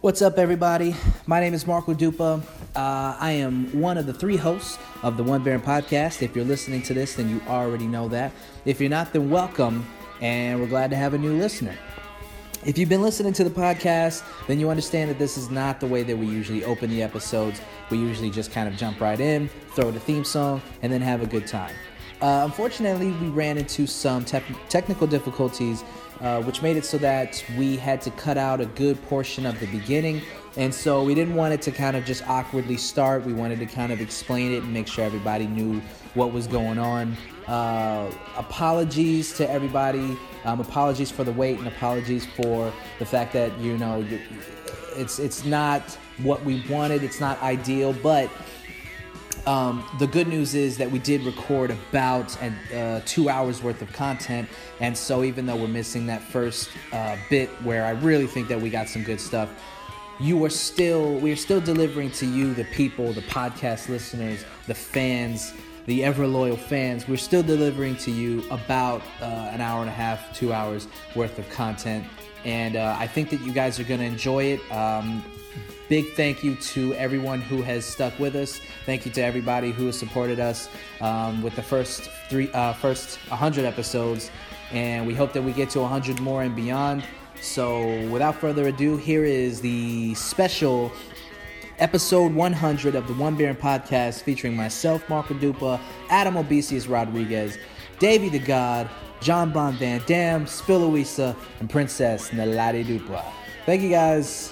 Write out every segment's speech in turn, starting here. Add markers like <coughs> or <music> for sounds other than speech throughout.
What's up, everybody? My name is Marco Dupa. Uh, I am one of the three hosts of the One Baron podcast. If you're listening to this, then you already know that. If you're not, then welcome, and we're glad to have a new listener. If you've been listening to the podcast, then you understand that this is not the way that we usually open the episodes. We usually just kind of jump right in, throw the theme song, and then have a good time. Uh, unfortunately, we ran into some tep- technical difficulties, uh, which made it so that we had to cut out a good portion of the beginning. And so we didn't want it to kind of just awkwardly start. We wanted to kind of explain it and make sure everybody knew what was going on. Uh, apologies to everybody. Um, apologies for the wait and apologies for the fact that, you know, you- it's, it's not what we wanted, it's not ideal, but um, the good news is that we did record about an, uh, two hours worth of content, and so even though we're missing that first uh, bit where I really think that we got some good stuff, you are still we are still delivering to you the people, the podcast listeners, the fans, the ever loyal fans. We're still delivering to you about uh, an hour and a half, two hours worth of content, and uh, I think that you guys are going to enjoy it. Um, Big thank you to everyone who has stuck with us. Thank you to everybody who has supported us um, with the first three, uh, first 100 episodes, and we hope that we get to 100 more and beyond. So, without further ado, here is the special episode 100 of the One Baron podcast featuring myself, Marco Dupa, Adam Obesius Rodriguez, Davey the God, John Bon Van Dam, Spiloisa, and Princess Naladi Dupa. Thank you guys.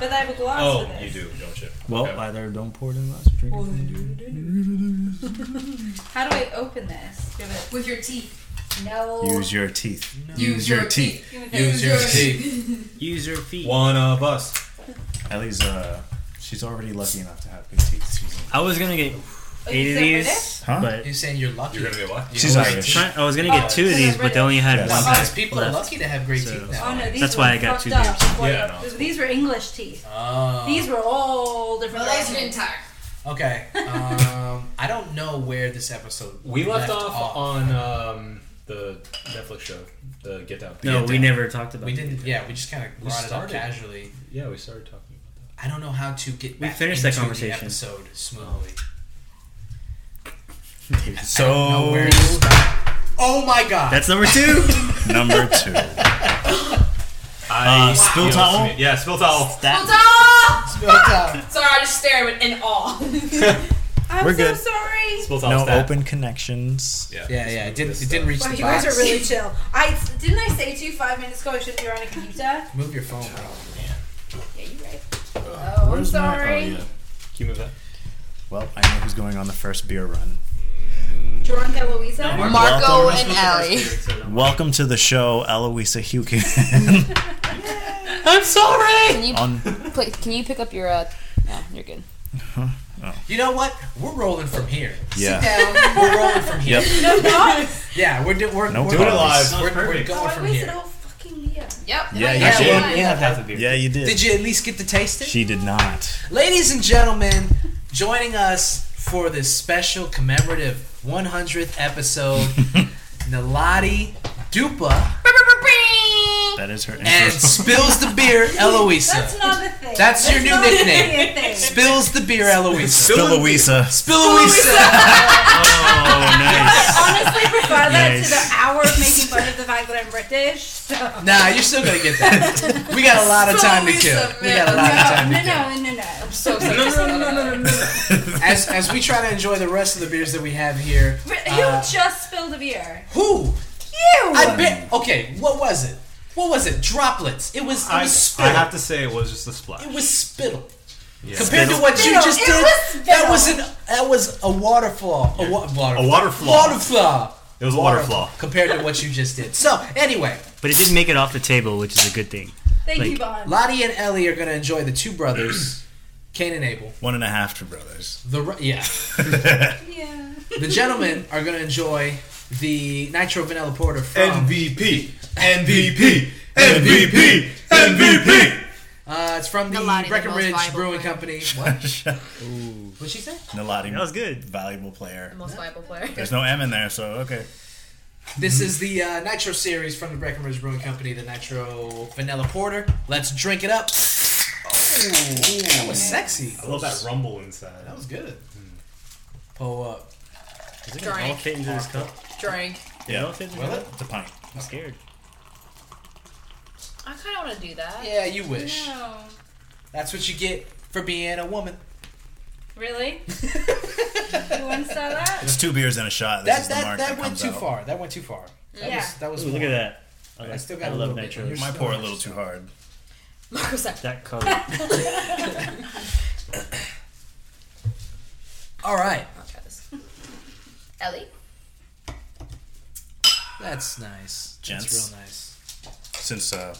But I have a glass Oh, for you this. do, don't you? Well, Okay. either don't pour it in glass or drink it from the dude. How do I open this? Give it. With your teeth. No. Use your teeth. Use your teeth. Use your teeth. <laughs> Use your feet. One of us. Ellie's, uh, she's already lucky enough to have good teeth. She's, I was gonna get eight Oh, is of that these, Huh? but You saying you're lucky? You're gonna be what? You she's know, Irish. try- I was gonna get Oh, two of so these, they're but they only had Yes. one Oh, Sometimes pack people left. are lucky to have great So- teeth Oh now. no, these That's were why I got fucked two up. teeth. What- Yeah, no, it's These were English teeth. Oh. These were all different. Relays directions. entire. <laughs> Okay. Um, I don't know where this episode We left, off, on um, the Netflix show, the Get Down. No, we never talked about. We it. didn't. Yeah, we just kind of brought it up started. casually. Yeah, we started talking about I don't know how to get. We back finished into that conversation. The episode smoothly. I don't know So, where to start. Oh my god. That's number two. <laughs> number <laughs> two. that. I Uh, spill towel? Yeah, spill towel. Hold on! Spelled out. Sorry, I just stared in <laughs> awe. I'm We're so good. sorry. Spill towel. No stat. open connections. Yeah, uh, Yeah, yeah. It didn't. It didn't reach Wow, the you guys box. are really chill. I didn't I say to you five minutes ago I shouldn't be on <laughs> a computer. Oh, Move your phone. Bro. yeah, you right. Oh, I'm sorry. Can you move that? Well, I know who's going on the first beer run. Jordan De Luisa. Marco <laughs> and Allie. Welcome to the show, Eloisa <laughs> Hukin. I'm sorry! Can you, on pl- can you pick up your, uh, no, you're good. You know what? We're rolling from here. Yeah. Sit down. <laughs> We're rolling from here. Yep. No dogs. Yeah, we're do, we're, No we're Do it live. We're, we're Perfect. Oh, going I from wasted here. all fucking year. Yep. Yeah, you Yeah, did. well, have half a beer. Yeah, you did. Did you at least get to taste it? She did not. Ladies and gentlemen, joining us for this special commemorative 100th episode, Nalati Dupa That is her and intro. <laughs> Spills the Beer That's Eloisa. not a thing. That's your new not gonna be nickname. a thing. Spills the Beer Eloisa. Eloisa. Spilloisa. Oh, nice. I honestly prefer that to the Nice. hour of making fun of the fact that I'm British. So. Nah, you're still gonna get that. We got a lot of time to kill. Spilloisa, We got a man. lot of No, time no, to kill. no, no, no. So sorry. No, no, no, no, no, As, as we try to enjoy the rest of the beers that we have here, Who uh, just spilled a beer? who You. I bet. Okay, what was it? What was it? Droplets. It was. It was I, I spittle. have to say, it was just a splash. it was spittle. Compared to what you Spittle. just It did, was that was an spittle. that was a waterfall. A, wa- water, A waterfall. Oh. Waterfall. It was a waterfall. Compared to what you just did. So anyway, But it did make it off the table, which is a good thing. Thank like- you, Bond. Lottie and Ellie are gonna enjoy the two <clears throat> brothers, Cain and Abel. One and a half to brothers. <laughs> The ru- yeah, Yeah. the gentlemen are gonna enjoy the nitro vanilla porter from MVP, MVP, MVP, MVP. Uh, it's from the, The Lottie, the most Breckenridge viable Brewing player. <laughs> Company. What? What'd she say? Nalati. That was good. Valuable player. The most viable player. There's no M in there, so okay. This is the uh, Nitro series from the Breckenridge Brewing Company, the Nitro Vanilla Porter. Let's drink it up. Oh, that was sexy. I love that rumble inside. That was good. Pull up. Is it gonna all Drink. fit into this cup? Drink. Did it all fit into Will the it? cup? It's a pint. I'm scared. I kind of want to do that. Yeah, you wish. No. That's what you get for being a woman. <laughs> Really? you want to sell that? It's two beers and a shot. This is the That that, mark that went comes too out. far. That went too far. That Yeah. was that was. Ooh, look at warm. that. I, like, still got I a love little bit. nitros. My pour a little too hard. Marco's like, That <laughs> color. All right. I'll try this. Ellie? That's nice. Gents. That's real nice. Since uh,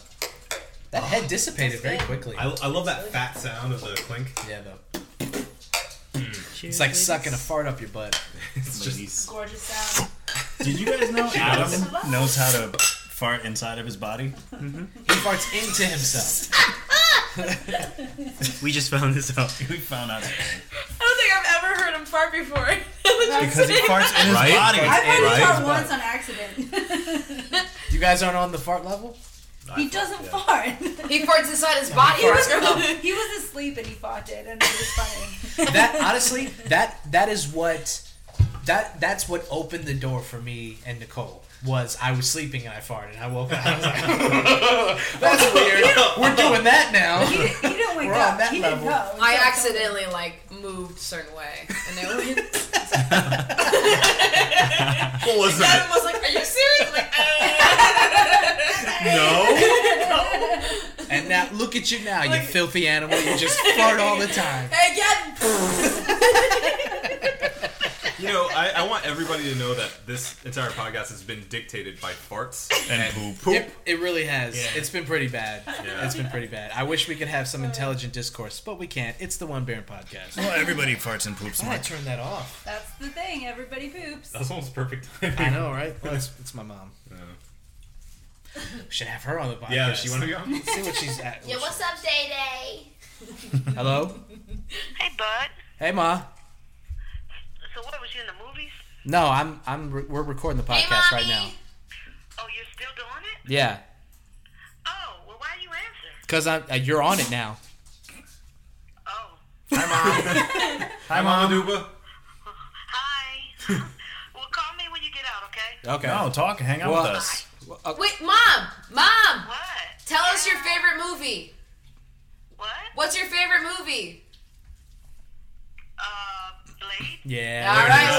That head dissipated very good. quickly. I, I love that fat sound of the clink. yeah, though. Hmm. It's like sucking a fart up your butt. It's just Gorgeous sound. did you guys know Adam does. knows how to fart inside of his body? He farts into himself. We just found this out. <laughs> We found out I don't think I've ever heard him fart before. <laughs> because he farts in his Right? body. I've heard Right? him fart once on <laughs> accident. You guys aren't on the fart level? he doesn't fart. <laughs> he farts inside his body. He <laughs> was, he was asleep and he fought it, and it was funny. That honestly, that that is what that that's what opened the door for me and Nicole. Was I was sleeping and I farted. I woke up. I was like, <laughs> "That's weird. We're doing that He, now." didn't- he didn't wake We're on up. that he didn't level. know. I So- accidentally like moved a certain way, and they <laughs> were like, what was Adam that? was like, "Are you serious?" I'm like, No. And now look at you now, you filthy animal. You just fart all the time. <laughs> "Hey, again." You know, I, I want everybody to know that this entire podcast has been dictated by farts And poop. It, it really has. Yeah. It's been pretty bad. Yeah. It's been pretty bad. I wish we could have some intelligent discourse, but we can't. It's the One Baron podcast. Well, everybody farts and poops. I might Mark. turn that off. That's the thing. Everybody poops. That's almost perfect. I <laughs> know, right? Well, it's, it's my mom. We should have her on the podcast. Yeah, does she want to be on? see what she's at. Yeah, what's up, Day Day? Hello? Hey, bud. Hey, ma. So what was you in the movies? No, I'm I'm re- we're recording the Hey, podcast right mommy. now. Oh, you're still doing it? Yeah, Oh, well, why you answer? because I'm uh, you're on it now. Oh, Hi, Mama <laughs> Duba. hi. <laughs> well, call me when you get out, okay? Okay. No, Oh, talk. Hang out Well, with us. Wait, mom, mom, What? tell us your favorite movie. What? What's your favorite movie? Uh, Blade? All Yeah. right,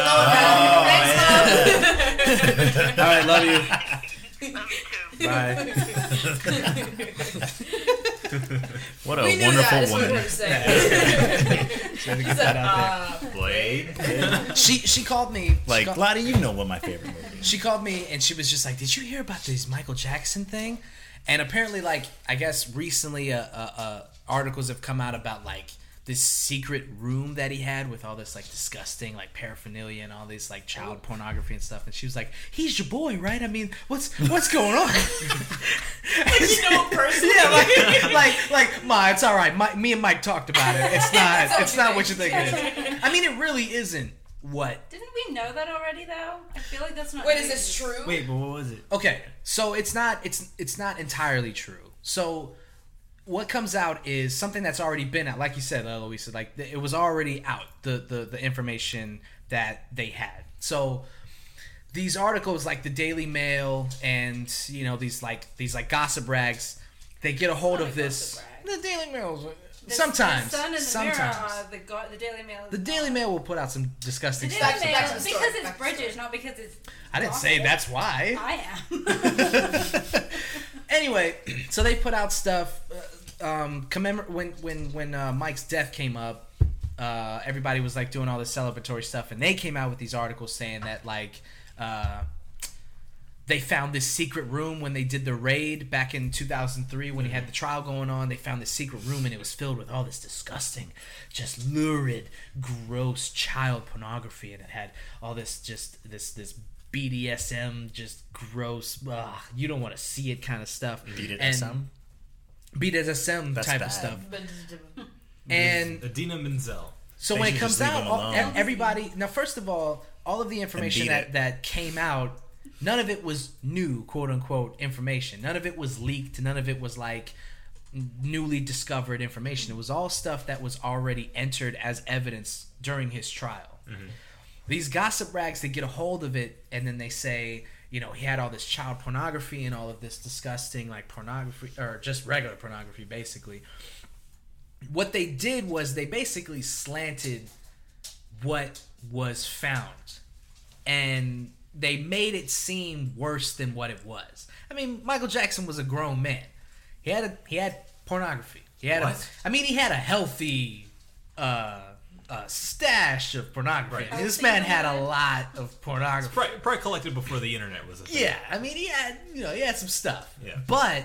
Oh, let's go. Thanks, <laughs> mom. All right. Love you. Love you too. Bye. <laughs> What a We knew that. wonderful That's what we were woman. <laughs> saying. <laughs> Get that out Blade. there. She she called me. she Like called- Lottie, you know what my favorite movie is. she called me and she was just like, "Did you hear about this Michael Jackson thing?" And apparently, like I guess recently, uh, uh, uh, articles have come out about like this secret room that he had with all this like disgusting like paraphernalia and all this like child Oh. pornography and stuff. And she was like, "He's your boy, right? I mean, what's what's going on?" <laughs> you know him personally. yeah, like like like Ma, it's all right. My, me and Mike talked about it. It's not. That's it's what not you what you think it is. I mean, it really isn't. What Didn't we know that already, though? I feel like that's not. Wait, is news. this true? Wait, but what was it? okay so it's not it's it's not entirely true so what comes out is something that's already been out like you said Eloisa, like th- it was already out the, the the information that they had so these articles like the daily mail and you know these like these like gossip rags they get a hold of this the daily mail The- sometimes The Sun and the sometimes Mirror, uh, the, Go- the Daily Mail. the daily mail will put out some disgusting The Daily stuff Mail, back sometimes. to the story, because back it's to the story. Bridges, not because it's. i didn't say that's why I <laughs> am. <laughs> anyway, so they put out stuff. Uh, um, commemor- when when when uh, Mike's death came up, uh, everybody was like doing all this celebratory stuff, and they came out with these articles saying that like. Uh, they found this secret room when they did the raid back in 2003 when he had the trial going on they found this secret room and it was filled with all this disgusting just lurid gross child pornography and it had all this just this this BDSM just gross ugh, you don't want to see it kind of stuff BDSM? And- BDSM That's type bad. of stuff. But- And Adina Menzel. so They when it should comes just leave out, them all, e- alone. everybody. Now, first of all, all of the information beat that, it. that came out, none of it was new, quote unquote, information. None of it was leaked. None of it was like newly discovered information. It was all stuff that was already entered as evidence during his trial. Mm-hmm. These gossip rags, they get a hold of it and then they say, you know, he had all this child pornography and all of this disgusting, like pornography, or just regular pornography, basically. What they did was they basically slanted what was found and they made it seem worse than what it was. I mean, Michael Jackson was a grown man. He had a, he had pornography. He had a, What? I mean, he had a healthy uh, uh, stash of pornography. I mean, this man had a lot of pornography. Probably, probably collected before the internet was a thing. Yeah, I mean, he had you know he had some stuff. Yeah. But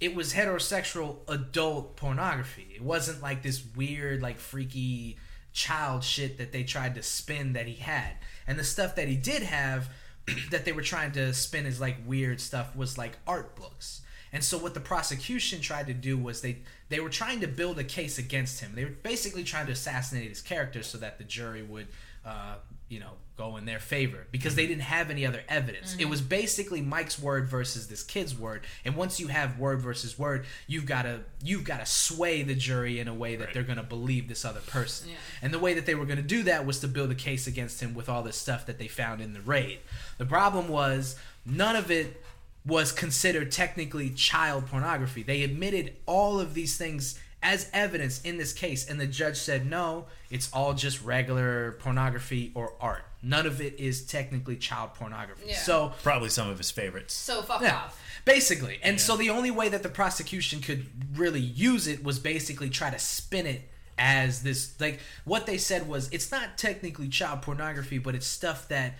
it was heterosexual adult pornography. It wasn't like this weird, like freaky child shit that they tried to spin that he had. And the stuff that he did have <clears throat> that they were trying to spin as like weird stuff was like art books. And so what the prosecution tried to do was they they were trying to build a case against him. They were basically trying to assassinate his character so that the jury would uh, you know, go in their favor because they didn't have any other evidence. It was basically Mike's word versus this kid's word, and once you have word versus word, you've got to you've got to sway the jury in a way that they're going to believe this other person. And the way that they were going to do that was to build a case against him with all this stuff that they found in the raid. The problem was none of it was considered technically child pornography. They admitted all of these things as evidence in this case, and the judge said, no, it's all just regular pornography or art. None of it is technically child pornography. Yeah. So, <laughs> Probably some of his favorites. So fuck yeah, off. basically. And so the only way that the prosecution could really use it was basically try to spin it as this like what they said was it's not technically child pornography, but it's stuff that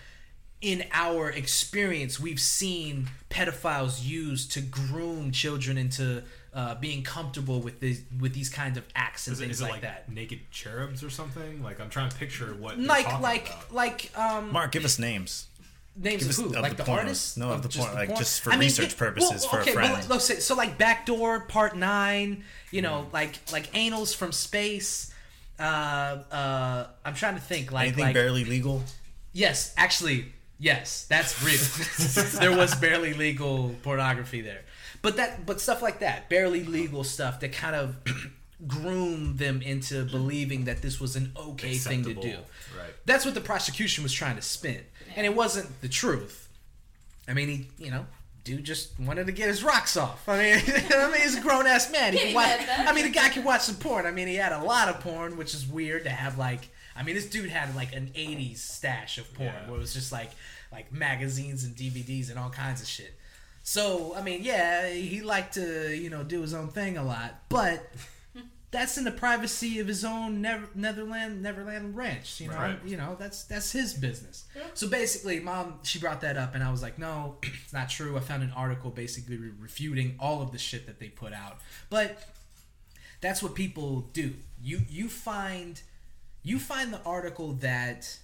in our experience we've seen pedophiles use to groom children into uh, being comfortable with these with these kinds of acts and Is it, things is it like, like, that. naked cherubs or something? Like I'm trying to picture what. they're Like talking like about. like um Mark, give us names. names of Give us- who? of like the the, pornos. artists? No, of the porn- like, just for research yeah, purposes for a Well, friend. like, so, so like backdoor part nine, you know, like like anals from space. Uh, uh, I'm trying to think. Like, Anything like barely legal? yes, actually, yes, that's real. <laughs> there was barely legal pornography there, but that but stuff like that, barely legal stuff that kind of <clears throat> groomed them into believing that this was an okay thing to Acceptable, do. Right. That's what the prosecution was trying to spin, and it wasn't the truth. I mean, he, you know, dude just wanted to get his rocks off. I mean, <laughs> I mean, he's a grown ass man. He Can't can be watch, mad at that. I mean, the guy can watch some porn. I mean, he had a lot of porn, which is weird to have like. I mean, this dude had like an '80s stash of porn, Yeah. where it was just like like magazines and DVDs and all kinds of shit. So I mean, yeah, he liked to you know do his own thing a lot, but that's in the privacy of his own Never- Netherland Neverland ranch. You know, Right. I'm- you know that's that's his business. So basically, mom she brought that up, and I was like, no, <clears throat> it's not true. I found an article basically re- refuting all of the shit that they put out, but that's what people do. You you find you find the article that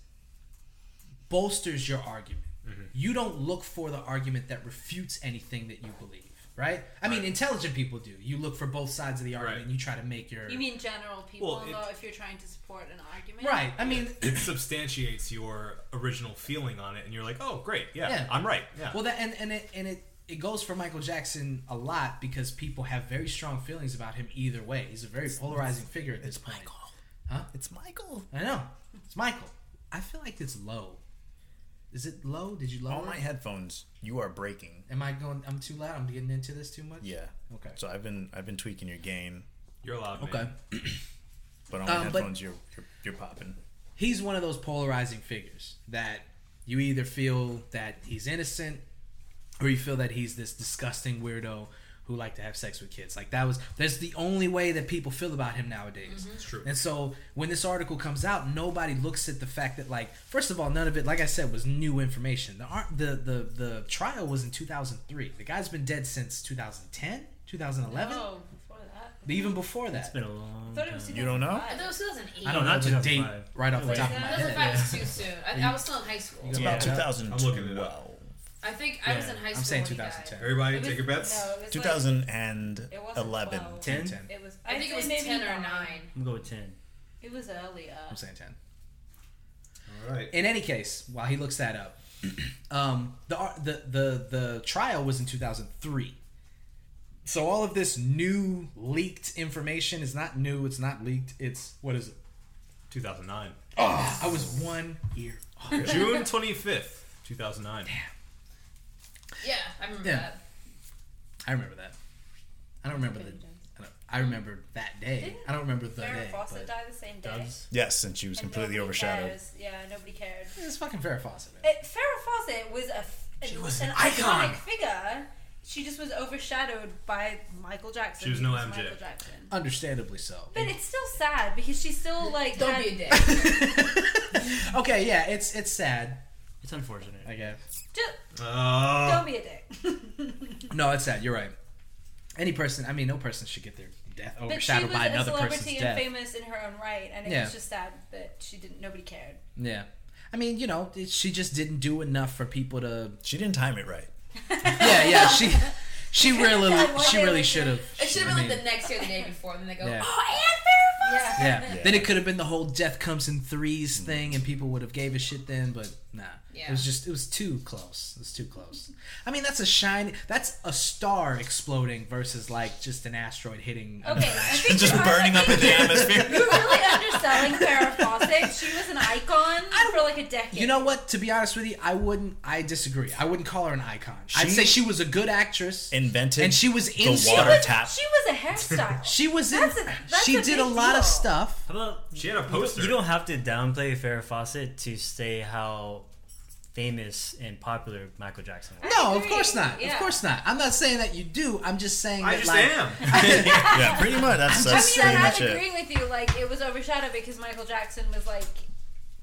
bolsters your argument. Mm-hmm. You don't look for the argument that refutes anything that you believe, right? I mean, Right. intelligent people do. You look for both sides of the argument Right. and you try to make your You mean general people, Well, it- though, if you're trying to support an argument? Right. I <coughs> mean, It substantiates your original feeling on it, and you're like, oh, great, yeah, Yeah. I'm right. Yeah. well, that and and it and it it goes for Michael Jackson a lot because people have very strong feelings about him either way. He's a very polarizing figure at this point. It's Michael. I know. It's Michael. I feel like it's low. Is it low? Did you lower? All my it? headphones, you are breaking. Am I going? I'm too loud. I'm getting into this too much. Yeah. Okay. So I've been I've been tweaking your gain, you're allowed. man. Okay. but on my Um, but- headphones you're, you're you're popping. he's one of those polarizing figures that you either feel that he's innocent or you feel that he's this disgusting weirdo who like to have sex with kids. Like that was that's the only way that people feel about him nowadays. It's true. And so when this article comes out, nobody looks at the fact that like first of all, none of it like I said was new information. The ar- the the the trial was in 2003. The guy's been dead since 2010, 2011, Oh, before that. even before It's that. been a long I thought it was You don't know? 2005. I I thought it was 2008. I don't No, know not the date 2005. right off the Wait, top of my No, 2005 head. was too soon. I, I was still in high school. It's Yeah. about 2012. I'm looking it up. I think I was in high school. I'm saying when he died. 2010. Everybody, It was- take your bets. No, it was 2011. Like, Ten? 10. it was. I think it was maybe ten or nine. I'm going ten. It was earlier. <laughs> I'm saying 10. All right. In any case, while he looks that up, <clears throat> um, the, ar- the the the trial was in 2003. So all of this new leaked information is not new. It's not leaked. It's what is it? 2009. I was one year. <laughs> June 25th, 2009. Yeah, I remember Yeah. that. I remember that. I don't remember the. I, don't, I remember that day. Didn't I don't remember the Farrah day. Fawcett but died the same day. Yes, and she was and completely nobody overshadowed. Cares. Yeah, nobody cared. it's fucking Farrah Fawcett. Man. It, Farrah Fawcett was a f- She an, was an an icon. iconic figure. She just was overshadowed by Michael Jackson. She was He no MJ. Michael Jackson. Understandably so. <laughs> But it's still sad because she's still like. Don't had- be a dick. okay, yeah, it's it's sad. It's unfortunate. I guess. Just, Uh, don't be a dick. No, it's sad. You're right. Any person, I mean, no person should get their death but she overshadowed was by a another person's celebrity and death. famous in her own right, and it Yeah. was just sad that she didn't. Nobody cared. Yeah. I mean, you know, it- she just didn't do enough for people <laughs> to. She didn't time it right. Yeah, yeah. She, she really, died one she day really later. should have. It should have been like the next year, the day before, and then they go, Yeah. "Oh, Yeah. Yeah. Yeah. Then it could have been the whole death comes in threes thing, and people would have gave a shit then. But nah, it Yeah. was just it was too close. It was too close. I mean, that's a shiny. That's a star exploding versus like just an asteroid hitting. Okay, <laughs> I think Just you are- burning up in the atmosphere. You're <laughs> really underselling Farrah Fawcett. She was an icon for like a decade. You know what? To be honest with you, I wouldn't. I disagree. I wouldn't call her an icon. I'd She- say she was a good actress, Invented and she was in. the She water was, tap. She was a hairstyle. <laughs> she was in. That's a- that's she a did big a lot of deal. stuff. How about she had a You don't- poster. You don't have to downplay Farrah Fawcett to say how famous and popular Michael Jackson was. No, of agree. course not. Of Yeah. course not. I'm not saying that you do. I'm just saying I that just like am. <laughs> <laughs> yeah, pretty much. That's, I that's mean, pretty I'm much not it. agreeing with you. Like it was overshadowed because Michael Jackson was like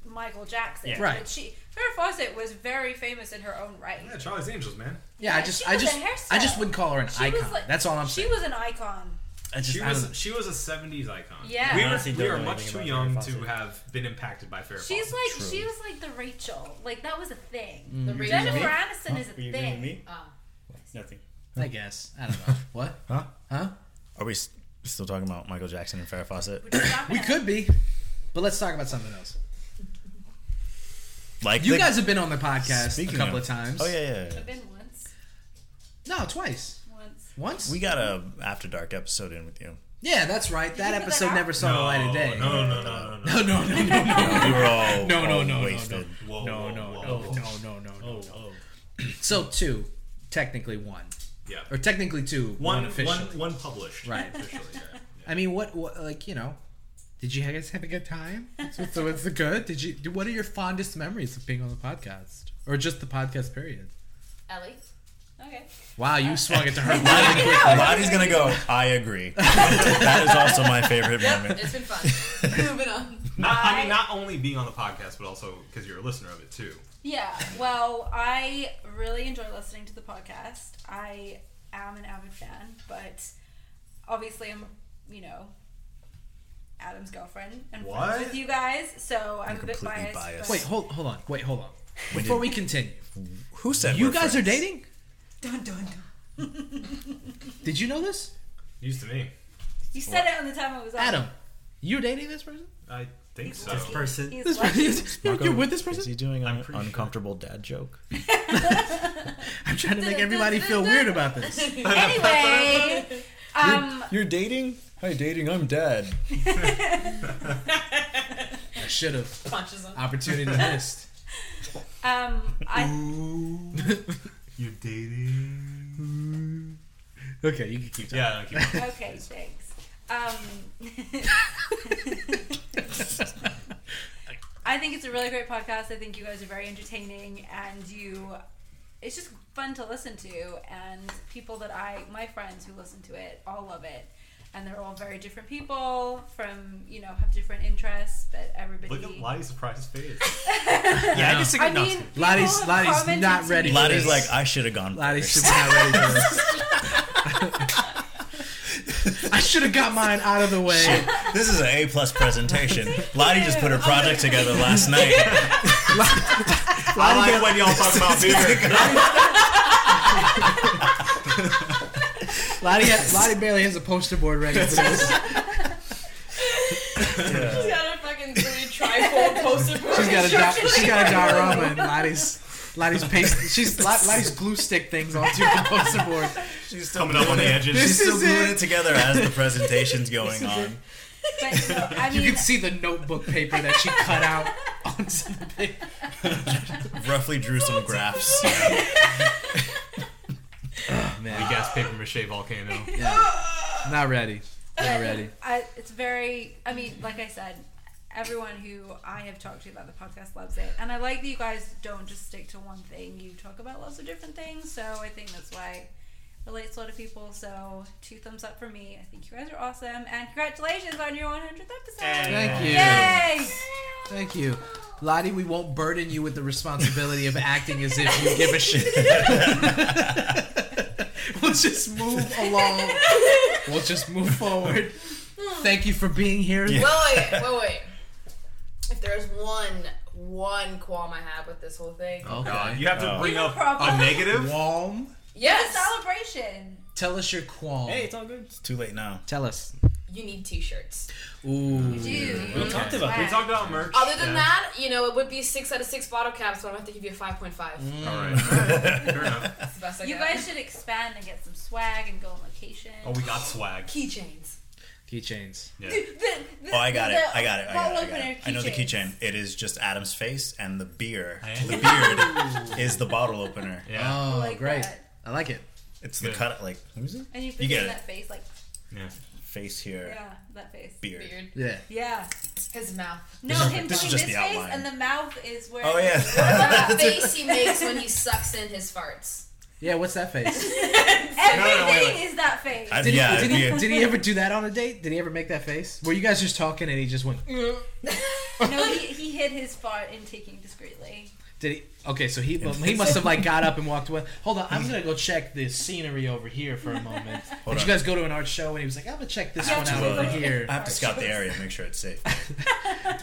Michael Jackson. Yeah. Right. But she Farrah Fawcett was man famous in her own right. Yeah, Charlie's Angels, man. Yeah, I Yeah, just, she I was a just, I just hairstyle. wouldn't call her an She was, icon. like- That's all I'm She saying. was an icon. I just, She I was don't know. she was a '70s icon. Yeah. we I are, honestly we don't are know much anything too about young Farrah to Fawcett. have been impacted by Farrah. She's Fawcett. like she was like the Rachel. Like that was a thing. the reason Jennifer Aniston is a Were you agreeing with thing. me? Oh. Nothing. I guess. I don't know. What? Huh? Huh? Are we s- still talking about Michael Jackson and Farrah Fawcett? We could be, but let's talk about something else. Like You the- guys have been on the podcast <laughs> Speaking a couple of, of- times. Oh yeah, yeah, yeah. I've been once. No, twice. Once. Once. We got a after dark episode in with you. yeah, that's right. That you put that episode out? never saw the no, light of day. No, no, no, no, no, no. <laughs> no, no, no, no, no, We were <laughs> No, all no, no, all no, wasted. Whoa, no, whoa, no, whoa, no, whoa. no, no, no, no. Oh, oh. So two, technically one, Yeah. or technically two, one, One, officially. one, one published. Right. <laughs> Officially, yeah. <laughs> I mean, what, what, like, you know, did you guys have a good time? So, so what's the good? Did you? do- What are your fondest memories of being on the podcast, or just the podcast period? Ellie. Okay. Wow, you swung it to her. really quick. Lottie's gonna go. I agree. <laughs> that is also my favorite moment. It's been fun. Moving on. Not, I mean, not only being on the podcast, but also because you're a listener of it too. Yeah. Well, I really enjoy listening to the podcast. I am an avid fan, but obviously I'm, you know, Adam's girlfriend and What? friends with you guys, so I'm, You're a bit completely biased. biased. but- Wait, hold, hold on. Wait, hold on. Before we continue, Who said you we're guys are friends? dating. Dun dun dun. Did you know this, Used to me. You said it on the time I was on. Adam? You're dating this person? I think so. This person. <laughs> He's This lucky. person? You're, you're with this person? Is he doing an pretty sure. uncomfortable dad joke? I'm trying to make everybody feel weird about this. Anyway, um, You're dating? Hi, dating. I'm dad. I should <laughs> have. Punches him. Opportunity missed. <laughs> um, I You're dating. okay, you can keep talking. Yeah. No, keep going. okay, thanks. <laughs> Um, I think it's a really great podcast. I think you guys are very entertaining, and you, it's just fun to listen to. And people that I, my friends who listen to it, all love it, and they're all very different people from you know have different interests, but everybody. Look at Lottie's surprised face. Yeah, I disagree. I mean, people Lottie's- have Lottie's commented not to ready me- for Lottie's like, I should have gone Lottie first. should be not ready for this. <laughs> I should have got mine out of the way. <laughs> <laughs> This is an A plus presentation. Lottie just put her project together last night. I like when y'all talk about beer. Lottie, Lottie barely has a poster board ready for <laughs> this. <laughs> She's got a fucking three <laughs> trifold poster board. She's got a <laughs> di- instruction she's got a diorama and Lottie's Lottie's paste. She's Lot- Lottie's glue stick things onto the poster board. She's still Coming <laughs> up on the edges. She's still is it. gluing it together as <laughs> the presentation's going on. But, no, I You mean, can see the notebook paper that she cut out <laughs> onto the paper. <laughs> Roughly drew some graphs. <laughs> Big ass paper mache volcano. <laughs> Not ready. Not ready. I, it's very. I mean, like I said, everyone who I have talked to about the podcast loves it, and I like that you guys don't just stick to one thing. You talk about lots of different things, so I think that's why it relates to a lot of people. So two thumbs up for me. I think you guys are awesome, and congratulations on your 100th episode. Thank you. Yay! Thank you. Lottie, we won't burden you with the responsibility of acting as if you give a shit. <laughs> we'll just move along. We'll just move forward. Thank you for being here. wait, <laughs> wait, wait, wait. If there's one, one qualm I have with this whole thing, God, Uh, you have to Oh. bring No up a problem. negative. Qualm. yes, Celebration. Tell us your qualm. Hey, it's all good. It's too late now. Tell us. you need T-shirts. Ooh. Dude, We talked about We it. talked about merch. Other than that, you know, it would be six out of six bottle caps, but I'm gonna have to give you a five point five. All right. Fair enough. That's the best I You got. guys should expand and get some swag and go on location. Oh, we got swag. keychains. Keychains. Yeah. The- the- Oh, I got it. the I got it. I bottle got it. I, got opener it. I know the keychains. keychain. It is just Adam's face and the beard. The <laughs> beard is the bottle opener. Yeah. Oh, like great. that. I like it. It's the Yeah. cut. Like, what is it? And you put You get in it. that face, like, Yeah. Face here. yeah, that face. Beard. Weird. Yeah. Yeah. His mouth. <laughs> No, This is- him this is doing this just face the outline. and the mouth is where. Oh yeah. <laughs> that face he makes when he sucks in his <laughs> farts. Yeah, what's that face? Everything No, no, wait, is that face. I- Did, yeah. he, it'd did, he, be a- did he ever do that on a date? Did he ever make that face? Were you guys just talking and he just went, no, he, he hid his fart in taking discreetly. Did he? Okay, so he he must have like got up and walked away. Hold on, I'm gonna go check the scenery over here <laughs> for a moment. Did you on. guys go to an art show and he was like, I'm gonna check this one out to, over uh, here. I have to scout the area and make sure it's safe. I'm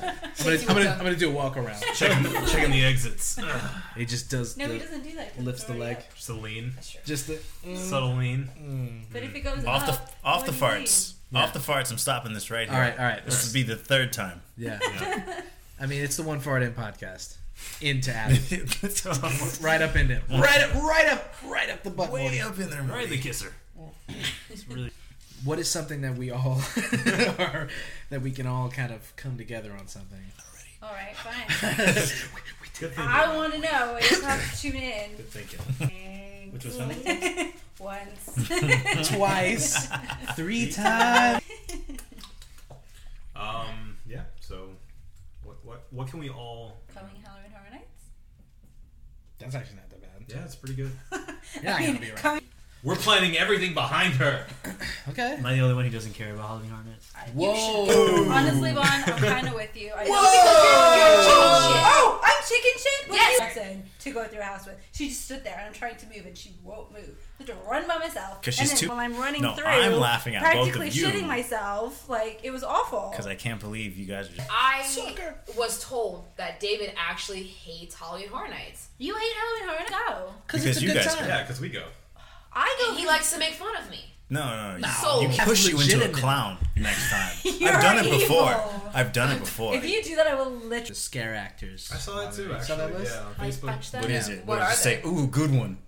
gonna, I'm gonna, I'm gonna do a walk around. Checking, checking the <laughs> exits. Ugh, He just does. No, the, he doesn't do that. 'cause lifts it's the already leg. up. Just a lean. Just the. Subtle lean. But if it goes up, off the off what the do you mean? farts. Off the farts. I'm stopping this right here. All right, all right. This would be the third time. <laughs> Yeah. I mean, it's the one fart in podcast. Into <laughs> Adam, right up into him. right up, right up, right up the butt. <laughs> Way hole. up in there. Right in the buddy. kisser. What is something that we all <laughs> are, that we can all kind of come together on something? All <laughs> <laughs> right, fine. Good thing. I want to know. You just have to tune <laughs> in. Thank you. Which was how funny. <laughs> <laughs> Once. Twice, <laughs> three times. Um. Yeah. So, what what what can we all? Coming Halloween Horror Nights. That's actually not that bad. Yeah, it's pretty good. Yeah, I gotta be right. We're planning everything behind her. Okay. Am I the only one who doesn't care about Halloween Horror Nights? Whoa. Honestly, Vaughn, I'm kind of with you. I Whoa! Oh, I'm chicken shit. What Yes. yes. person to go through a house with. She just stood there, and I'm trying to move, and she won't move. I have to run by myself. 'Cause and she's then too- While I'm running No, through, I'm laughing at both of practically you. shitting myself. Like it was awful. Because I can't believe you guys are just. I was told that David actually hates Halloween Horror Nights. you hate Halloween Horror Nights? Go. Because you guys. Are, because we go. I go. And he likes to make fun of me. no, no, no. So You push you into a legitimate. clown next <laughs> time. You're I've done it evil. before. I've done it before. If you do that, I will literally. The scare actors. I saw that too. Actually. Saw that list? Yeah. On Like, Facebook. punch them. What is it? What, What does are it say? Ooh, good one.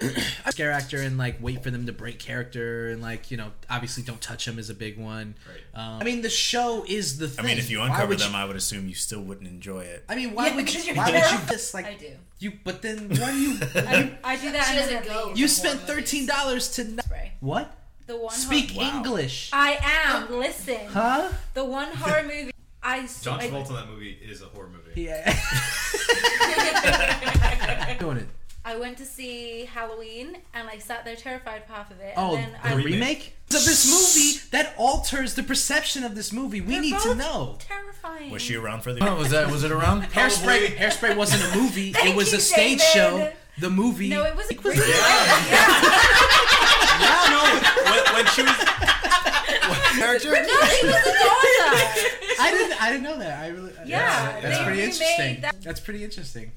Scare actor and like wait for them to break character and like you know obviously don't touch them is a big one. Right. Um, I mean the show is the I thing. mean, if you Why uncover would them, I would assume you still wouldn't enjoy it. I mean why Yeah, would because you? you're Why would terrible. you just like I do. you? But then when you I, I do that. She and then doesn't I go. leave. you the spent horror movies. thirteen dollars to n- Right. what? The one. Speak Horror- Wow. English, I am. Listen. huh? The one horror movie. I. John I- Travolta in that movie is a horror movie. Yeah. <laughs> <laughs> Doing it. I went to see Halloween and I sat there terrified for half of it. Oh, and then the I remake. remake. So this movie that alters the perception of this movie. We They're need to both know. terrifying. Was she around for the? Oh, was that? Was it around? Hairspray. Hairspray wasn't a <laughs> movie. Thank it was you, a stage show. David. The movie. No, it was a great <laughs> when, when she was <laughs> character? No, she was a daughter. I didn't. I didn't know that. I really. Yeah, that's they pretty remade interesting. that- That's pretty interesting.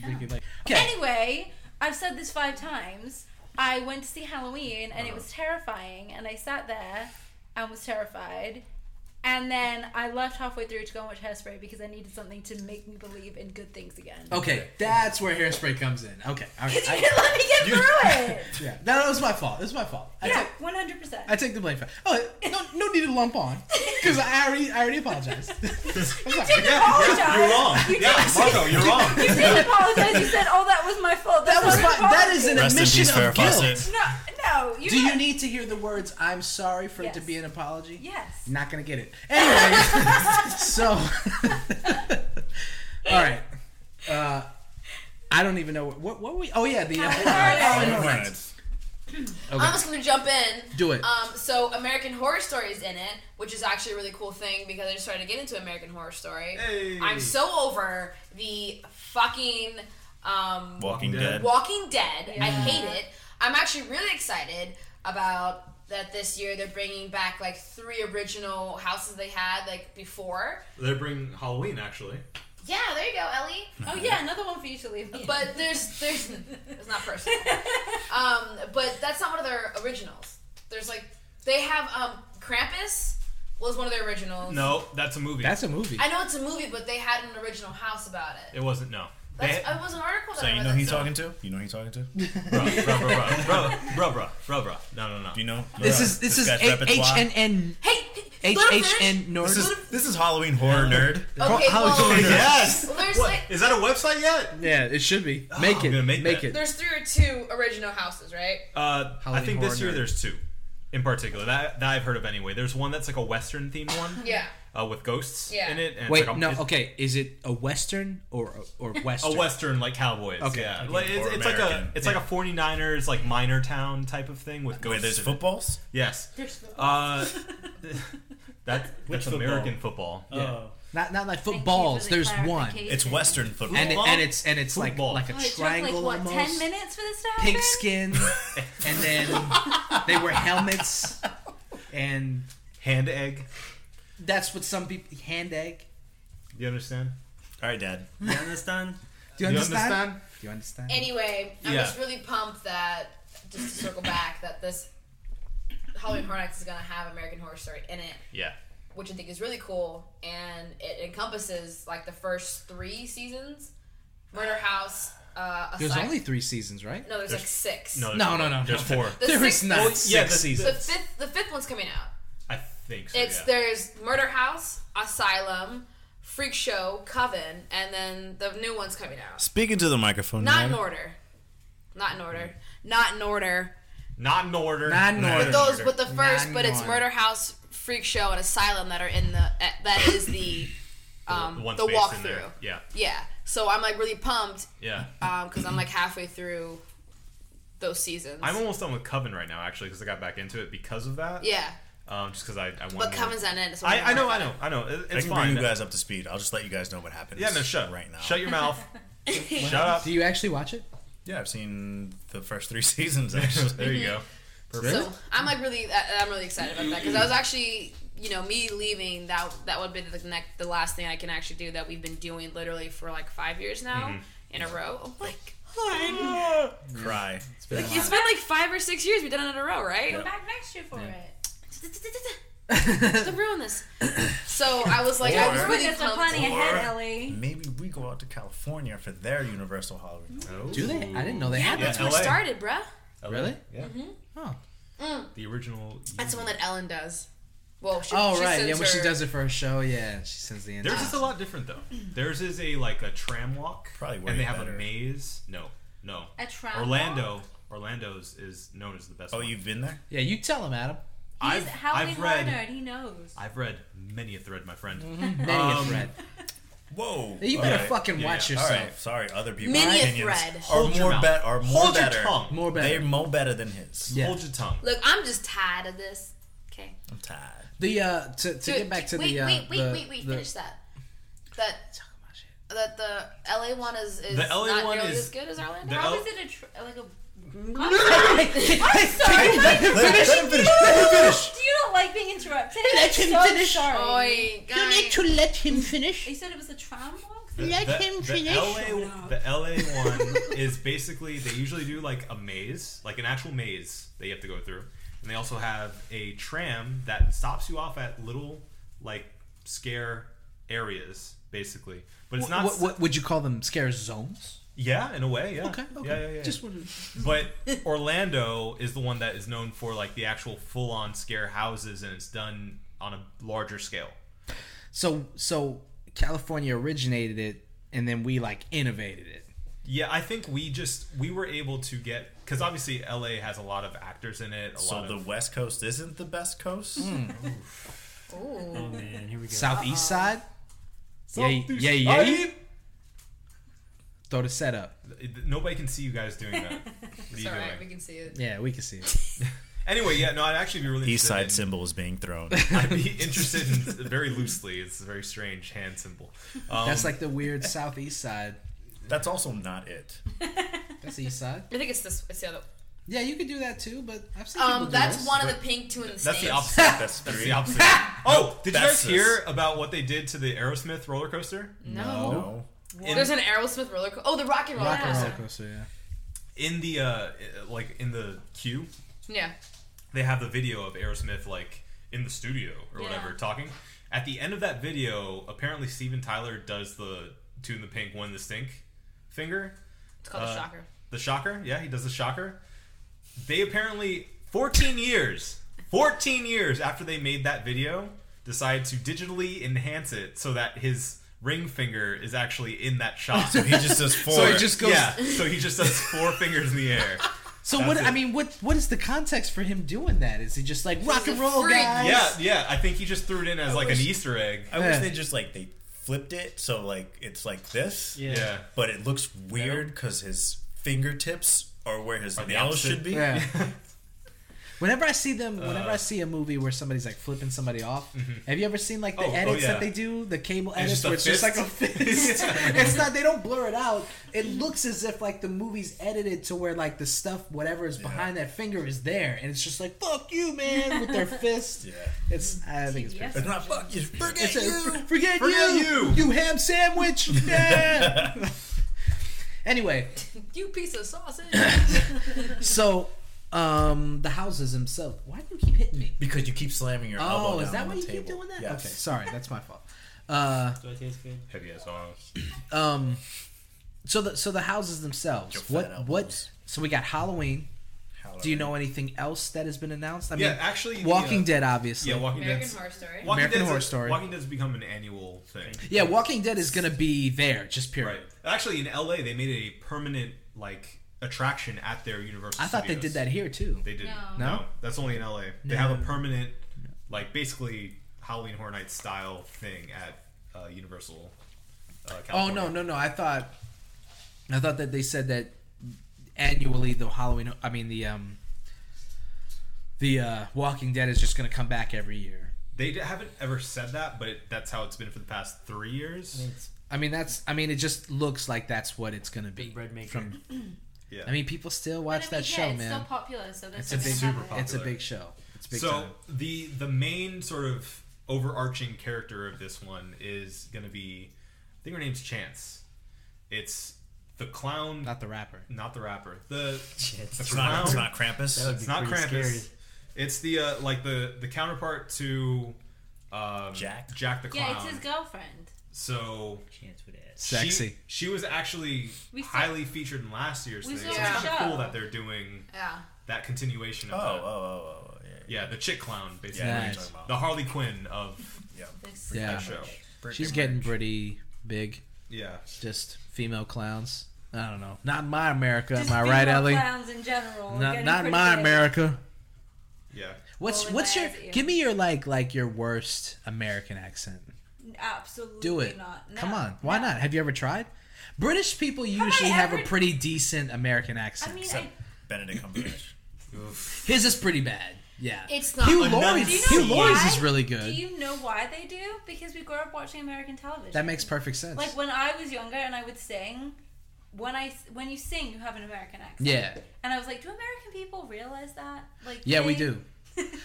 Thinking like, okay. Anyway, I've said this five times. I went to see Halloween and it was terrifying, and I sat there and was terrified. And then I left halfway through to go and watch Hairspray because I needed something to make me believe in good things again. Okay, that's where hairspray comes in. Okay, all right. Because you I, didn't <laughs> let me get <laughs> through it. yeah, no, no, it's my fault. It's my fault. I yeah, take- one hundred percent. I take the blame for. it. Oh, <laughs> no, no need to lump on because I already, I already <laughs> apologized. <laughs> I'm You sorry. didn't apologize. yeah, you're wrong. You yeah, <laughs> Marco, you're wrong. You didn't apologize. You said, "Oh, that was my fault." That was not my, an that is an Rest in admission peace, Farrah of guilt. Fawcett. apology." no, no. You Do you got- need to hear the words "I'm sorry" for it to Yes. be an apology? Yes. Not gonna get it. Anyway, <laughs> so <laughs> all right. Uh, I don't even know what what, what we. Oh yeah, the uh, Halloween. Halloween Horror Nights. I'm just gonna jump in. Do it. Um, so American Horror Story is in it, which is actually a really cool thing because I just started to get into American Horror Story. Hey. I'm so over the fucking um, Walking Dead. Walking Dead. I hate it. I'm actually really excited about that this year. They're bringing back like three original houses they had like before. They're bringing Halloween actually. Yeah, there you go, Ellie. Oh yeah, another one for you to leave. me. But there's there's it's not personal. Um, but that's not one of their originals. There's like they have um Krampus was one of their originals. No, that's a movie. That's a movie. I know it's a movie, but they had an original house about it. it wasn't no. That's, They- it was an article that So I you read know that who you said- talking to? You know who you talking to? Do Bruh, bruh, bruh, bruh, bruh, bruh, bruh, bruh, bruh. No, no, no. you know? this is this is guy's H repertoire? N N Hey, H let him H finish. N This Nord. is this is Halloween horror nerd. <laughs> Okay, How- well, how- Yes. well, there's What? like Is that a website yet? Yeah, it should be. Make Oh, I'm it. gonna Make, make it. that. there's three or two original houses, right? Uh, I Halloween think this Horror year Night. there's two, in particular that, that I've heard of anyway. There's one that's like a western themed one. Yeah. Uh, with ghosts Yeah. in it. And it's Wait, like a, no. it's Okay, is it a western or or <laughs> A western? western like cowboys. Okay. Yeah. Okay. Like, it's Or it's like a American. it's like a 49ers like minor town type of thing with ghosts. Wait, there's in it. footballs? Yes. There's no- <laughs> Uh, that's that's Which football? American football. Oh. Not not like Thank you for footballs. the There's one. clarification. It's Western football. And it, Football? and it's and it's like Football. like a Oh, it took like triangle what ten almost. minutes for this to happen. Pink <laughs> skin, and then they wear helmets, and Hand egg. that's what some people hand egg. You understand? All right, Dad. You understand? Do you You understand? understand? Do you understand? Anyway, I'm Yeah. just really pumped that just to circle back that this Halloween Horror Nights is gonna have American Horror Story in it. Yeah. which I think is really cool, and it encompasses like the first three seasons. Murder House. Uh, There's Asylum- only three seasons, right? no. There's, like six. No. No, no, no. There's no. four. The There is sixth- not Well, yeah, six the- the- Oh, The seasons. fifth. The fifth one's coming out. Oh, I think so. It's yeah. there's Murder House, Asylum, Freak Show, Coven, and then the new one's coming out. Speaking to the microphone. Not in Dad. order. Not in order. Not in order. Not in order. Not in order. Those with the first, Not but it's in Murder House, Freak Show, and Asylum that are in the. eh, That is the. Um, One the space in there. walkthrough. Yeah. Yeah. So I'm like really pumped Yeah. um because I'm like halfway through those seasons. I'm almost done with Coven right now, actually, because I got back into it because of that. yeah, Um, just because I, I but wanted. Coven's not in it. So I, don't I know, worry I about know, I know. It- I It's can fine. bring you guys up to speed. I'll just let you guys know what happens. yeah, no, shut right now. Shut your <laughs> mouth. shut up. Do you actually watch it? Yeah, I've seen the first three <laughs> seasons actually. there you go. it. So I'm like really, I- I'm really excited about that because I was actually, you know, me leaving that that would be the next, the last thing I can actually do that we've been doing literally for like five years now Mm-hmm. in a row. I'm like, Lord, <laughs> Cry. it's been like five or six years we've done it in a row, right? Come back next year for it. <laughs> to ruin this. So I was like, I was Or- really Because I'm pumped. planning ahead, Or- Ellie. Maybe we go out to California for their Universal Halloween. Do they? I didn't know they Yeah, had that's that. Yeah, where it LA. started, bruh. Mm. Really? Yeah. Oh. The original. That's the one that Ellen does. Well, she, Oh she right, sends yeah. When she her- does it for her show, yeah, she sends the Theirs answer. is a lot different though. Theirs is a like a tram walk. Probably way And they have better. a maze. No, no. A tram Orlando. Orlando's is known as the best. Oh, one. you've been there? Yeah, you tell him, Adam. He's I've, Halloween I've Horror read. Nerd. He knows. I've read many a thread, my friend. Mm-hmm. Many a Um, thread. Whoa. You better Alright. fucking Yeah, watch yeah. All yourself. right. Sorry, other people. Many a opinions thread. Are Hold your more mouth. better. Are more Hold your better. tongue. More better. They're more better than his. Yeah. <laughs> Hold your tongue. Look, I'm just tired of this. Okay. I'm tired. <laughs> The uh, to, to get back to wait, the uh, wait, wait, the, wait, wait, the- <laughs> finish that. That that the LA one is, is The LA not one nearly is- as good as Orlando. the- How Oh. is it a tr- like a? <laughs> Let, let him finish. Let him finish. Do you not like being interrupted? Let him I'm so finish. Sorry. Oi, guy. let him finish. You said it was a tram walk. The, Let the- him the finish. LA, the LA one <laughs> is basically they usually do like a maze, like an actual maze that you have to go through, and they also have a tram that stops you off at little like scare areas, basically. But it's not. What, what would you call them? Scare zones? Yeah, in a way. Yeah. Okay. Okay. Yeah, yeah, yeah. Just wanted- But <laughs> Orlando is the one that is known for like the actual full-on scare houses, and it's done on a larger scale. so so California originated it, and then we like innovated it. Yeah, I think we just we were able to get because obviously LA has a lot of actors in it. A So lot the of, West Coast isn't the best coast. Hmm. Oh man, here we go. Southeast side. Yeah, Southeast yeah, yeah. side. Throw the setup. nobody can see you guys <laughs> doing that. What are It's you alright, we doing? can see it. Yeah, we can see it. Anyway, yeah, no, I'd actually be really East interested side in- symbol is being <laughs> thrown. I'd be interested <laughs> in very loosely. It's a very strange hand symbol. Um, That's like the weird southeast side. That's also <laughs> not it. That's east side. I think it's this. It's the other. Yeah, you could do that too, but I've seen people Um, do that's this. one of the pink, two in the that's the snake. opposite. That's That's three. the <laughs> opposite. oh, did you guys that's this. hear about what they did to the Aerosmith roller coaster? No. No. In- There's an Aerosmith roller coaster. Oh, the rock and roller Rock and coaster. roller coaster. Yeah. in the uh, like in the queue Yeah. they have the video of Aerosmith like in the studio or Yeah. whatever talking. At the end of that video, apparently Steven Tyler does the tune the pink one the stink finger. It's called Uh, a shocker. The shocker, yeah, he does the shocker. They apparently 14 years, 14 years after they made that video, decided to digitally enhance it so that his ring finger is actually in that shot. So he just does <laughs> four. So it just goes. yeah, so he just does four fingers in the air. So what? That's I it. mean, what? What is the context for him doing that? Is he just like rock He's and a roll freak. guys? Yeah, yeah, I think he just threw it in as like an Easter egg. I wish Yeah. they just like they flipped it so like it's like this. Yeah. Yeah. But it looks weird because his fingertips are where his Are the nails opposite. should be. Yeah. <laughs> whenever I see them, whenever I Uh, see a movie where somebody's like flipping somebody <laughs> off, have you ever seen like the Oh, oh, edits yeah. that they do, the cable It's edits, just a where it's just like a fist? <laughs> fist? Yeah. It's not. They don't blur it out. It looks as if like the movie's edited to where like the stuff, whatever is behind that finger, is there, and it's just like "fuck you, man" with their <laughs> fist. Yeah. It's. I think it's. Pretty Yes. It's not fuck you. Forget you. Forget, Forget you, you. <laughs> you <laughs> ham <laughs> sandwich. Yeah. anyway, You piece <coughs> of sausage. so um the houses themselves. Why do you keep hitting me? Because you keep slamming your elbow Oh, is down that on why the you keep table. doing that? Yes. Okay, sorry, that's my fault. Uh, Do I taste good? Heavy ass arms. um, so the so the houses themselves. Your fat what elbows. what? So we got Halloween. Halloween. Do you know anything else that has been announced? I mean, Yeah, actually, Walking yeah. Dead, obviously. Yeah, Yeah, Walking Dead. American Horror Story. Walking American Dead's- Horror Story. Walking Dead's become an annual thing, Walking Dead is gonna be there, just period. right? Actually, in LA, they made a permanent like attraction at their Universal. I thought they did Studios. that here too. They didn't. No. No? that's only in LA. They have a permanent, like basically Halloween Horror Night style thing at uh, Universal. Uh, Oh California. no, no, no! I thought, I thought that they said that annually the Halloween. I mean the um, the uh, Walking Dead is just gonna come back every year. They d- haven't ever said that, but it, that's how it's been for the past three years. It's I mean that's. I mean it just looks like that's what it's gonna be. bread maker. From <clears throat> Yeah. I mean people still watch But I mean, that yeah, show, it's man. still popular, so that's it's a big, super popular. it's a big show. It's big so time. the the main sort of overarching character of this one is going to be, I think her name's Chance. It's the clown, not, Not the rapper. the rapper. The Shit. the It's not, it's clown- not Krampus. That would be it's not pretty Krampus. scary. It's the uh, like the the counterpart to um, Jack. Jack the clown. Yeah, it's his girlfriend. so Chance with it. she- Sexy. She, was actually We saw- highly featured in last year's We thing. So saw it's her kind of show. cool that they're doing Yeah. that continuation Oh, of oh, that. oh, oh, oh, yeah. Yeah, the chick clown, basically. Yeah, I know Nice. what you're talking The about. Harley Quinn of This- Yeah. that show. She's getting pretty big. Yeah. Just female clowns. I don't know. Not in my America. just am I right, female Ellie? Clowns in general. Not, getting not in pretty my big. America. Yeah. What's Rolling what's my your eyes at you. give me your like like your worst American accent? Absolutely Do it. not. No. Come on. Why No. not? Have you ever tried? British people usually I have a ever- pretty decent American accent. I mean, Except I, Benedict Cumberbatch. His is pretty bad. Yeah. It's not. Hugh like- Laurie's do you know Hugh why? Laurie's is really good. Do you know why they do? Because we grew up watching American television. that makes perfect sense. Like when I was younger and I would sing, when I s- when you sing, you have an American accent. yeah. And I was like, do American people realize that? Like Yeah, we they- <laughs> do.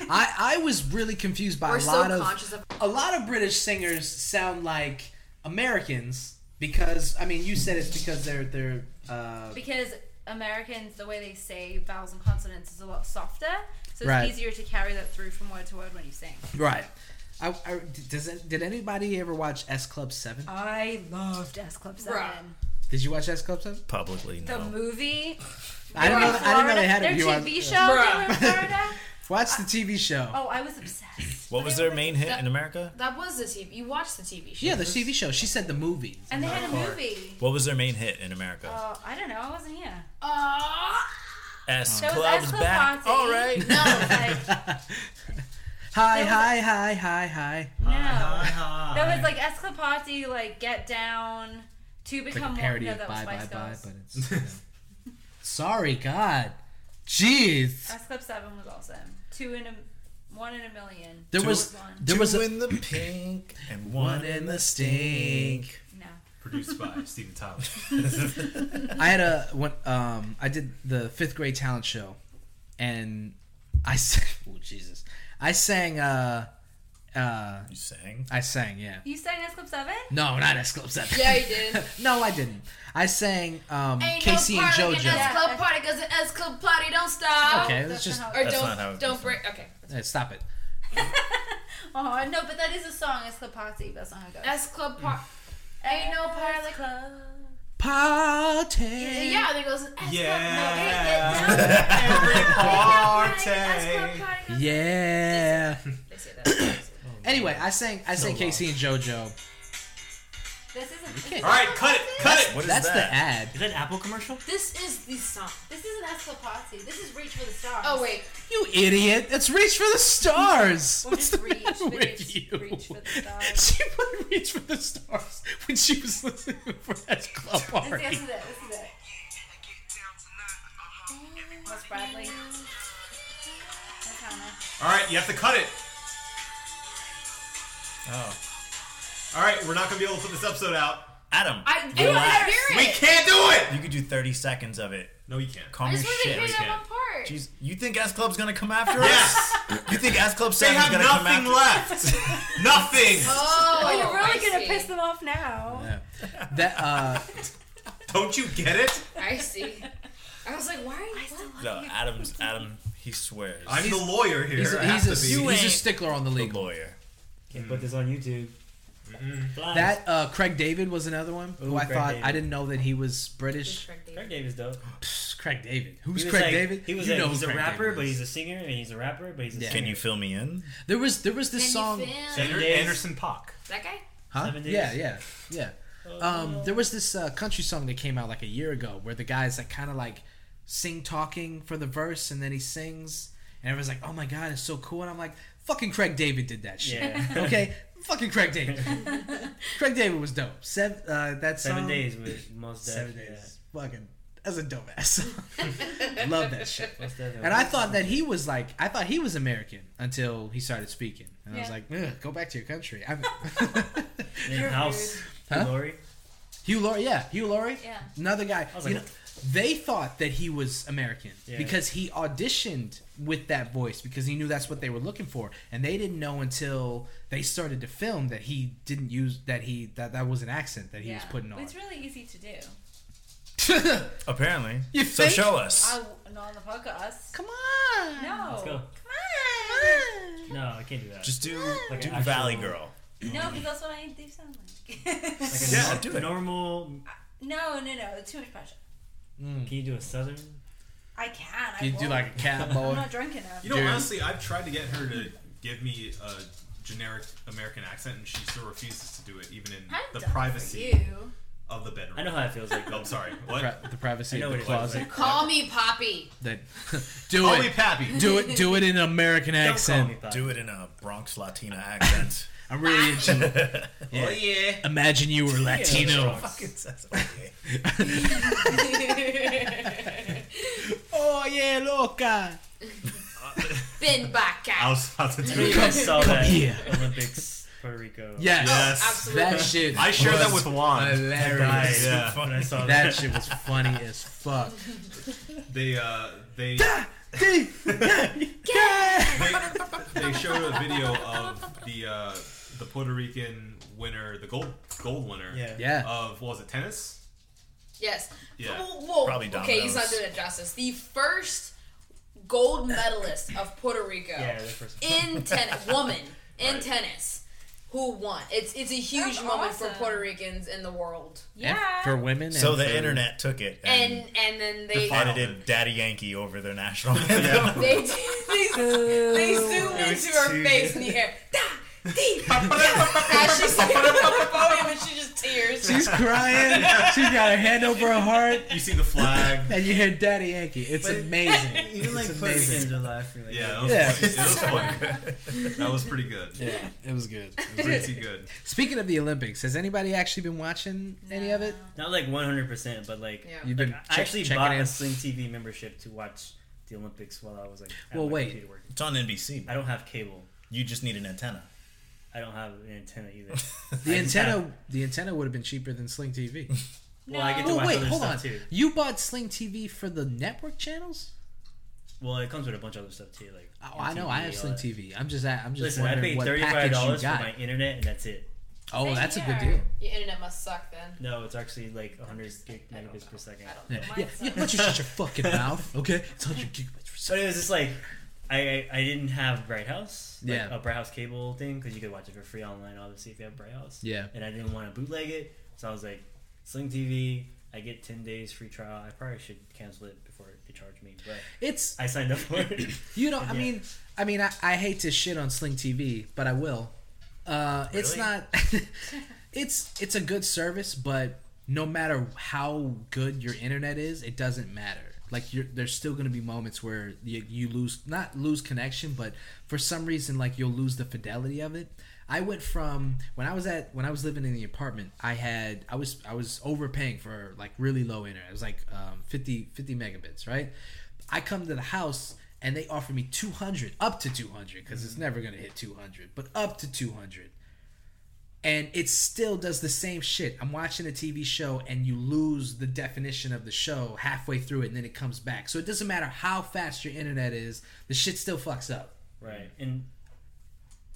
I I was really confused by We're a so lot of conscious of. a lot of British singers sound like Americans Because I mean, you said it's because they're they're uh, Because Americans, the way they say vowels and consonants is a lot softer, so it's Right. easier to carry that through from word to word when you sing. right. I, I, does it, did anybody ever watch S Club Seven? I loved S Club Seven. Bruh. Did you watch S Club Seven? Publicly, The no. movie. I didn't know. I didn't know they had it. Their You TV watch- show. They Bruh. were in Florida. Watch the TV show. Oh, I was obsessed. What was their main hit in America? That was the TV. You watched the TV show. Yeah, the TV show. She said the movie. And they had a movie. What was their main hit in America? Uh, I don't know. I wasn't here. Aw. S That was Club's S Club back. Posse. All right. No, <laughs> like, Hi, hi, hi, hi, hi. no. Hi. That was like Escapati, like Get Down, To It's like Become a parody One. of No, Bye that Bye was Spice Bye, Girls. but it's. you know. <laughs> Sorry, God. Jeez. S Club Seven was awesome. Two in a, one in a million. There Two was- one. There was Two a. in the pink and one in the stink. no. Produced by Stephen Tyler. <laughs> I had a when um I did the fifth grade talent show, and I sang. <laughs> Oh Jesus! I sang. Uh, uh, You sang. I sang. Yeah. You sang S Club Seven? No, not S Club Seven. Yeah, you did. <laughs> no, I didn't. I sang um, Ain't Casey no and party JoJo. in S Club Yeah. party because an S Club party don't stop. Oh, Okay, let's just Or, Or That's don't not how it don't goes. break. Okay. uh, stop it. oh no, but that is a song. It's Clubati. That's not how it goes. S Club party. Ain't no party like. club. Party. Yeah, and it goes. S Club. Yeah. No, it, it, no. Every S Club <laughs> party. party goes. Yeah. They say that. They say that. Anyway, I sang. I sang Casey and JoJo. This isn't. This, can't- All right, cut it, cut it. What is That's the that? ad. Is that an Apple commercial? This is the song. this isn't S Clubati. This is Reach for the Stars. Oh wait. You idiot! It's Reach for the Stars. Or What's just the Reach, matter but with it's you? Reach for the Stars. she put Reach for the Stars when she was listening for that club This, party. this is it. This is it. uh-huh. Wes Bradley. That's Hannah. All right, you have to cut it. Oh, All right, we're not gonna be able to put this episode out. Adam. I I don't wanna relax. hear We it. can't do it. You could do 30 seconds of it. No, you can't. Calm I your just wanted to shit. hear can't. that one part. Jeez, you think S Club's gonna come after us? Yes, <laughs> You think S Club they Seven's have gonna come nothing after left. nothing. Oh, Oh, you're really I gonna see. piss them off now. That uh, Don't you get it? I see. I was like, why are you? No, Adam's Adam. He swears. I'm the lawyer here. he's, I a, have he's, a, to be. You he's a ain't stickler on the the legal. lawyer. Can't put this on YouTube. Blind. That uh, Craig David was another one who Ooh, I Craig thought I David. didn't know that he was British. Craig Davis dope. Psst, Craig David. He Who's was Craig like- David? He was you like, know he's who a Craig rapper, David but is. he's a singer, and he's a rapper, but he's a Yeah. singer. Can you fill me in? There was there was this song. Ander- days. Anderson Pock. That guy? Huh? Seven days? Yeah, yeah, yeah. Um, there was this uh, country song that came out like a year ago where the guys like kind of like sing talking for the verse and then he sings and everyone's like, "Oh my god, it's so cool!" And I'm like, "Fucking Craig David did that shit." Yeah. <laughs> okay, fucking Craig David. Craig David was dope. Seven uh, that song. Seven days with most Def. Seven yeah. days. Fucking. That's a dope ass. song. Love that shit. Most Def. And I thought that he was like, I thought he was American until he started speaking, and I was Yeah. like, Ugh, "Go back to your country." <laughs> I'm, in house. Huh? Glory. Hugh Laurie, yeah, Hugh Laurie, Yeah. another guy. was you like, know, they thought that he was American Yeah. because he auditioned with that voice because he knew that's what they were looking for, and they didn't know until they started to film that he didn't use that he that that was an accent that he was putting on. It's really easy to do. Apparently. <laughs> You so think? show us. I not on the podcast. Come on, No. Let's go. Come No, I can't do that. Just do Like do an actual- Valley Girl. on. No, because that's what I they sound like. <laughs> like a Yeah, nor- do it. normal. no, no, no. Too much pressure. Can you do a southern? I can. I you will. do like a I'm cowboy. <laughs> not drunk enough. You know, Dude. honestly, I've tried to get her to give me a generic American accent, and she still refuses to do it, even in I'm the done for privacy you. of the bedroom. I know how it feels like. <laughs> Oh, I'm though. sorry. The What? pri- the privacy I know of the what it looks closet. like. Call me Poppy. That <laughs> do Call me it, Pappy. do it, do it in an American Don't call accent. me Pop. Do it in a Bronx Latina accent. I'm really <laughs> into- Oh yeah. imagine you were Latino. Fucking says it. Okay. oh yeah, loca. Been back I out. was about to do You it. guys saw that <laughs> here. Olympics Puerto Rico. Yes. Yes. Absolutely. That shit. I shared that was with Juan. I, Hilarious. Yeah. when I saw that. That shit was funny as fuck. They uh <laughs> they they showed a video of the uh, the Puerto Rican winner, the gold gold winner Yeah. Yeah. of what was it tennis? Yes. Yeah. <laughs> Whoa, whoa. Probably Okay, he's not dominoes. doing it justice. The first gold medalist of Puerto Rico Yeah, the first in <laughs> tennis, woman in Right. tennis, who won. It's it's a huge That's moment for awesome. Puerto Ricans in the world. And Yeah. for women. and So the for- internet took it and, And and then they edited Daddy Yankee over their national anthem. they <laughs> they, they zoomed It was into her too face in the air. Da, <laughs> dee, da. As she's on the podium and she just tears. She's crying. She's got her hand over her heart, You see the <laughs> flag. and you hear Daddy Yankee. It's But- amazing. <laughs> Even like Puerto Ricans are laughing. Like, "Oh, Yeah, that Yeah. was, <laughs> It was fun. that was pretty good. Yeah, it was good. Pretty good. <laughs> Speaking of the Olympics, has anybody actually been watching any of it? Not like 100%, but like. Yeah. You've been I check- actually checking bought in? a Sling TV membership to watch the Olympics while I was like. at Well, my wait. computer working. It's on NBC. I don't have cable. You just need an antenna. I don't have an antenna either. <laughs> The I just have- antenna, the antenna would have been cheaper than Sling TV. Well, I get to Oh watch wait, other hold stuff on. too. You bought Sling TV for the network channels? Well, it comes with a bunch of other stuff too, like. Oh, I know I have MTV, Sling all that. TV. I'm just I'm just Listen, I wondering paid what thirty-five package you dollars for got. my internet, and that's it. oh, Same that's a good here. deal. <laughs> Your internet must suck then. No, it's actually like 100 gig megabits per second. I don't Yeah, know. yeah, yeah, why don't you shut your fucking mouth? Okay, it's 100 gigabytes per But <laughs> second. it was just like, I I, I didn't have Bright House, like Yeah. a Bright House cable thing, because you could watch it for free online, obviously, if you have Bright House. Yeah. And I didn't want to bootleg it, so I was like, Sling TV. I get 10 days free trial. I probably should cancel it before they charge me, but It's I signed up for it. <coughs> <coughs> you know I Yeah. mean I mean I, I hate to shit on Sling TV, but I will. Uh, It's Really? not. <laughs> it's it's a good service, but no matter how good your internet is, it doesn't matter. Like you're, there's still going to be moments where you, you lose not lose connection, but for some reason like you'll lose the fidelity of it. I went from when I was at when I was living in the apartment, I had I was I was overpaying for like really low internet. It was like um, 50 50 megabits, right? I come to the house and they offer me 200 up to 200 because it's never going to hit 200, but up to 200 and it still does the same shit. I'm watching a TV show and you lose the definition of the show halfway through it and then it comes back. So it doesn't matter how fast your internet is, the shit still fucks up. Right. And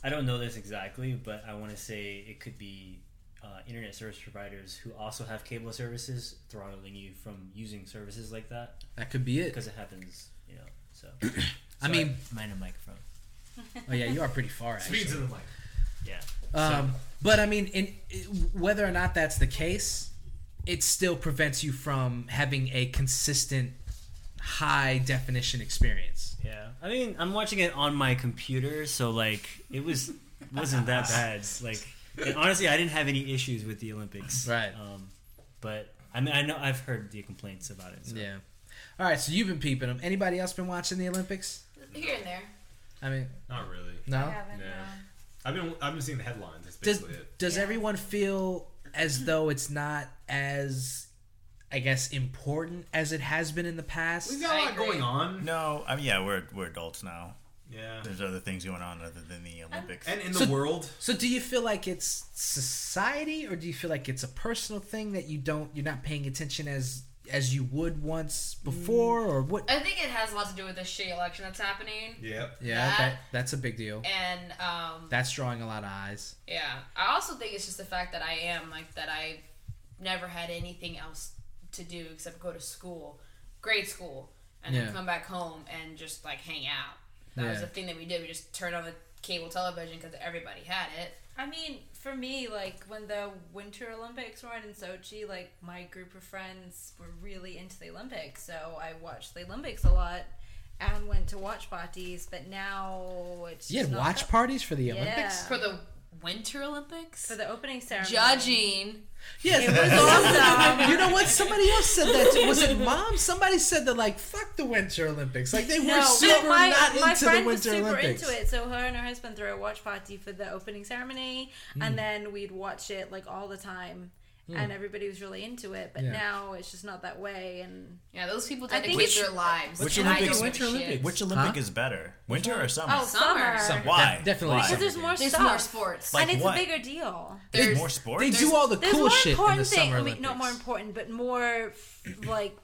I don't know this exactly, but I want to say it could be uh, internet service providers who also have cable services throttling you from using services like that That could be it. because it happens, you know. So, <clears throat> I mean, mine a microphone. oh yeah, you are pretty far actually. Speed to the mic. Yeah. Um, but I mean, in, whether or not that's the case, it still prevents you from having a consistent high definition experience. Yeah. I mean, I'm watching it on my computer, so like it was <laughs> wasn't that bad. Like and honestly, I didn't have any issues with the Olympics. Right. Um, but I mean, I know I've heard the complaints about it. So. Yeah. All right, so you've been peeping them. Anybody else been watching the Olympics? Here and there. I mean, Not really. no. I haven't, Yeah. uh, I've been I've been seeing the headlines. That's does basically it. does Yeah. everyone feel as though it's not as I guess important as it has been in the past? We've got a I lot agree. going on. No, I mean, yeah, we're we're adults now. Yeah. There's other things going on other than the Olympics. And in the So- world, So do you feel like it's society or do you feel like it's a personal thing that you don't you're not paying attention as as you would once before or what I think it has a lot to do with the shitty election that's happening. yeah. Yeah, That- that that's a big deal. And um, That's drawing a lot of eyes. yeah, I also think it's just the fact that I am like that. I never had anything else to do except go to school, grade school, and Yeah. then come back home and just like hang out. That was Yeah. the thing that we did. We just turned on the cable television because everybody had it. I mean, for me, like when the Winter Olympics were on in Sochi, like my group of friends were really into the Olympics, so I watched the Olympics a lot and went to watch parties. But now it's You had just not watch that- parties for the Yeah. Olympics? For the Winter Olympics, for the opening ceremony. judging Yes. awesome. You know what? Somebody else said that. Too. Was <laughs> it mom? Somebody said that like fuck the Winter Olympics. Like they were No, super but my, not my into friend the was Winter super Olympics. into it, so her and her husband threw a watch party for the opening ceremony, Hmm. and then we'd watch it like all the time, and everybody was really into it. But Yeah. now it's just not that way, and Yeah, those people I dedicate think it's- their lives. Which to hiding Olympics- from Winter shit. Olympics? Which Olympic Huh? is better, winter or summer? oh, summer. Summer. Why? Def- definitely Why? Because there's more There's stuff. more sports. Like and it's what? a bigger deal. There's There's more sports. They do all the There's cool more shit in important the thing. summer I mean, Olympics. not more important, but more like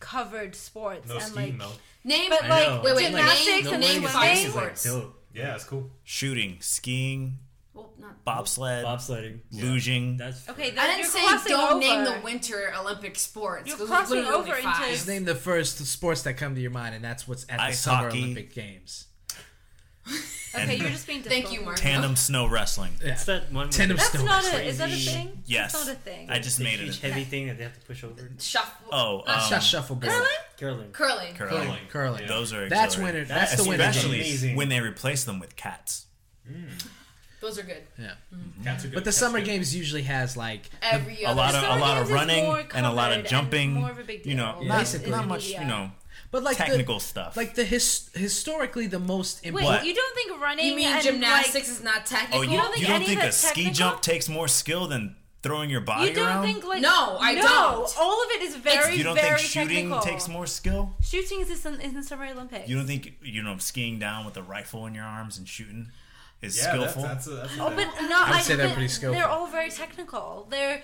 covered sports No and like skiing though. Name, But, I like, know. wait, wait, gymnastics name, and name like five swimming. sports. Dope. Yeah, that's cool. Shooting, skiing, Well, not. bobsled, Bobsledding. luging. That's Okay, I then didn't you're say crossing don't over. name the winter Olympic sports. You're 'cause there's crossing literally only over into- five. Just name the first sports that come to your mind, and that's what's at the Ice Summer hockey. Olympic Games. Okay, you're just being. Thank difficult. you, Mark. tandem snow wrestling. It's that one. with Tandem the That's snow not a. crazy- Is that a thing? Yes. That's not a thing. I just the made huge it. heavy thing that they have to push over. Shuffle. Oh, not um, Shut shuffleboard. Curling? Curling. Curling. curling. Curling. curling. Those are That's exhilarating. winter. That's, That's the winter. especially- games. amazing. Especially when they replace them with cats. Those are good. Yeah. Cats are good. But the Cats summer are good. games usually has like Every A other. lot of summer a lot games of is running more and a lot covered of and jumping. more of a big You know, deal. not, Basically. not much. Yeah. You know, but like technical the, stuff. Like the his, historically the most Wait, important. you don't think running? You mean and, gymnastics Like, is not oh, technical? you, you don't think think, any of a it's ski technical? jump takes more skill than throwing your body you don't around? think like? No, I no, don't. All of it is very, you don't very think shooting technical. takes more skill? Shooting is in, is in Summer Olympics. You don't think you know skiing down with a rifle in your arms and shooting is Yeah, skillful? That's, that's a, that's a Oh, thing. but no, I would say they're but pretty skillful. They're all very technical. They're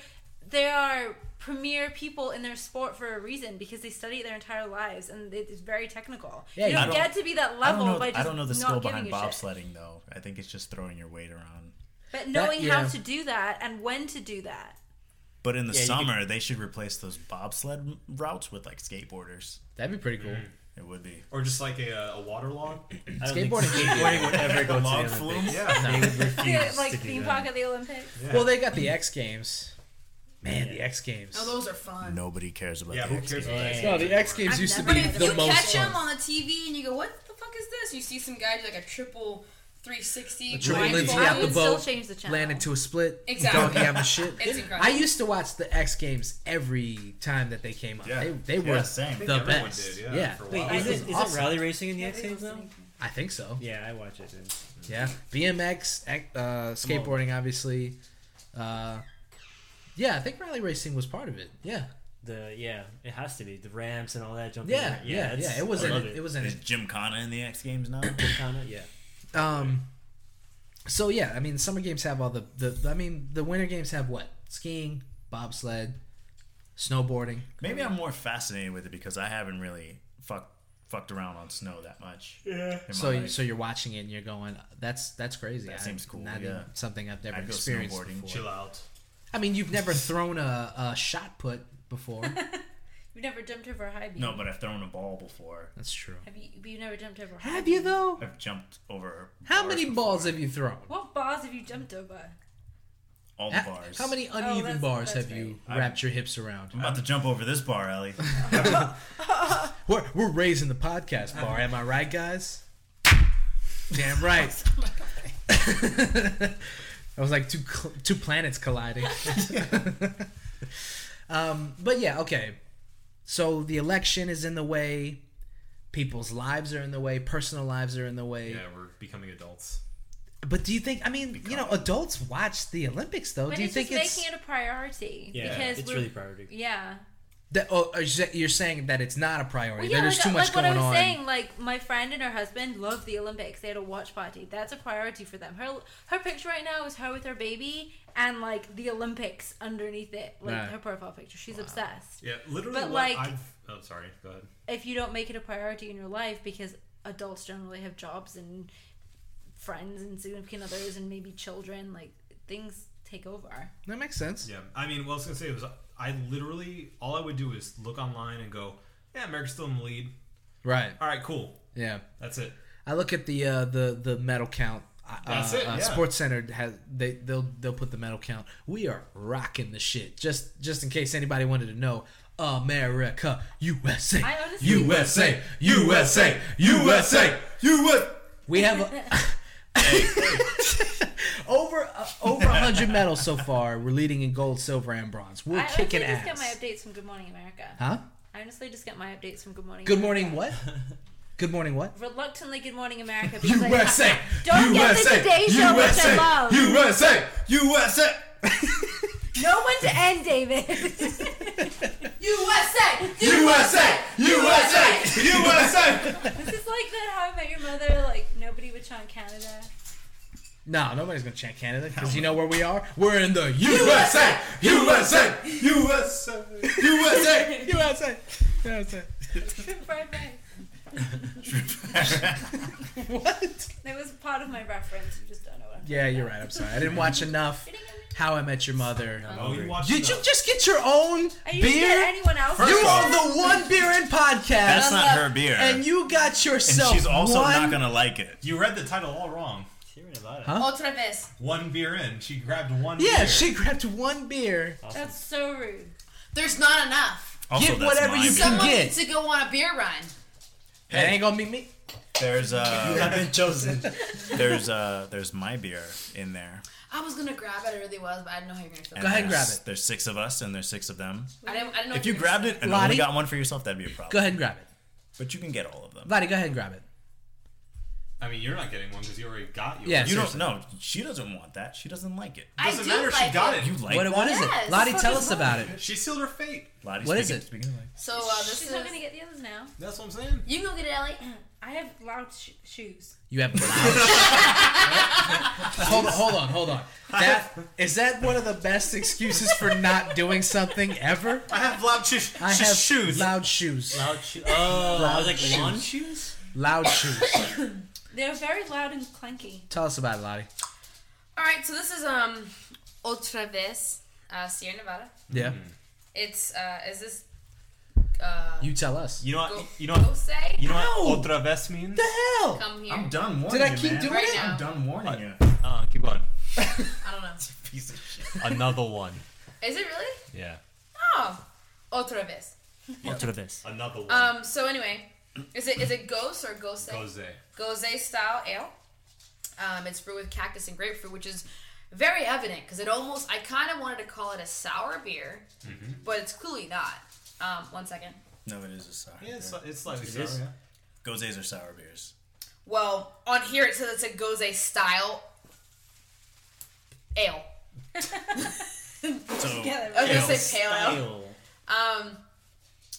they are premier people in their sport for a reason because they study it their entire lives and it's very technical. Yeah, you I don't, don't- get to be that I don't level know. by I just don't know the not skill giving behind a shit. bobsledding though. I think it's just throwing your weight around. But knowing how yeah. to do that and when to do that. But in the you summer, they should replace those bobsled routes with like skateboarders. That'd be pretty cool. It would be. or just like a, uh, a water log. I don't think Skateboarding. skateboarding would ever go to <laughs> the Log Olympics. flume? Yeah. They would refuse like to do theme that. park at the Olympics. Well, they got the X Games. Man, the X Games. Oh, those are fun. Nobody cares about Yeah, the who X cares Games. about that? No, the X Games used to But be if the you most catch fun. him on the TV and you go, "What the fuck is this?" You see some guy do like a triple 360 triple blindfolded. Lindsay out I the would boat, still change the channel. Land into a split. Exactly. Doggy having shit. It's incredible. I used to watch the X Games every time that they came up. Yeah. They, they Yeah, were same. think the everyone best. did, yeah, for a Wait, while. is It was it, is awesome. it rally racing in the X Games now? I think so. Yeah, I watch it. Dude. Yeah, BMX, ac- uh, skateboarding, obviously. Uh, yeah, I think rally racing was part of it. Yeah, The yeah, it has to be the ramps and all that jumping. yeah, around. yeah, yeah. it's- It was I in love it. It was in Is it. Jim Connor in the X Games now? Kinda, yeah. Um, so yeah, I mean, the summer games have all the, the I mean, the winter games have what? Skiing, bobsled, snowboarding. Maybe I'm more fascinated with it because I haven't really fucked fucked around on snow that much. Yeah. So so you're watching it and you're going, that's that's crazy. That I- seems cool, Not yeah. even something I've never I'd go experienced snowboarding. before. Chill out. I mean, you've never thrown a, a shot put before. You've never jumped over a high beam. no, but I've thrown a ball before. that's true. Have you? You've never jumped over. a high Have beam. you though? I've jumped over. How bars many before. balls have you thrown? What bars have you jumped over? All the How, bars. how many Oh, uneven that's- bars that's have you right. wrapped your hips around? I'm about to jump over this <laughs> bar, Ellie. <laughs> We're, we're raising the podcast bar, am I right, guys? Damn right. <laughs> <laughs> I was like two cl- two planets <laughs> colliding. <laughs> um, but yeah, okay. So the election is in the way. People's lives are in the way. Personal lives are in the way. Yeah, we're becoming adults. But do you think? I mean, you know, adults watch the Olympics though. But do you it's think just it's making it a priority Yeah, because it's we're, really priority. yeah. that? Oh, are you sa- you're saying that it's not a priority. Well, that yeah, there's like, uh, too much like going what I was on. saying, like my friend and her husband love the Olympics. They had a watch party. That's a priority for them. Her her picture right now is her with her baby and like the Olympics underneath it, like Right. her profile picture. She's obsessed. Yeah, literally. But, what like- I've, oh, sorry. Go ahead. If you don't make it a priority in your life, because adults generally have jobs and friends and significant others and maybe children, like things take over. That makes sense. Yeah, I mean, what I was gonna say was I literally all I would do is look online and go, yeah, America's still in the lead. Right. All right, cool. Yeah. That's it. I look at the uh, the the medal count. Uh, That's it, uh, yeah. Sports Center has they they'll they'll put the medal count. We are rocking the shit. Just just in case anybody wanted to know, America, USA, I honestly- USA, USA, USA, USA. We have <laughs> a, <laughs> over uh, over hundred medals so far. We're leading in gold, silver, and bronze. We're I honestly kicking just get ass. my updates from Good Morning America. huh? I honestly just get my updates from Good Morning. Good morning. <laughs> What? Good morning. What? reluctantly Good Morning <laughs> America because I- USA, Don't get the USA, Today Show, USA, which I love. USA. USA. No one to end, <laughs> David. USA. USA. USA. USA. <laughs> This is like that How I Met Your Mother, like nobody would chant Canada. No, nobody's gonna chant Canada because you know where we are. We're in the USA, USA. USA. USA. USA. USA, USA. Shrimp fried rice. what? That was part of my reference. You just don't know what I'm Yeah, you're right. I'm sorry. I didn't watch enough. How I Met Your Mother. Oh, you watched Did you just get your own I beer? used to get anyone else. you are the one beer in podcast. That's not her beer. And you got And yourself. she's also one... not gonna like it. You read the title all wrong. Hearing about it. Otra vez. One beer in, she grabbed one. Yeah, <laughs> beer. she grabbed one beer. That's so rude. There's not enough. Also, Get that's whatever my you beer. can- Someone Forget. needs to go on a beer run. It ain't gonna be me. There's uh, I've been chosen. there's uh, there's my beer in there. I was gonna grab it. I really was, but I didn't know how you were gonna feel. And ahead and there's- grab it. There's six of us and there's six of them. I didn't. I didn't know If you you were grabbed gonna it and Lottie? only got one for yourself, that'd be a problem. Go ahead and grab it. But you can get all of them. Lottie, go ahead and grab it. I mean, you're not getting one because you already got yours. Yeah, You don't seriously. know. She doesn't want that. She doesn't like it. say- I Doesn't do matter. if like she got it. You like What, it. what is it? Yes, Lottie, the fuck tell is us mine? about it. She sealed her fate. Lottie's What is speaking- it? speaking of like- So uh, this She's is. not gonna get the others now. That's what I'm saying. you can go get it, <clears throat> Ellie. I have loud sh- shoes. You have hold <laughs> on, <laughs> hold on, hold on. That is that one of the best excuses for not doing something ever? I have loud sh- sh- I have shoes. loud shoes, Loud shoes. Oh, I was like shoes. lawn shoes. loud shoes. They're very loud and clanky. Tell us about it, Lottie. All right. So this is um, Otra vez, uh, Sierra Nevada. Yeah, It's uh, is this uh, you tell us. You know go, what? You know go what? say You know No. what? Otra vez means. hell? come here. I'm done warning Did I you, keep man. doing Right it? now. I'm done warning you. Uh, keep going. I don't know. Piece of shit. Another one. Is it really? Yeah. Oh, otra vez. Otra vez. Another Uh, one. Um. So anyway, is it is it Ghost or Gose? Jose. Gose style ale. Um, it's brewed with cactus and grapefruit, which is very evident because it almost I kind of wanted to call it a sour beer, but it's clearly not. Um, one second. No, it is a sour. Yeah, it's, beer. it's slightly It is. sour, yeah. Gozes are sour beers. Well, on here it says it's a Gose style ale. So I was gonna Ale say pale ale. style. Um,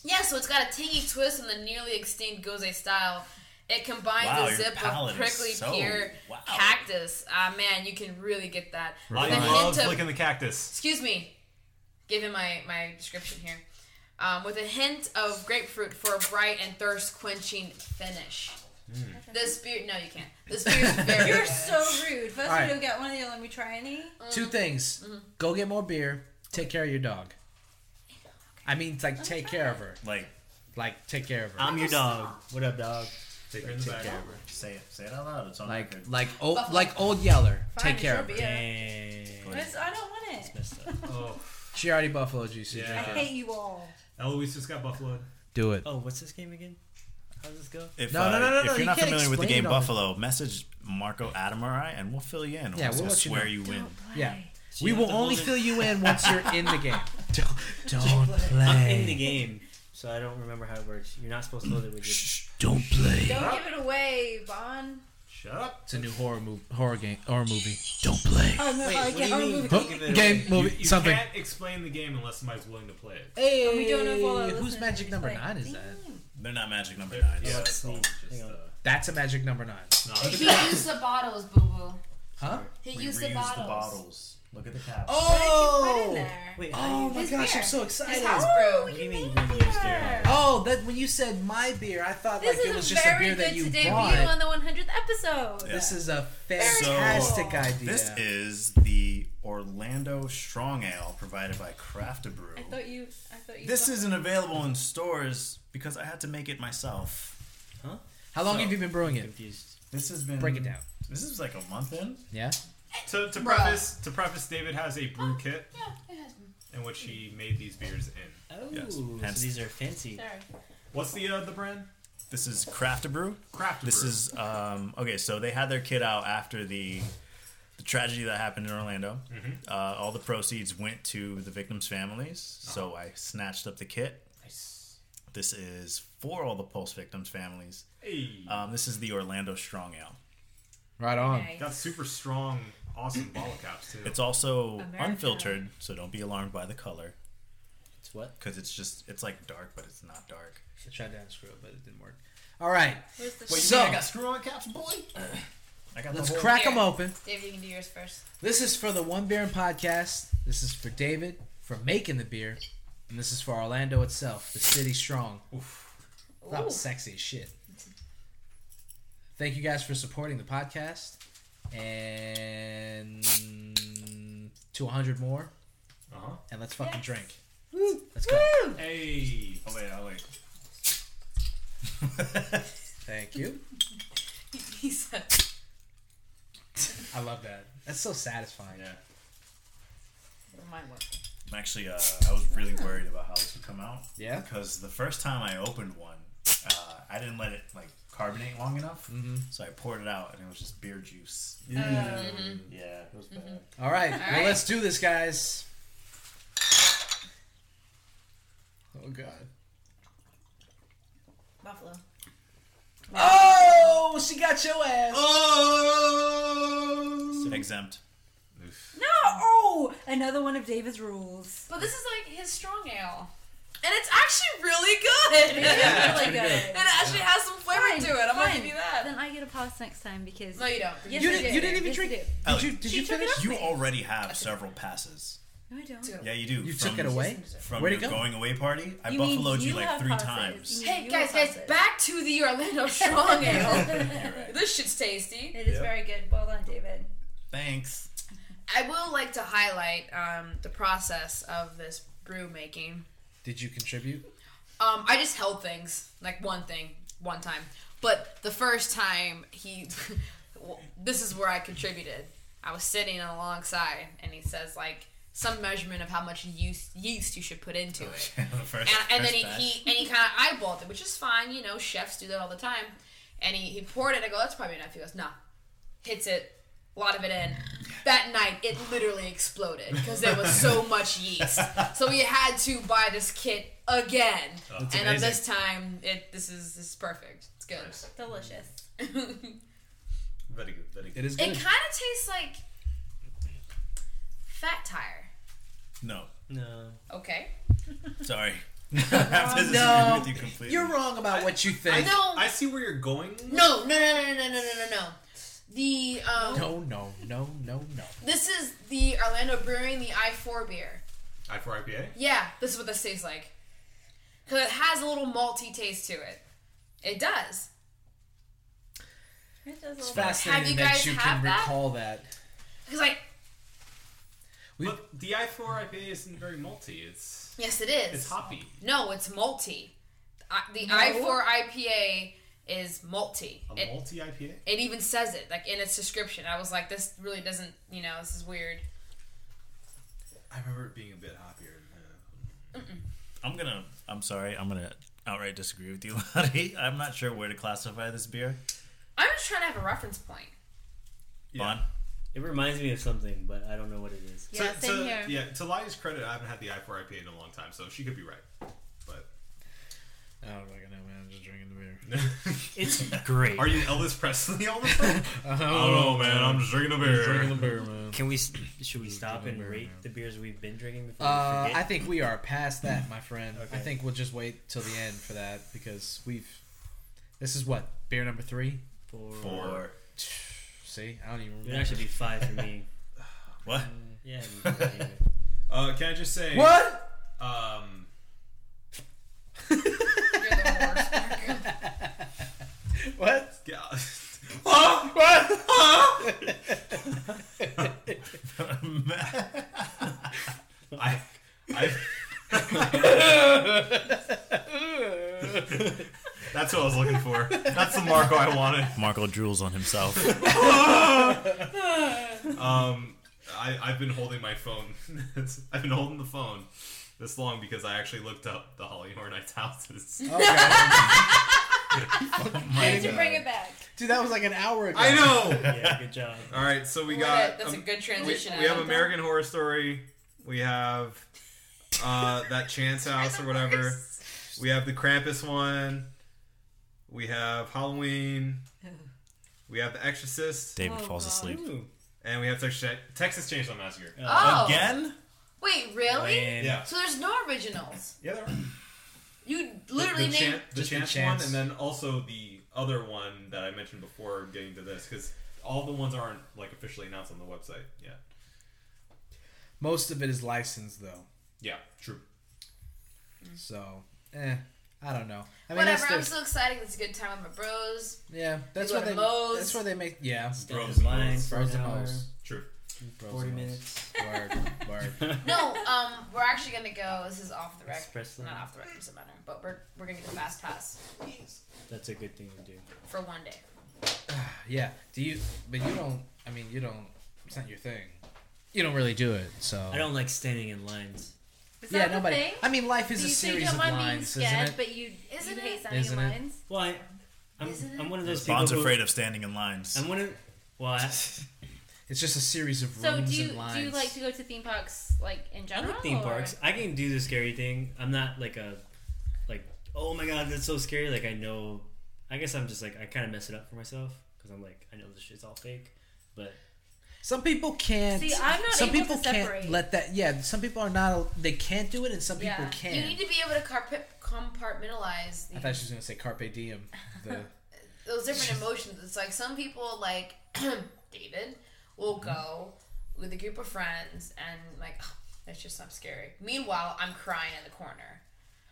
yeah, so it's got a tangy twist on the nearly extinct Gose style. It combines Wow, a your zip palate of is prickly so- pear wow. cactus. Ah, man, you can really get that. I With a love hint of- licking the cactus. excuse me, given my, my description here, um, with a hint of grapefruit for a bright and thirst quenching finish. This beer, no, you can't. This beer is very You're good. so rude. First Alright. we don't get one of the other. Let me try any. Two things: Mm-hmm. go get more beer. Take care of your dog. I mean, like take care of her. like Like take care of her. I'm your dog. What up, dog? Take her in the back. say it say it out loud. It's on Like record. like old like old Yeller. Fine, Take care of it's her. your beer. Dang. But it's- I don't want it. Messed up. Oh, She already Buffalo juice. I yeah. hate you all. Eloise just got buffaloed. Do it. Oh, what's this game again? How does this go? If, No, uh, no, no, no, if no, you're you not can't familiar with the explain game it on- Buffalo, message Marco Adam or I, and we'll fill you in. Yeah, we'll We'll just let you swear know. you win. Yeah. So We you have will to only hold it- fill you in once you're in the <laughs> game. Don't, don't I'm play. in the game, so I don't remember how it works. You're not supposed to hold it with your. Don't play. Don't give it away, Bon. Shut up. It's a new horror move, horror game, horror movie, Don't play. Oh, no, I what do can't. you Oh, mean? movie. Don't give it game, away. movie, You, you something. can't explain the game unless somebody's willing to play it. Hey, And we don't know if all our who's listeners magic can number explain. nine? Is that? They're not magic number nine. Yeah, so- it's all just, Hang uh, on. That's a magic number nine, He no. used the bottles, boo boo. huh? He We used reuse the bottles. Look at the cap. What did you put in Oh, there? Wait, oh how do you, my His gosh, beer. I'm so His excited. house what brew. do you mean reuse their? Oh, that when you said my beer, I thought This like is it was a just a very beer that good you today bought. review on the 100th episode. This is a cool. fantastic idea. This is the Orlando Strong Ale provided by Craft Brew. I thought you. I thought you. This thought- isn't available in stores because I had to make it myself. How long So- have you been brewing it? Confused. This has been Break it down. This is like a month in. Yeah. To, to preface, to preface, David has a brew kit Yeah, it has been. in which he made these beers in. Oh, Yes. so Hence- these are fancy. Sorry. What's the uh, the brand? This is Craft Brew. Craft. This Brew. is um, okay. So they had their kid out after the the tragedy that happened in Orlando. Uh, all the proceeds went to the victims' families. So I snatched up the kit. This is for all the Pulse victims' families. Hey, Um, this is the Orlando Strong Ale. Right on. Okay. got super strong, awesome bottle caps too. It's also America. unfiltered, so don't be alarmed by the color It's what? because it's just it's like dark, but it's not dark. I tried to unscrew it, but it didn't work. All right, Where's the So- shot? I got screw on caps, boy. I got let's the whole- crack beer. them open. Dave, you can do yours first. This is for the One Baron podcast. This is for David for making the beer, and this is for Orlando itself, the city strong. That was sexy as shit. Thank you guys for supporting the podcast. And to 100 more. Uh-huh. And let's fucking Yes. drink. Let's go. Hey. Oh wait, I'll wait. Thank you. <laughs> He said, I love that. That's so satisfying. Yeah. "Remind what? <laughs> I'm actually, uh, I was really worried about how this would come out. Yeah? Because the first time I opened one, uh, I didn't let it like carbonate long enough, Mm-hmm. so I poured it out and it was just beer juice. Yeah, yeah, it was bad. All right. well, right. let's do this, guys. Oh, God. Buffalo." Oh, she got your ass. Exempt. No! Oh! Another one of David's rules. But this is like his strong ale, and it's actually really good. Yeah, <laughs> it really good. actually has some flavor to it. I'm gonna give you that. Then I get a pass next time because. No, you don't. Yes, You I didn't- you didn't even Yes, I drink do. it. Ellie, Did you, did you took it finish? up. you already have several passes. No, I don't. Two. Yeah, you do. You From- took it away? from Where'd it your go? going away party. I You mean buffaloed you, you like have three passes. times. You mean Hey you guys, have guys, passes. back to the <laughs> Orlando strong ale. this shit's tasty. <laughs> It is very good. Well done, David. Thanks. <laughs> I will like to highlight um, the process of this brew making. Did you contribute? Um, I just held things like one thing one time, but the first time he, <laughs> well, this is where I contributed. I was sitting alongside, and he says like some measurement of how much yeast yeast you should put into it. the first, and, and then first he, batch. he and he kind of eyeballed it, which is fine. You know, chefs do that all the time. And he, he poured it. I go, that's probably enough. He goes, nah. Hits it, a lot of it in. That night, it literally exploded because there was so much yeast. So we had to buy this kit again. and then amazing. this time, it this is this is perfect. It's good. <laughs> Delicious. Very good. Very good. It is It kind good. of tastes like fat tire. no, No. Okay. sorry. <laughs> I have to disagree no. with you completely. You're wrong about what you think. No. I see where you're going. No, no, no, no, no, no, no, no, no. The um, No, no, no, no, no. This is the Orlando Brewing, the I4 beer. I for IPA. Yeah, this is what this tastes like. Because it has a little malty taste to it. It does. It does It's a little bit. fascinating Have you that guys you can have that? recall that. Because, like, We- But the I4 IPA isn't very malty. It's yes, it is. it's hoppy. No, it's malty. I, the I4 IPA is malty. A It, malty IPA. it even says it, like, in its description. I was like, this really doesn't, you know, this is weird. I remember it being a bit hoppier. Than uh, I'm gonna. I'm sorry. I'm gonna outright disagree with you, <laughs> Lottie. I'm not sure where to classify this beer. I'm just trying to have a reference point. Yeah. Bon. It reminds me of something, but I don't know what it is. Yeah, to, same to- here. Yeah, to Lottie's credit, I haven't had the I4 IPA in a long time, so she could be right. <laughs> But I don't fucking know, man. I'm just drinking the <laughs> beer. It's great. are you Elvis Presley all the time? I don't <laughs> know, man. I'm just drinking a beer. beer, man. Can we? s- Should we stop and rate the beers we've been drinking before Uh, we I forget? think we are past that, my friend. I Okay. think we'll just wait till the end for that because we've. This is what beer number three. Four. Or See, I don't even. It Remember. would actually be five for <laughs> me. what? <laughs> <laughs> Yeah. I mean, yeah. Uh, can I just say What? Um, You're the worst. What? <laughs> yeah, <laughs> Huh? What? Huh? I, I, Oh, that's what I was looking for. That's the Marco I wanted. Marco drools on himself. Oh Um, I, I've been holding my phone. <laughs> It's- I've been holding the phone this long because I actually looked up the Holly Hornets houses. I need to bring it back. <laughs> Dude, that was like an hour ago. I know. yeah. Good job. All right, so we What a- got. that's a um, good we, transition. we I have like that. American Horror Story. We have <laughs> uh, that Chance House or whatever. We have the Krampus one. We have <sighs> Halloween. We have The Exorcist, David Oh, falls God. asleep Ooh. and we have Tex- Texas Chainsaw Massacre. Oh! again. Wait, really? And Yeah, So there's no originals. yeah. there are. You literally the, the, named. Chan- the Just the Chance Chance. one, and then also the other one that I mentioned before getting to this, because all the ones aren't like officially announced on the website yet. Most of it is licensed though, Yeah, true. so eh. I don't know. I mean, Whatever. that's I'm the- still excited. It's a good time with my bros. yeah, that's go what to they. Moe's. That's where they make. Yeah, Stand Bros in line for frozen an hour, Moe's. True. Bros forty and Moe's. minutes. Word, word. No, um, we're actually gonna go. This is off the record. Express lane. Not off the record. Doesn't matter. But we're we're gonna get a fast pass That's a good thing to do. for one day. Yeah. Do you? But you don't. I mean, you don't. It's not your thing. You don't really do it. So. I don't like standing in lines. Is Yeah, that nobody. the thing? I mean, life is Do a you say you series don't of mind being lines, scared, isn't it? but you, Isn't you it? hate signing Isn't it? lines? Well, I, I'm, Isn't it? I'm one of those people. Bond's who, afraid of standing in lines. I'm one of. Well, I, It's just a series of So rooms do you and lines. do you like to go to theme parks like in I general? like theme Oh. or- parks. I can do the scary thing. I'm not like a, like, oh my god, that's so scary. Like I know. I guess I'm just like I kind of mess it up for myself because I'm like I know this shit's all fake, but Some people can't. See, I'm not some able people to can't separate. let that. Yeah, some people are not. They can't do it, and some Yeah. people can. You need to be able to carpe- compartmentalize I the, thought she was gonna say carpe diem. <laughs> The, <laughs> those different emotions. It's like some people, like <clears throat> David, will Mm-hmm. go with a group of friends and like, oh, that's just not scary. Meanwhile, I'm crying in the corner,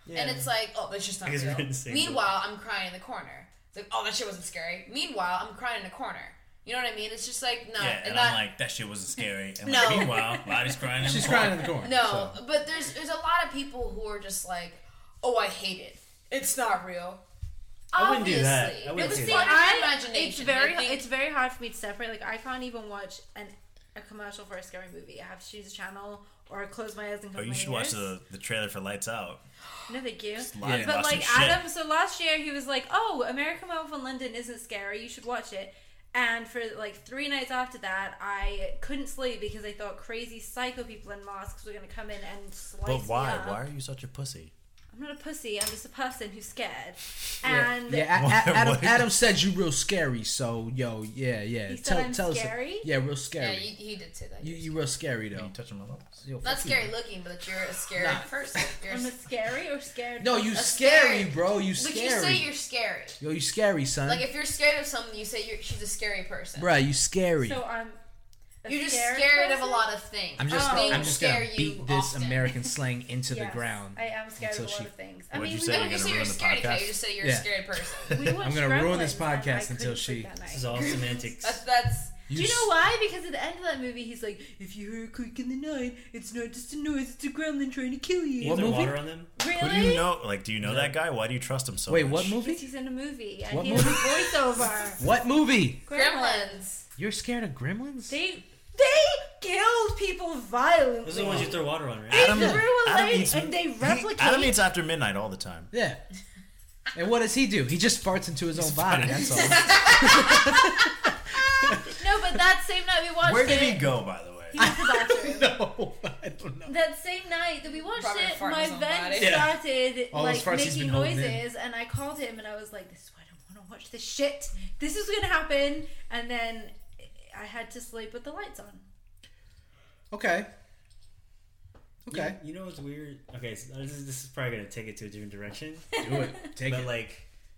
and it's like, oh, that's just not I guess we're real. in the same boat. Meanwhile, I'm crying in the corner. It's like, oh, that shit wasn't scary. Meanwhile, I'm crying in the corner. You know what I mean? It's just like no, yeah, and and not, I'm like, that shit wasn't scary. And No. like, meanwhile, Lottie's crying. in the she's corner. crying in the corner. No, so. but there's there's a lot of people who are just like, oh, I hate it. It's not real. I wouldn't do that. I wouldn't It's do the that. I- imagination. It's very I think- it's very hard for me to separate. Like I can't even watch an a commercial for a scary movie. I have to choose a channel or close my eyes and Oh, cover you my should watch ears. the, the trailer for Lights Out. No, thank you. Lottie Yeah. But lost her like shit. Adam, so last year he was like, "Oh, American Werewolf in London isn't scary. You should watch it." And for like three nights after that, I couldn't sleep because I thought crazy psycho people in masks were going to come in and slice But why? me up. Why are you such a pussy? I'm not a pussy. I'm just a person who's scared. Yeah, And yeah, A- What- A- Adam, what- Adam said you real scary, so yo, yeah, yeah. He said tell I'm tell scary? us. Yeah, real yeah, scary. you, he did say that. you, you real scary Are you though. touching my lips? Yo, not fuck you. scary looking, but that you're a scary Nah. <laughs> person. You're I'm a scary or scared. No, you a scary, scary- bro. You but scary. you say you're scary. Yo, you scary, son. Like if you're scared of something, you say you're, she's a scary person. Bruh, you scary. So I'm. a You're just scared, scared of a person? lot of things. I'm just, Oh. Things I'm just gonna scare um, you beat this often. <laughs> American slang into Yes, the ground. I am scared of a until lot she- of things. I mean, What'd we you say? No, You're gonna you just say you're ruin the scared. okay? podcast. You just say you're Yeah. a <laughs> scared person. we watched I'm gonna ruin this Gremlins, and I podcast couldn't until sleep she- that this night. is <laughs> all semantics. That's that's You Do you know s- why? Because at the end of that movie, he's like, "If you hear a creak in the night, it's not just a noise; it's a gremlin trying to kill you." Is What there movie? water on them? Who Really? do you know? Like, do you know that guy? Why do you trust him so Wait, much? what Because movie? he's in a movie. I What hear movie? his voiceover. <laughs> What movie? gremlins. You're scared of gremlins? They they killed people violently. Those are the ones you throw water on, right? Adam, They threw a Adam lady eats, and they he- replicate- Adam eats after midnight all the time. Yeah. And what does he do? He just farts into his own body. That's all. No, but that same night we watched Where did it. he go, by the way? He went to the bathroom. no, I don't know. That same night that we watched Robert it, farted my his own body. vent Yeah. started All Oh, those like farts he's making been holding in. noises, and I called him, and I was like, "This is why I don't want to watch this shit. This is gonna happen." And then I had to sleep with the lights on. Okay. Okay. You, you know what's weird? Okay, so this is, this is probably gonna take it to a different direction. Do it. Take but it. like,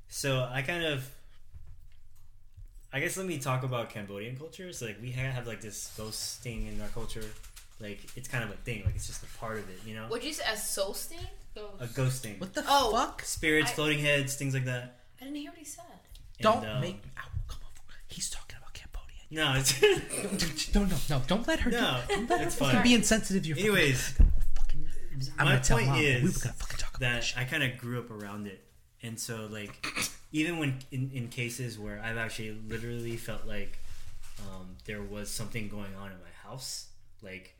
so I kind of, I guess let me talk about Cambodian culture. So like, we ha- have like this ghost thing in our culture. Like, it's kind of a thing. Like, it's just a part of it. You know, Would you say a soul stain? a ghost thing. what the Oh. fuck? Spirits, I- floating heads, things like that. I didn't hear what he said. And, Don't um, make. Ow, come on. He's talking about Cambodia. <laughs> No, it's <laughs> No, no, no. Don't let her. do- no, Don't let her it's fucking fine. be insensitive. You're fucking- Anyways, fucking. I'm my gonna tell point Mom, is we were gonna fucking talk about that this shit. I kind of grew up around it, and so like even when in, in cases where I've actually literally felt like um, there was something going on in my house, like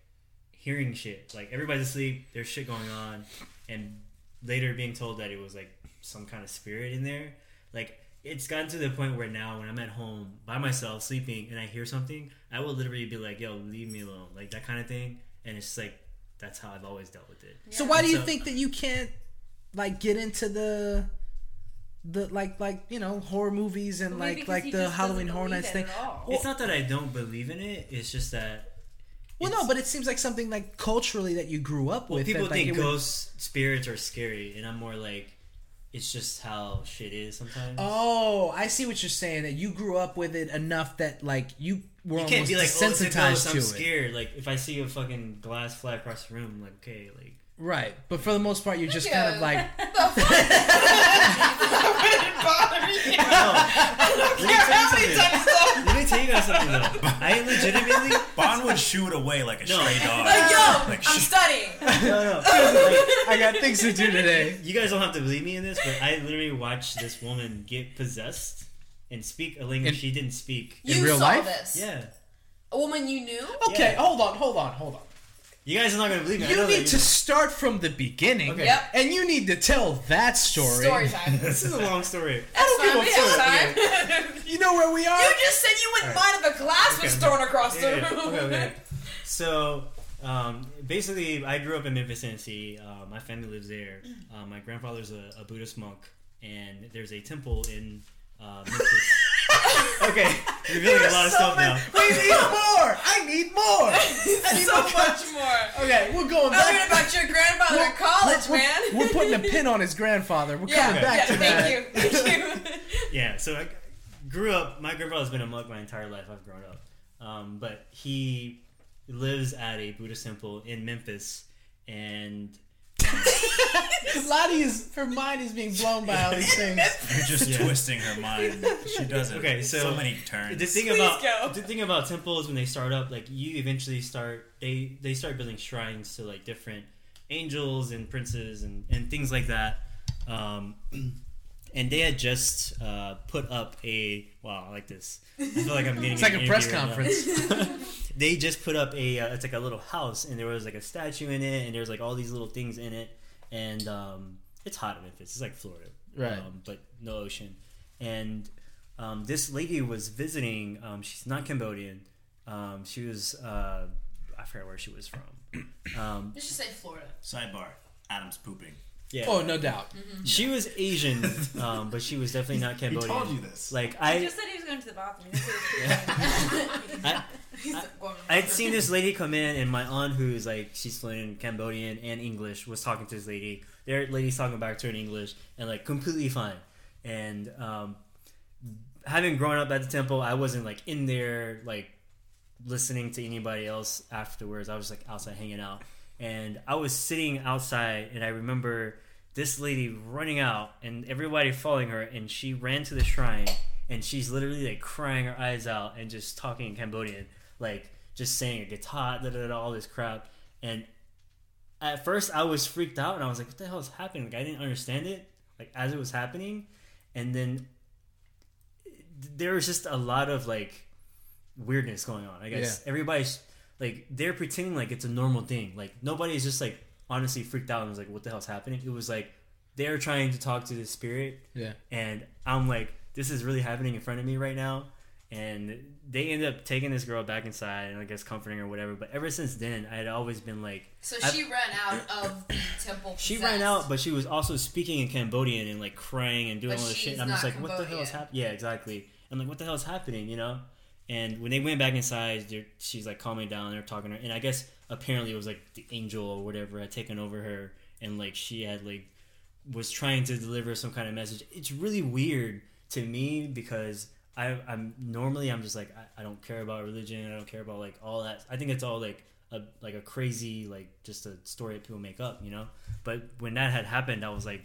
hearing shit, like everybody's asleep, there's shit going on, and later being told that it was like some kind of spirit in there, like. It's gotten to the point where now, when I'm at home by myself sleeping and I hear something, I will literally be like, "Yo, leave me alone," like that kind of thing. And it's just like that's how I've always dealt with it. So why do you So- think that you can't like get into the the like like you know horror movies and Maybe like because like he the just Halloween doesn't Horror believe Nights it thing? at all. It's not that I don't believe in it. It's just that Well, no, it's- but it seems like something like culturally that you grew up with. people that, like, think it would- ghosts, spirits are scary, and I'm more like, it's just how shit is sometimes. Oh, I see what you're saying. That you grew up with it enough that like you were you almost can't be like, oh, it's a desensitized ghost. to I'm it, scared. Like if I see <laughs> a fucking glass fly across the room, I'm like okay, like right? But for the most part, you're just <laughs> Yeah. kind of like, have fun. Let me tell you something. <laughs> Let me tell you guys something though. <laughs> I legitimately <laughs> Bond would shoo it away like a No. stray dog. Like, yo, Like, I'm shh. studying. no no. <laughs> Like, I got things to do today. you guys don't have to believe me in this, but I literally watched this woman get possessed and speak a language In- she didn't speak. You real saw life? this. Yeah. A woman you knew? Okay, Yeah. hold on, hold on, hold on. You guys are not gonna believe me. I You know that need to start from the beginning. Okay. Yep. And you need to tell that story. <laughs> Story <laughs> time. This is a long story. I don't give a We have time. You know where we are? <laughs> You just said you wouldn't mind if a glass was thrown across <laughs> the Yeah, room. okay, <laughs> okay. So, um, basically, I grew up in Memphis, Tennessee. Uh, my family lives there. Uh, my grandfather's a, a Buddhist monk, and there's a temple in uh, Memphis. <laughs> okay, <laughs> you're doing a lot of stuff now. We need more! I need <laughs> more! so much Oh, more. Okay, we're going I learned back. about your grandfather in college, we're, man. <laughs> We're putting a pin on his grandfather. We're yeah, coming back yeah, to that. thank you. Thank you. <laughs> Yeah, so I grew up. My grandfather's been a monk my entire life. I've grown up, um, but he lives at a Buddhist temple in Memphis, and Lottie is her mind is being blown by all <laughs> these things. You're <laughs> just Yeah. twisting her mind. She does it. Okay, so- many turns. the thing Please about go. the thing about temples when they start up, like you eventually start they they start building shrines to like different angels and princes and and things like that. Um, <clears throat> and they had just uh, put up a wow, I like this. I feel like I'm getting It's like an a press interview right now. conference. <laughs> they just put up a uh, it's like a little house and there was like a statue in it and there's like all these little things in it and um, it's hot in Memphis. It's like Florida, Right. Um, but no ocean. And um, this lady was visiting. Um, she's not Cambodian. Um, she was uh, I forgot where she was from. Um, You should say Florida. Sidebar. Adam's pooping. yeah, Oh, no doubt. she was Asian, um, but she was definitely not He Cambodian. told you this. Like He I, just said he was going to the bathroom. He said- I He's going. I'd seen this lady come in, and my aunt, who's like she's fluent in Cambodian and English, was talking to this lady. Their lady's talking back to her in English, and like completely fine. And um, having grown up at the temple, I wasn't like in there like listening to anybody else afterwards. I was like outside hanging out, and I was sitting outside, and I remember this lady running out and everybody following her, and she ran to the shrine, and she's literally like crying her eyes out and just talking in Cambodian, like just saying it gets hot, da da da, all this crap, and at first I was freaked out and I was like, what the hell is happening? Like I didn't understand it, like as it was happening. And then there was just a lot of like weirdness going on. I guess everybody's like they're pretending like it's a normal thing. Like nobody's just like honestly freaked out and was like, what the hell's happening? It was like they're trying to talk to the spirit Yeah. and I'm like, this is really happening in front of me right now. And they end up taking this girl back inside and I guess comforting her or whatever. But ever since then, I had always been like, So I've- she ran out of the temple. she possessed. ran out, but she was also speaking in Cambodian and like crying and doing But all this shit. she's And I'm just not like, what the hell is Cambodian. happening? Yeah, exactly. I'm like, what the hell is happening? You know. And when they went back inside, they're- she's like calming down. They're talking to her, and I guess apparently it was like the angel or whatever had taken over her, and like she had like was trying to deliver some kind of message. It's really weird to me because I, I'm normally I'm just like I, I don't care about religion. I don't care about like all that. I think it's all like a like a crazy like just a story that people make up, you know. But when that had happened, I was like,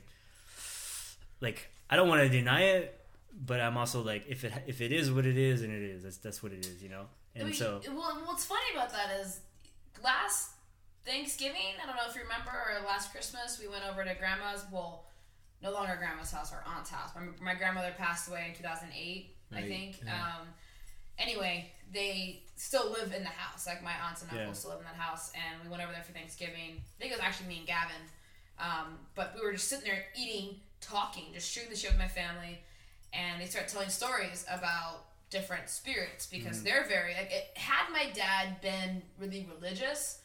like I don't want to deny it, but I'm also like if it if it is what it is and it is that's that's what it is, you know. I And mean, so well, and what's funny about that is last Thanksgiving, I don't know if you remember, or last Christmas, we went over to grandma's. Well, no longer grandma's house, our aunt's house. My, my grandmother passed away in 2008, I Right, think. yeah. Um, anyway, they still live in the house. Like my aunts and Yeah. uncles still live in that house, and we went over there for Thanksgiving. I think it was actually me and Gavin. Um, but we were just sitting there eating, talking, just shooting the shit with my family, and they start telling stories about different spirits because Mm. they're very like. It, had my dad been really religious,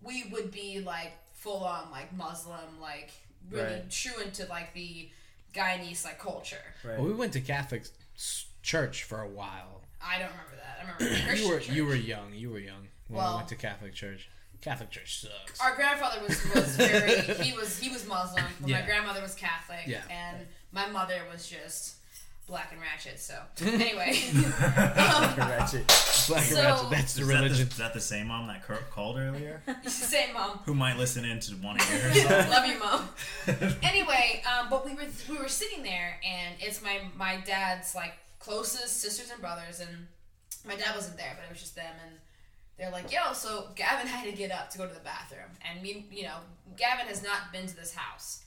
we would be like full on like Muslim, like really Right. true into like the Guyanese like culture. right. Well, we went to Catholic s- church for a while. I don't remember that. I remember the <coughs> You Christian were church. you were young. You were young when we Well- went to Catholic church. Catholic church sucks. our grandfather was, <laughs> was very he was he was Muslim, but Yeah. my grandmother was Catholic, Yeah. and my mother was just black and <laughs> ratchet. So anyway, <laughs> um, Black and So- ratchet, that's the Is that the, religion. is that the same mom that cur- called earlier? same mom. <laughs> <laughs> Who might listen in to want to hear herself? Love you, mom. anyway, um, but we were we were sitting there, and it's my my dad's like closest sisters and brothers, and my dad wasn't there, but it was just them, and they're like, "Yo, so Gavin had to get up to go to the bathroom, and me, you know, Gavin has not been to this house."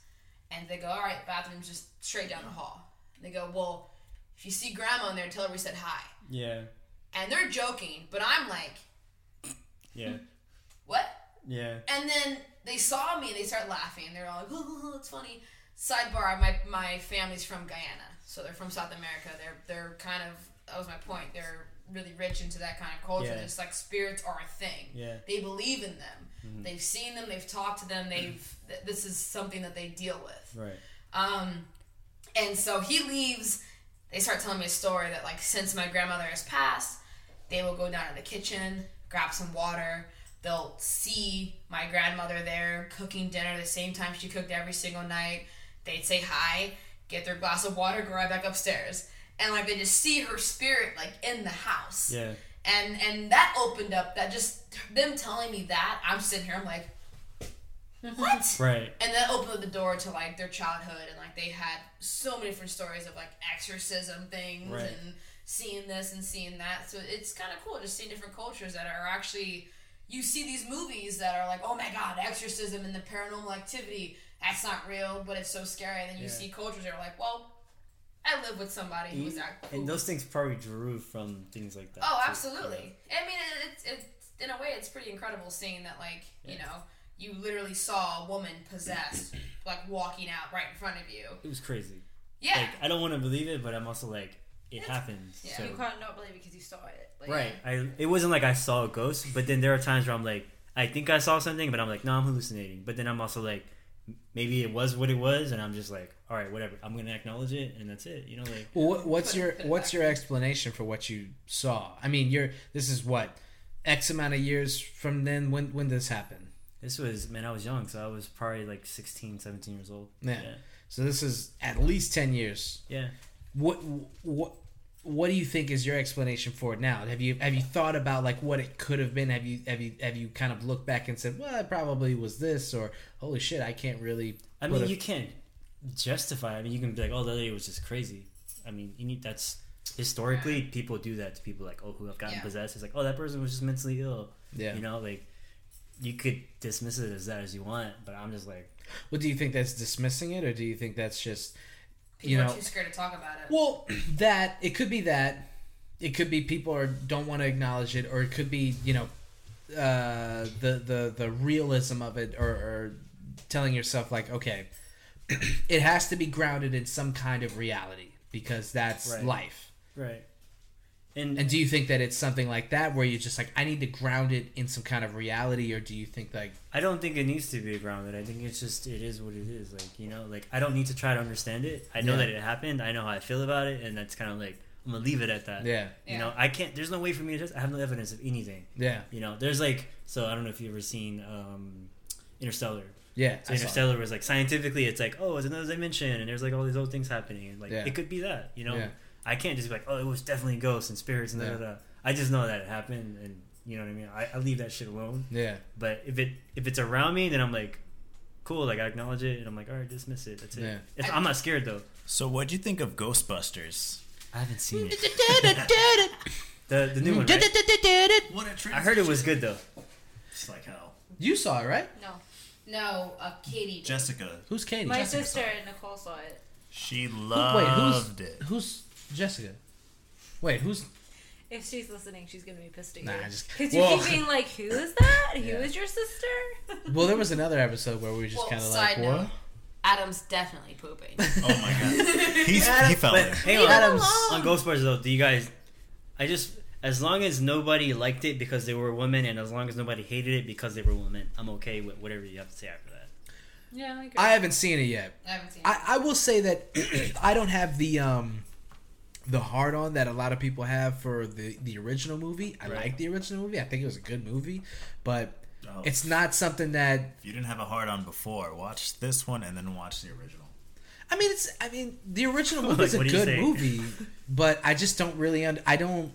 And they go, all right, bathroom's just straight down the hall. And they go, well, if you see grandma in there, tell her we said hi. Yeah. And they're joking, but I'm like, Yeah. what? Yeah. And then they saw me and they start laughing. They're all like, oh, it's funny. Sidebar, my, my family's from Guyana. So they're from South America. They're, they're kind of, that was my point, they're really rich into that kind of culture. Yeah. It's like spirits are a thing. Yeah. Mm-hmm. They believe in them. They've seen them, they've talked to them, they've, th- this is something that they deal with. Right. Um, and so he leaves. They start telling me a story that, like, since my grandmother has passed, they will go down to the kitchen, grab some water. They'll see my grandmother there cooking dinner the same time she cooked every single night. They'd say hi, get their glass of water, go right back upstairs. And, like, they just see her spirit, like, in the house. Yeah. And, and that opened up that just them telling me that I'm sitting here I'm like what Right. and that opened the door to like their childhood and like they had so many different stories of like exorcism things Right. and seeing this and seeing that so it's kind of cool just seeing different cultures that are actually you see these movies that are like oh my god exorcism and the paranormal activity that's not real but it's so scary and then you Yeah. see cultures that are like well i live with somebody who's that E- And those things probably drew from things like that. Oh, too. absolutely. I mean, it- it's it's in a way it's pretty incredible seeing that like you Yeah. know you literally saw a woman <clears throat> possessed like walking out right in front of you. Yeah. It was crazy. Yeah, Like I don't want to believe it, but I'm also like it happened. yeah. So You can't not believe it because you saw it. Like, right. I it wasn't like I saw a ghost, but then there are times where I'm like I think I saw something, but I'm like no, I'm hallucinating. But then I'm also like m- maybe it was what it was, and I'm just like all right, whatever. I'm gonna acknowledge it, and that's it. You know, like Wha- what's your put it what's back. your explanation for what you saw? I mean, you're this is what X amount of years from then when when this happened. this was man, I was young, so I was probably like 16, 17 years old. Yeah. Yeah. So this is at least 10 years. Yeah. What what what do you think is your explanation for it now? Have you have you thought about like what it could have been? Have you have you have you kind of looked back and said, "Well, it probably was this," or "Holy shit, I can't really." I put mean, a- you can't justify. it. I mean, you can be like, "Oh, the other day was just crazy." I mean, you need that's historically people do that to people like, "Oh, who have gotten Yeah. possessed." It's like, "Oh, that person was just mentally ill." yeah. You know, like you could dismiss it as that as you want, but I'm just like, What do you think that's dismissing it, or do you think that's just people you are know? too scared to talk about it. Well, that it could be that it could be people are don't want to acknowledge it, or it could be you know uh, the the the realism of it, or, or telling yourself like, okay, <clears throat> it has to be grounded in some kind of reality because that's Right. life. right. And, And do you think that it's something like that where you're just like, I need to ground it in some kind of reality, or do you think like, I don't think it needs to be grounded. I think it's just it is what it is. Like you know, like I don't need to try to understand it. I know Yeah. that it happened. I know how I feel about it, and that's kind of like I'm gonna leave it at that. yeah, You know, I can't. There's no way for me to just. I have no evidence of anything. yeah, You know, there's like so I don't know if you've ever seen um, Interstellar. yeah, I So saw it. Interstellar was like scientifically, it's like oh, it's another dimension, and there's like all these old things happening. And, like Yeah. it could be that, you know. Yeah. I can't just be like oh, it was definitely ghosts and spirits and da Yeah. da da. I just know that it happened, and you know what I mean. I, I leave that shit alone. yeah, But if it if it's around me, then I'm like, cool, like I acknowledge it, and I'm like all right, dismiss it. That's it. Yeah. It's, I'm not scared though. So, what'd you think of Ghostbusters? I haven't seen it. the the new Mm-hmm. one. Right? What a transition. I heard it was good though. It's like hell. <laughs> you saw it right? No. No, uh, Katie. did. Jessica, Who's Katie? My Jessica saw sister it. Nicole saw it. she Wait, loved who's it. who's Jessica? Wait, who's If she's listening, she's gonna be pissed at you. Nah, I just- because you Well- keep being like, "Who is that? Who is Yeah. your sister?" Well, there was another episode where we were just Well, kind of like, side what? note, Adam's definitely <laughs> pooping. Oh <laughs> my god. He's, he fell But in. hang on, Adam's- on Ghostbusters though, do you guys? I just as long as nobody liked it because they were women, and as long as nobody hated it because they were women, I'm okay with whatever you have to say after that. yeah, I agree. I haven't seen it yet. I haven't seen. it. I, I will say that <clears throat> I don't have the um the hard on that a lot of people have for the the original movie. I like the original movie. I think it was a good movie, but Oh. it's not something that If you didn't have a hard on before, watch this one and then watch the original. I mean, it's. I mean, the original movie is Like, a what do you good say? movie, but I just don't really. Und- I don't.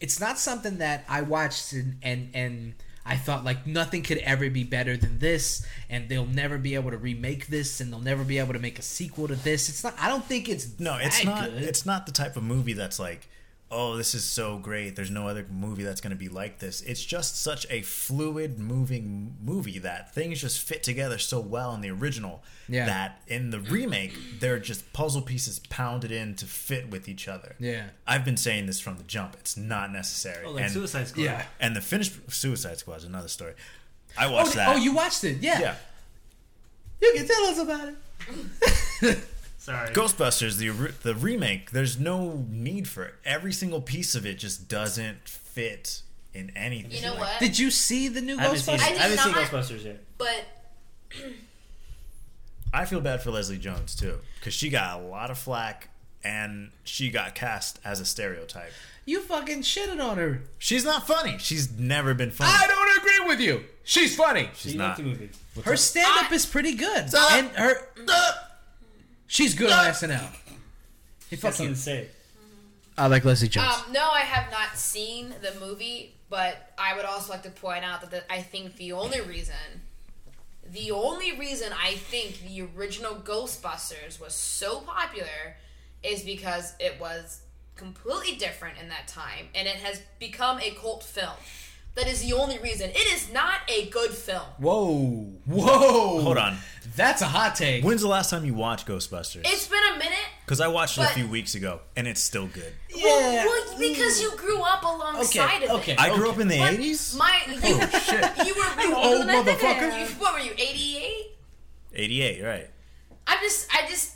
It's not something that I watched and and, and I thought like nothing could ever be better than this, and they'll never be able to remake this, and they'll never be able to make a sequel to this. It's not. I don't think it's No, it's that not. good. It's not the type of movie that's like, oh, this is so great. There's no other movie that's going to be like this. It's just such a fluid, moving movie that things just fit together so well in the original Yeah. that in the remake they're just puzzle pieces pounded in to fit with each other. Yeah. I've been saying this from the jump. It's not necessary. Oh, like and, Suicide Squad. Yeah. and the finished Suicide Squad is another story. I Oh, watched th- that. oh, you watched it? Yeah. yeah. You can tell us about it. Sorry. Ghostbusters, the ori- the remake, there's no need for it. Every single piece of it just doesn't fit in anything. You know Like, what? Did you see the new I haven't seen, Ghostbusters? I did haven't seen not- Ghostbusters yet. But I feel bad for Leslie Jones too, because she got a lot of flack and she got cast as a stereotype. You fucking shitted on her. She's not funny. She's never been funny. I don't agree with you. She's funny. She's you not. like the movie. Her stand up I- is pretty good. And her she's good on SNL. He Got fucking something to say. I like Leslie Jones. um, no, I have not seen the movie. But I would also like to point out that the, I think the only reason, the only reason I think the original Ghostbusters was so popular, is because it was completely different in that time, and it has become a cult film. That is the only reason. It is not a good film. Whoa. Whoa. Hold on. That's a hot take. When's the last time you watched Ghostbusters? It's been a minute. Because I watched it a but- few weeks ago and it's still good. Yeah. Well, well, because you grew up alongside Okay. of Okay. Oh, it. I grew up in the But 80s, My, you, you were you old older than I think I am. motherfucker. What were you, 88? 88, right? I'm just, I just,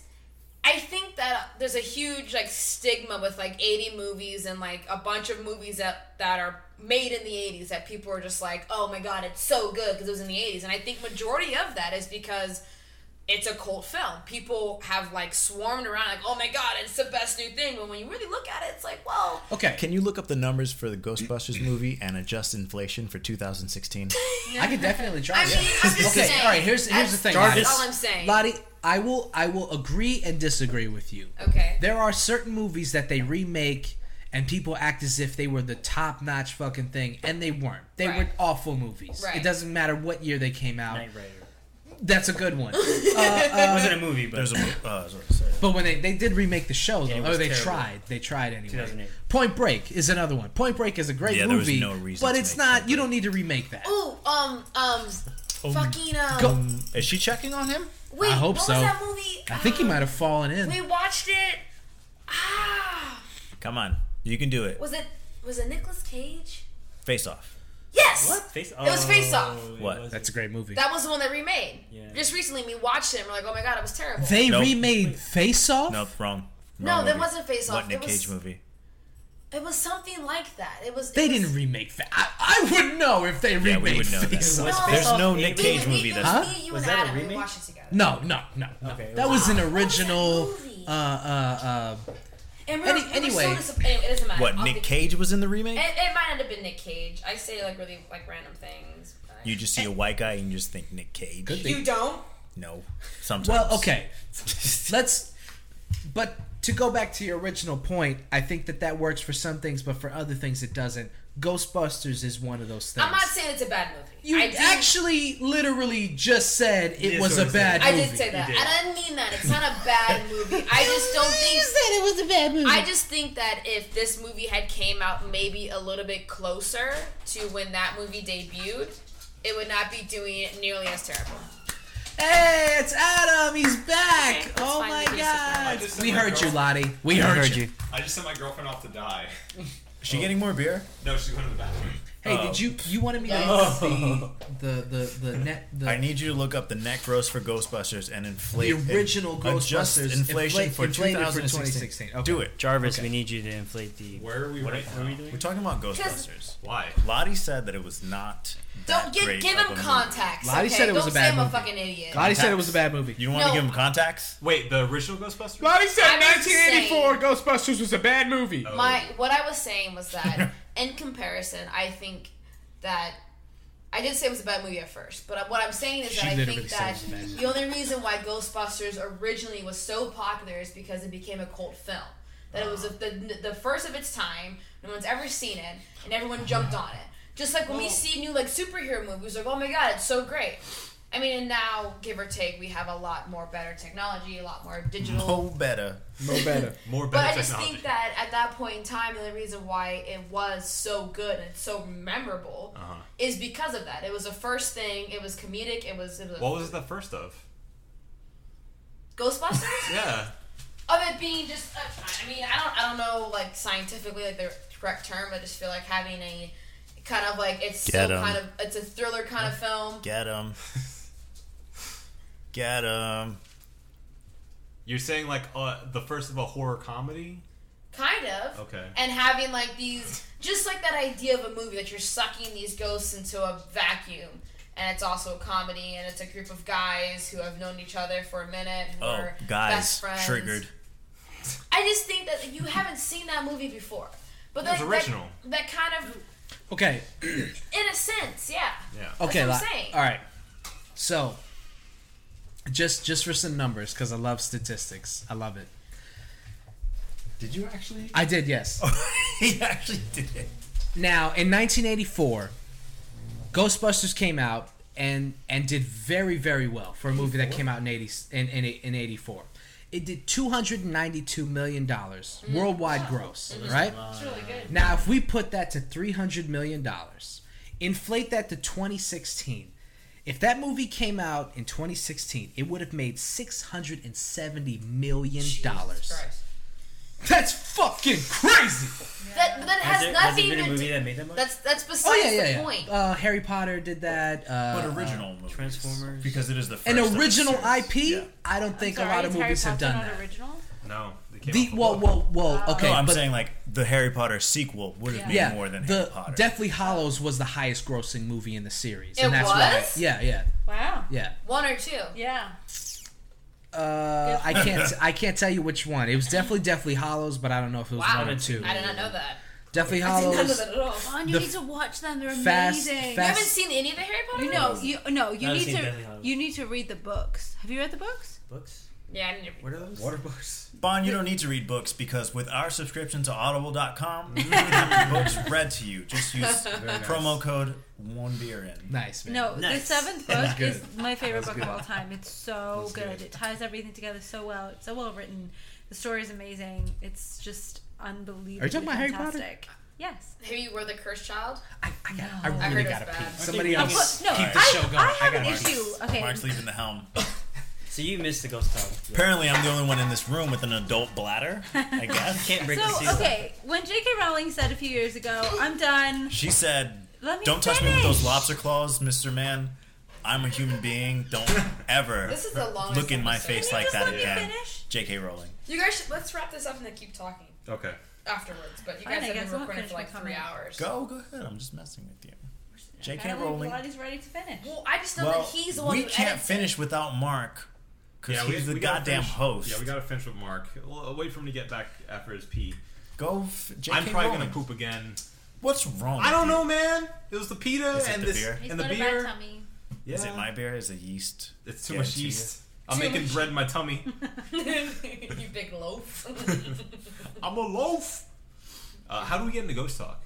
I think that there's a huge like stigma with like 80 movies and like a bunch of movies that that are made in the 80s that people are just like, oh my god, it's so good because it was in the 80s. And I think majority of that is because it's a cult film. People have like swarmed around like, oh my god, it's the best new thing. But when you really look at it, it's like, well, Okay. Can you look up the numbers for the Ghostbusters movie and adjust inflation for 2016? I could definitely try I mean, it. I'm just Oh, okay, saying. all right, here's here's the thing. That's Lottie. all I'm saying. Lottie, I will I will agree and disagree with you. Okay. There are certain movies that they remake and people act as if they were the top notch fucking thing, and they weren't. They Right. were awful movies. Right. It doesn't matter what year they came out. Knight Rider. That's a good one. <laughs> it wasn't a movie, but There's a <laughs> mo- uh, sorry, sorry. But when they, they did remake the show, though, it oh, was they terrible. tried. They tried anyway. 2008. Point Break is another one. Point Break is a great Yeah, there was movie, no reason but to it's make not. Point You Break. don't need to remake that. Ooh, um, Oh um, fucking, um, Go- Is she checking on him? wait, I hope what so. was that movie? I think he might have fallen in. We watched it. Ah, Come on, you can do it. was it was it Nicolas Cage? Face off. Yes. what? Face Off. It was Face Off. it What? was- That's a great movie. That was the one that remade. Yeah. Just recently, we watched it. and We're like, oh my god, it was terrible. they Nope. remade Face Off. Nope, wrong. no, that wasn't Face Off. What Nick it was Cage movie? it was something like that. It was. it They was- didn't remake that. I, I would know if they Yeah, remade we would know that. Face Off. No, Face There's Off no eight. Nick we- Cage we- movie it that's. was Me, you Was and that a Adam. We remake? watched it together. No, no, no, no. Okay, it that was was- an that original. movie? Uh, uh, uh, And we were, Any- we were anyway. so disappointed. It doesn't matter. What, I'll Nick think- Cage was in the remake? It, it might not have been Nick Cage. I say like really like random things. but- You just see a white guy and you just think Nick Cage. you don't. No, sometimes. well, okay. Let's. But to go back to your original point, I think that that works for some things, but for other things it doesn't. Ghostbusters is one of those things. I'm not saying it's a bad movie. you I did- actually literally just said it did was a sort of say bad that. I movie. did say that. did. And I didn't mean that. It's not a bad movie. I just don't You think. said it was a bad movie. I just think that if this movie had came out maybe a little bit closer to when that movie debuted, it would not be doing it nearly as terrible. hey, it's Adam. He's back. Okay, that's oh fine. my We can I god. just said We my heard you, girl- Lottie. We heard, you. I just sent my girlfriend off to die. <laughs> Is she getting more beer? No, she's going to the bathroom. Hey, did you you wanted me to look up the the the the net the I need you to look up the net gross for Ghostbusters and the inflate original and adjust Ghostbusters inflation inflate- for inflated 2016. 2016. Okay. Do it. Jarvis, we need you to inflate the. Where are we What right are we now? doing? We're talking about Ghostbusters. Why? Lottie said that it was not. Don't that give great give of him a movie. contacts. Lottie okay? said it was don't a bad say I'm movie. a fucking idiot. Lottie said it was a bad movie. You want to No. give him contacts? Wait, the original Ghostbusters? Lottie said I'm just 1984 Ghostbusters was a bad movie. Oh, My what I was saying was <laughs> that in comparison, I think that I did say it was a bad movie at first, but what I'm saying is She that I literally think said that it was a bad movie. the only reason why Ghostbusters originally was so popular is because it became a cult film. That it was the, the, the first of its time. No one's ever seen it, and everyone jumped on it. Just like when we see new like superhero movies, like oh my god, it's so great. I mean, and now give or take, we have a lot more better technology, a lot more digital. No Oh, better. No better. More But I better just technology. think that at that point in time, and the reason why it was so good and so memorable Uh-huh. is because of that. It was the first thing. It was comedic. It was, it was What was the first of? Ghostbusters. <laughs> Yeah. of it being just. Uh, I mean, I don't, I don't know, like scientifically, like the correct term. I just feel like having a kind of like it's Get still 'em. kind of it's a thriller kind of film. Get him. Get him. <laughs> You're saying like uh, the first of a horror comedy? Kind of. Okay. And having like these, just like that idea of a movie that you're sucking these ghosts into a vacuum. And it's also a comedy, and it's a group of guys who have known each other for a minute. Who Oh, are guys, best friends. triggered. <laughs> I just think that you haven't seen that movie before. But It was that, original. That, that kind of, Okay. in a sense, yeah. Yeah. Okay. That's what I'm li- saying. All right. So, just just for some numbers, because I love statistics. I love it. Did you actually? I did. Yes. he actually did it. Now, in 1984, Ghostbusters came out and and did very very well for a movie that came out in 80 in in, in 84. It did 292 million dollars Mm. worldwide gross, right? It's really good. Now, if we put that to 300 million dollars, inflate that to 2016. If that movie came out in 2016, it would have made 670 million Jesus dollars. Christ. That's fucking crazy. That, but that Has there, has there has nothing been a to movie do. that made that much? That's that's Oh besides yeah, the yeah, point. yeah. Uh, Harry Potter did that. Uh, But original movies. Transformers. Because it is the first. an of a original series. IP. Yeah. I don't think Sorry, a lot of is Harry movies have Potter done not that. original. No. They came The off a whoa, book. whoa, whoa. Oh. Okay, No, I'm but saying like the Harry Potter sequel would have been yeah, more than the Harry Potter. Deathly Hollows was the highest grossing movie in the series, It and that's why. was? Yeah, yeah, Wow. yeah. One or two. Yeah. Uh, I can't, I can't tell you which one. It was definitely Deathly Hollows, but I don't know if it was Wow. one or two. I did not know that. Deathly I did not know <laughs> Hollows. that at all. Vaughn, you The need to watch them. They're fast- amazing. You fast- haven't seen any of the Harry Potter you movies? know, you no, you I've need seen to Deadly Hallows. you need to read the books. Have you read the books? books? Yeah, I didn't read What are those? Water books. Bon, you don't need to read books because with our subscription to <laughs> audible.com, you can have your books read to you. Just use promo code one beer in. Nice man. No, Nice. the seventh That's book is good. my favorite book of all time. It's so good. It ties everything together so well. It's so well written. The story is amazing. It's just unbelievable. about Harry Potter? fantastic. Yes. Have you were the cursed child? I, I, got, I really I heard it gotta was pee. bad. Somebody Of else course, no. keep the I, show going. I have an gotta pee. issue. Okay. Mark's leaving the helm. So you missed the ghost town. Apparently, I'm the only one in this room with an adult bladder, I <laughs> guess. Can't break the seal. So okay, when J.K. Rowling said a few years ago, "I'm done. She said, Let me Don't touch finish. me with those lobster claws, Mr. Man. I'm a human being. <laughs> Don't ever This is the longest. look in my episode. face Can you just like that let me again. finish? JK Rowling. You guys, should, let's wrap this up and then keep talking Okay. afterwards. But you Alright, guys I have guess been I'll recording finish for like my three comment. hours. Go, go ahead. I'm just messing with you. J.K. Apparently Rowling. Pilates ready to finish. Well, I just know Well, that he's the one we who can't edits it. finish without Mark because Yeah, we, he's the we gotta goddamn finish- host. Yeah, we gotta finish with Mark. We'll wait for him to get back after his pee. Go, f- JK I'm probably Rowling. gonna poop again. What's wrong? I with don't you? know, man. It was the pita Is it and the this beer? He's and the got a beer. bad tummy. Yeah. Is it my beer? Is it yeast? It's too Yeah, much it's yeast. I'm Too making much bread in my tummy. <laughs> <laughs> you big <laughs> loaf. I'm a loaf. Uh, how do we get into ghost talk?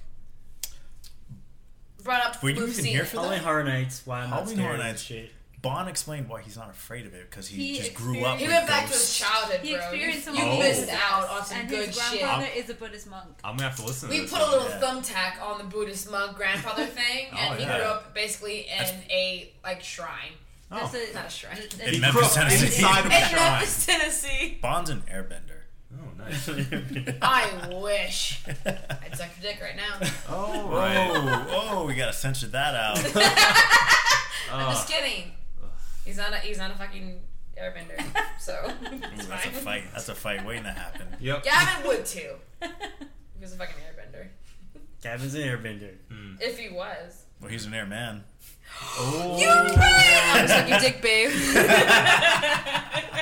Brought up Were you Luke even Zeno. here for Halloween Horror Nights. Why I'm not Halloween scared Horror of Nights. Shit. Bon explained why he's not afraid of it because he, He just grew up. experienced- He with went back to his ghosts. childhood, He bro. You, experienced some you Oh. missed out on some and good his shit. grandfather is a Buddhist monk. I'm gonna have to listen. to We this put a little Yeah. thumbtack on the Buddhist monk <laughs> grandfather thing, Oh, and he yeah. grew up basically in That's- a like shrine, Oh. That's a- not a shrine, that's In a- Grew Memphis, up Tennessee. Inside of a in shrine. Memphis, Tennessee. Bon's Oh, an <laughs> airbender. Oh, nice. <laughs> I wish I'd suck your dick right now. Oh, Oh, oh, we gotta censor that <laughs> out. Oh. I'm just kidding. He's not a he's not a fucking airbender, so it's That's a fine. fight. That's a fight waiting to happen. Yep. Gavin would too. He <laughs> was a fucking airbender. Gavin's an airbender. If he was. Well, he's an airman. Oh. I'm just like your dick, babe.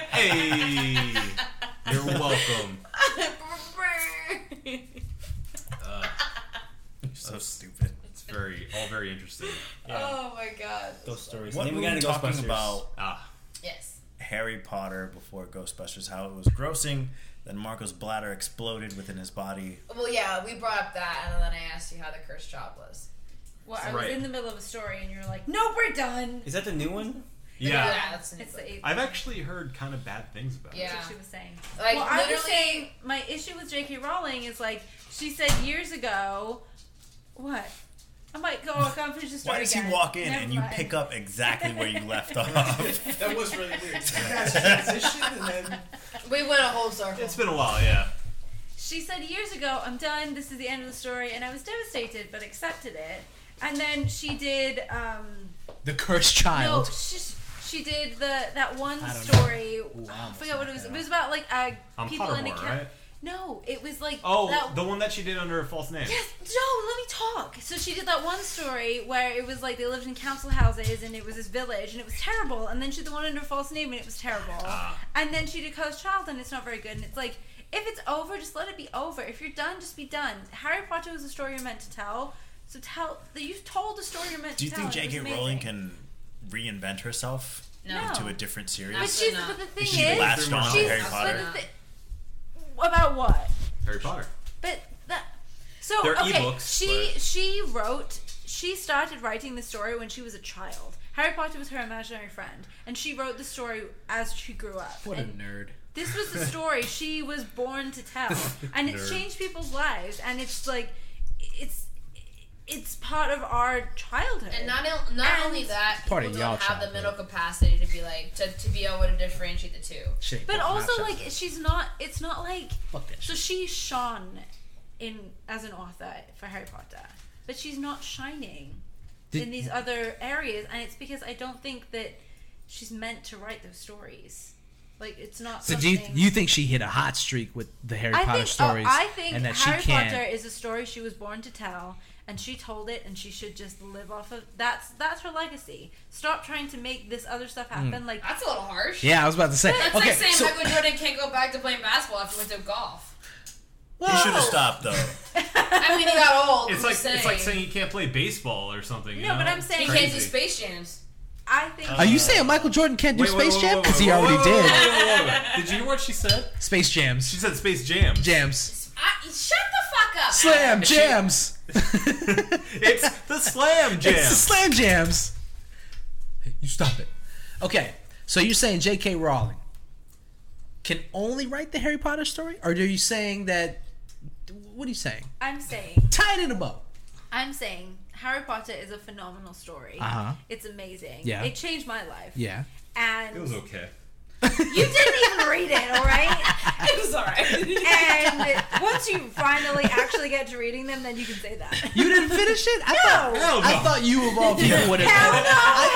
Hey. You're welcome. Uh, You're so stupid. it's very, all very interesting. <laughs> oh my god. Ghost stories. What And were then we we got to talking Ghostbusters. about? Ah, Yes. Harry Potter before Ghostbusters, how it was grossing. Then Marco's bladder exploded within his body. Well, yeah, we brought up that, and then I asked you how the cursed job was. Well, I was Right. in the middle of a story and you're like, "No, we're done." Is that the new one? Yeah. Yeah, that's a new it's book. the eighth. I've actually heard kind of bad things about Yeah. it. That's what she was saying. Like, well, I was literally- saying my issue with J.K. Rowling is like she said years ago. What? oh, I might go. I'll finish the story Why does he again. walk in Never and you mind. pick up exactly where you <laughs> left off? That was really weird. You guys transitioned and then We went a whole circle. It's been a while, yeah. She said years ago, "I'm done. This is the end of the story," and I was devastated, but accepted it. And then she did. Um, The cursed No, child. she, she did the that one story. I forgot what it was. It was about like uh, On people in a Pottermore, ca- right? No, it was like Oh, that- the one that she did under a false name. Yes, no, let me talk. So she did that one story where it was like they lived in council houses and it was this village and it was terrible. And then she did the one under a false name and it was terrible. Ah. And then she did Cursed Child and it's not very good. And it's like, if it's over, just let it be over. If you're done, just be done. Harry Potter was a story you're meant to tell. So tell that you've told the story you're meant Do you to tell. think and it was J.K. amazing. Rowling can reinvent herself No. into a different series? But Absolutely she's not. but the thing She is, latched on to she's Harry but Potter. the thi- about what? Harry Potter. But that. So They're okay, ebooks, she but- she wrote. She started writing the story when she was a child. Harry Potter was her imaginary friend, and she wrote the story as she grew up. What a And nerd. this was <laughs> the story she was born to tell, and it's changed people's lives. And it's like, it's it's part of our childhood. And not, on- not And- only that, Part people of y'all don't have the childhood. mental capacity to be like to, to be able to differentiate the two. Shit, but fuck my also, child. like, she's not. It's not like Fuck that So shit. she shone in as an author for Harry Potter, but she's not shining Did- in these other areas, and it's because I don't think that she's meant to write those stories. Like it's not. So do something... you, you think she hit a hot streak with the Harry I Potter think, stories? Oh, I think and that Harry she can. Potter is a story she was born to tell, and she told it, and she should just live off of that's that's her legacy. Stop trying to make this other stuff Hmm. happen. Like That's a little harsh. Yeah, I was about to say. That's okay, like saying so Michael Jordan can't go back to playing basketball after he went to golf. He should have stopped though. <laughs> I mean, he got old. It's like I'm just it's like saying you can't play baseball or something. you No, but know? I'm It's saying- he Crazy. can't do space jams. I think. are you saying Michael Jordan can't do Wait, wait, Space wait, Jam wait, because he wait, wait, already wait, did? wait, wait, wait, wait, wait. Did you hear what she said? Space She Jams, said Space Jam. jams, I, shut the fuck up. <laughs> slam jams. <laughs> <laughs> It's <laughs> the Slam Jam. It's the slam jams. Hey, you stop it. Okay, so you're saying J.K. Rowling can only write the Harry Potter story, or are you saying that? What are you saying? I'm saying. Tie it in a bow. I'm saying Harry Potter is a phenomenal story. Uh-huh. It's amazing. Yeah. It changed my life. Yeah. And it was okay. you didn't even read it, all right? It <laughs> was alright. And once you finally actually get to reading them, then you can <laughs> say that. You didn't finish it? I thought Hell I no. thought you of all people would have. Hell no, I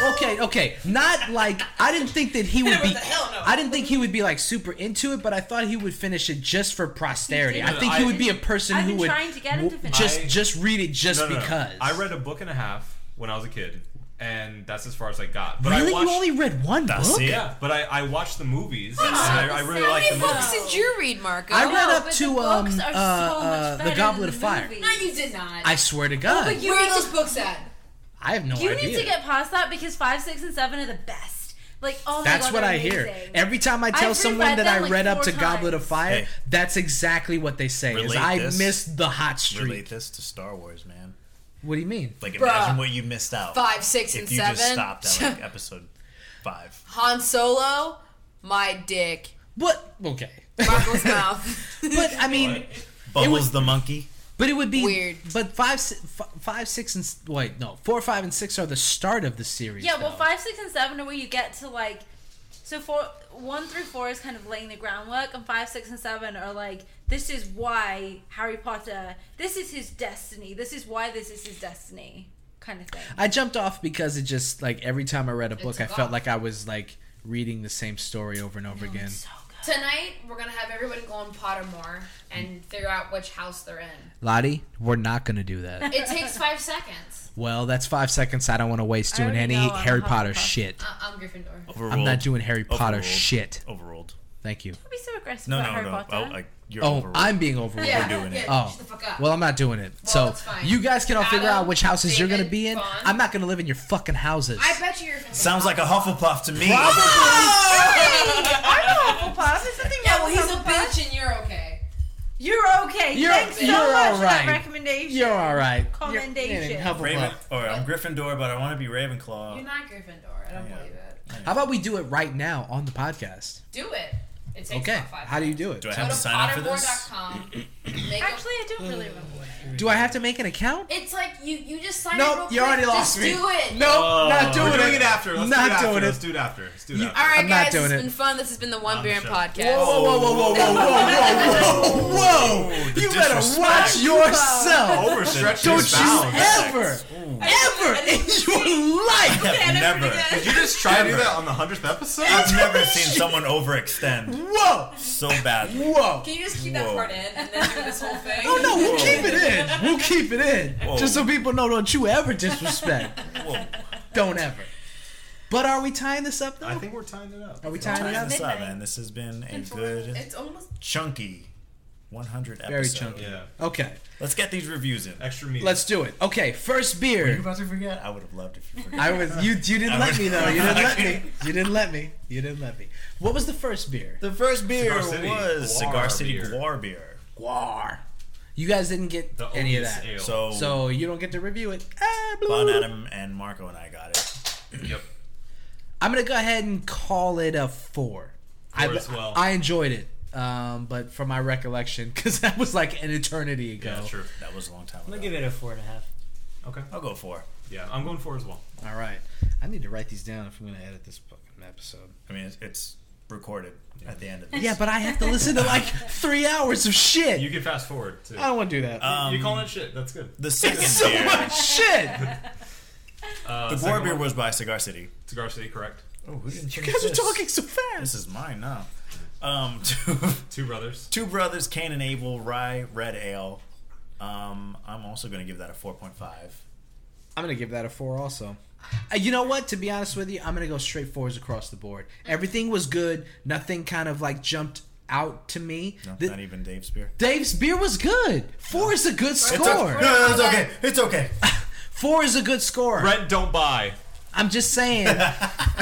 thought, okay, okay. Not like I didn't think that he would be the hell no. I didn't think he would be like super into it, but I thought he would finish it just for posterity. I No, think no, he I- would be a person I've who been would trying to get him to w- finish just it. just read it just No, no, no. because. I read a book and a half when I was a kid, and that's as far as I got. But Really? I watched, you only read one book? it. yeah, but I, I watched the movies. and I, I really How liked the many movies. books did you read, Marco? I read No, up but to the um books are uh, so much uh, better the than Goblet of the Fire. movies. no, you did not. I swear to God, but you- Where need are to- those books at? I have no You idea. need to get past that because five, six, and seven are the best. Like, oh my That's god, what they're I hear. amazing. Every time I tell I've someone reread that them, I like, read up to four Goblet of times. Fire, Hey. that's exactly what they say. Is Relate I this- missed the hot streak. Relate this to Star Wars, man. What do you mean? Like Bruh. imagine what you missed out. Five, six, if and you seven. just <laughs> stopped at like episode five. Han Solo, my dick, What? Okay. <laughs> Marco's mouth. <laughs> But I mean, Bubbles the monkey. but it would be Weird. But five, si- f- five, six, and s- wait, no, four, five, and six are the start of the series. Yeah, well, though. five, six, and seven are where you get to like. So four, one through four is kind of laying the groundwork, and five, six, and seven are like this is why Harry Potter, this is his destiny, this is why this is his destiny, kind of thing. I jumped off because it just like every time I read a book, I took felt off. like I was like reading the same story over and over again. Tonight we're gonna have everybody go on Pottermore and figure out which house they're in. Lottie, we're not gonna do that. It takes five seconds. well, that's five seconds. I don't want to waste I doing already any know I'm Harry a Potter Hufflepuff. shit. I- Uh, I'm Gryffindor. Overruled. I'm not doing Harry Potter Overruled. shit. Overruled. Thank you. Don't be so aggressive No, about no, Harry no. Potter. Oh, I, you're Oh, overruled. I'm being overruled. Yeah, doing it. yeah, Oh. Shut the fuck up. Well, I'm not doing it. Well, so that's fine. you guys can all figure Adam, out which houses you're gonna David, be in. Vaughn. I'm not gonna live in your fucking houses. I bet you you're. fucking Sounds like a Hufflepuff to me. I'm a Hufflepuff. There's nothing Yeah, well, wrong he's with Oh, a Hufflepuff. bitch and you're okay. You're okay. Okay, You're- thanks so you're much for alright. that <laughs> recommendation. You're all right. Commendation. You're in Hufflepuff. Raven, or I'm Gryffindor, but I want to be Ravenclaw. You're not Gryffindor. I don't Yeah. believe it. How about we do it right now on the podcast? Do it. It takes Okay. about five How do you do it? do I Go have to to sign up for this? pottermore.com. make a- Actually, I don't really remember. what it Do I have to make an account? It's like you you just sign Nope, up. real you quick. already lost just me. Do it. Nope, not Oh, We're doing doing it. it after. Let's not do it after. doing Let's it. do it after. Let's do it You- All after. right, I'm not guys. doing it's it. been fun. This has been the One Not Beer sure. Podcast. Whoa, whoa, whoa, whoa, whoa, whoa, whoa, whoa! You better disrespect. watch yourself. Overstretch Don't his you bounds. ever, ever in your life. <laughs> I've never, Did you just try to do that on the hundredth episode? I've never seen someone overextend Whoa, so badly. whoa. Can you just keep that Whoa. part in and then do this whole thing? Oh no, we'll keep it in. We'll keep it in. Whoa. Just so people know, don't you ever disrespect. Whoa. Don't ever. But are we tying this up though? I think we're tying it up. are we tying it Time up? this midnight. up, man. This has been a good, It's almost. chunky 100 episode. Very chunky. Yeah. Okay, Let's get these reviews in. Extra meat. let's do it. Okay, first You're beer. about to forget? I would have loved if you forgot. I was you. You didn't I let was- me though. You <laughs> didn't let me. You didn't let me. You didn't let me. What was the first beer? The first Cigar beer City was Guar Cigar City beer. Guar beer. Guar. You guys didn't get The any of Otis that, Ale. So, so you don't get to review it. Ah, blue. Bon Adam and Marco and I got it. Yep. I'm gonna go ahead and call it a four. I, Four as well. I enjoyed it, um, but from my recollection, <laughs> because that was like an eternity ago. Yeah, true. That was a long time I'm ago. gonna give it a four and a half. Okay. I'll go four. Yeah, I'm going four as well. All right, I need to write these down if I'm gonna edit this fucking episode. I mean, it's, it's recorded at the end of this. Yeah, but I have to listen to <laughs> like three hours of shit. You Uh, can fast forward too. I don't want to do that. Um, you calling it shit? That's good. the second so beer. much shit. <laughs> Uh, The second Guar beer one, was by Cigar City. Cigar City, correct? Oh, who didn't You guys are talking so <laughs> This fast. is mine now. Um, <laughs> two, Two brothers. two brothers, Cain and Abel, rye red ale. Um, I'm also gonna give that a 4.5. I'm gonna give that a four also. Uh, you know what? To be honest with you, I'm gonna go straight fours across the board. Everything was good. Nothing kind of like jumped out to me. No, The- not even Dave's beer. Dave's beer was good. Four is a good It's okay. score. No, no, it's okay. It's okay. Four is a good score. Rent don't buy. I'm just saying. <laughs>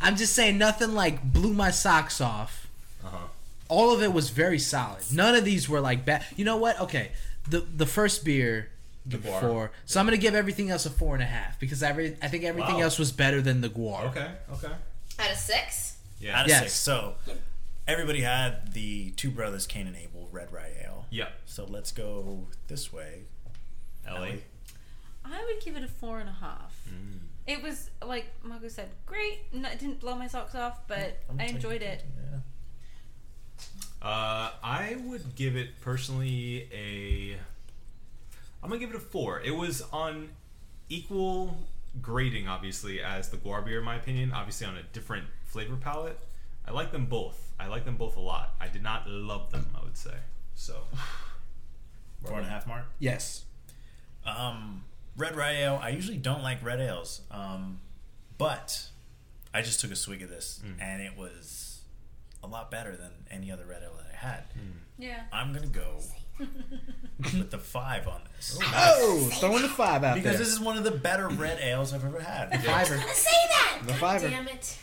I'm just saying. Nothing like blew my socks off. All of it was very solid. None of these were like bad. You know what? Okay, the the first beer. The Guar. Four. So I'm gonna give everything else a four and a half because I, re- I think everything Wow. else was better than the Guar. Okay. Okay. Out of six? Yeah. Out of Yes. six. So everybody had the two brothers, Cain and Abel, red rye ale. Yep. So let's go this way. Ellie. I would give it a four and a half. Mm. It was like Marco said, great. No, it didn't blow my socks off, but I'm I taking- enjoyed it. Yeah. Uh, I would give it personally a. I'm gonna give it a four. It was on equal grading, obviously, as the guar beer, in my opinion. Obviously, on a different flavor palette. I like them both. I like them both a lot. I did not love them. I would say so. Four and a half mark. Yes. Um, red rye ale. I usually don't like red ales, um, but I just took a swig of this and it was a lot better than any other red ale that I had. Yeah. I'm gonna go with the five on this Oh, throwing the five out because there. this is one of the better red ales I've ever had. fiver. Say that! The fiver. Damn it.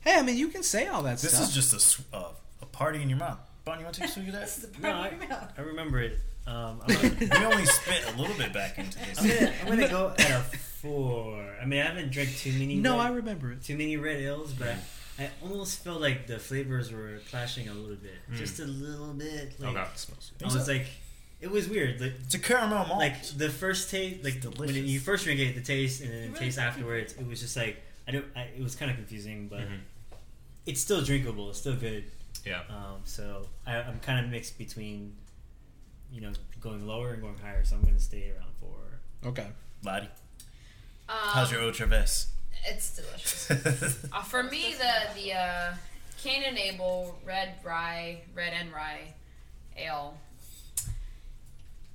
Hey, I mean, you can say all that This stuff. is just a, sw- uh, a party in your mouth. Bon, you want to take a swig of that? No, I, I remember it. Um, <laughs> I'm gonna, <laughs> we only spit a little bit back into <laughs> I'm this. gonna, I'm gonna go at a four. I mean, I haven't drank too many. no, red, I remember it. too many red ales, but I, I almost felt like the flavors were clashing a little bit, Hmm. just a little bit. Like, Okay. I was like, it was weird. Like, It's a caramel malt. like the first taste, like when delicious. you first drink it, the taste and then the taste afterwards, it was just like I don't. I, it was kind of confusing, but Mhm. it's still drinkable. It's still good. Yeah. Um, so I, I'm kind of mixed between, you know, going lower and going higher. So I'm going to stay around four. Okay. Lottie, Um, how's your otra vis? It's delicious. Uh, for me, the the uh, Cain and Abel red rye, red and rye ale.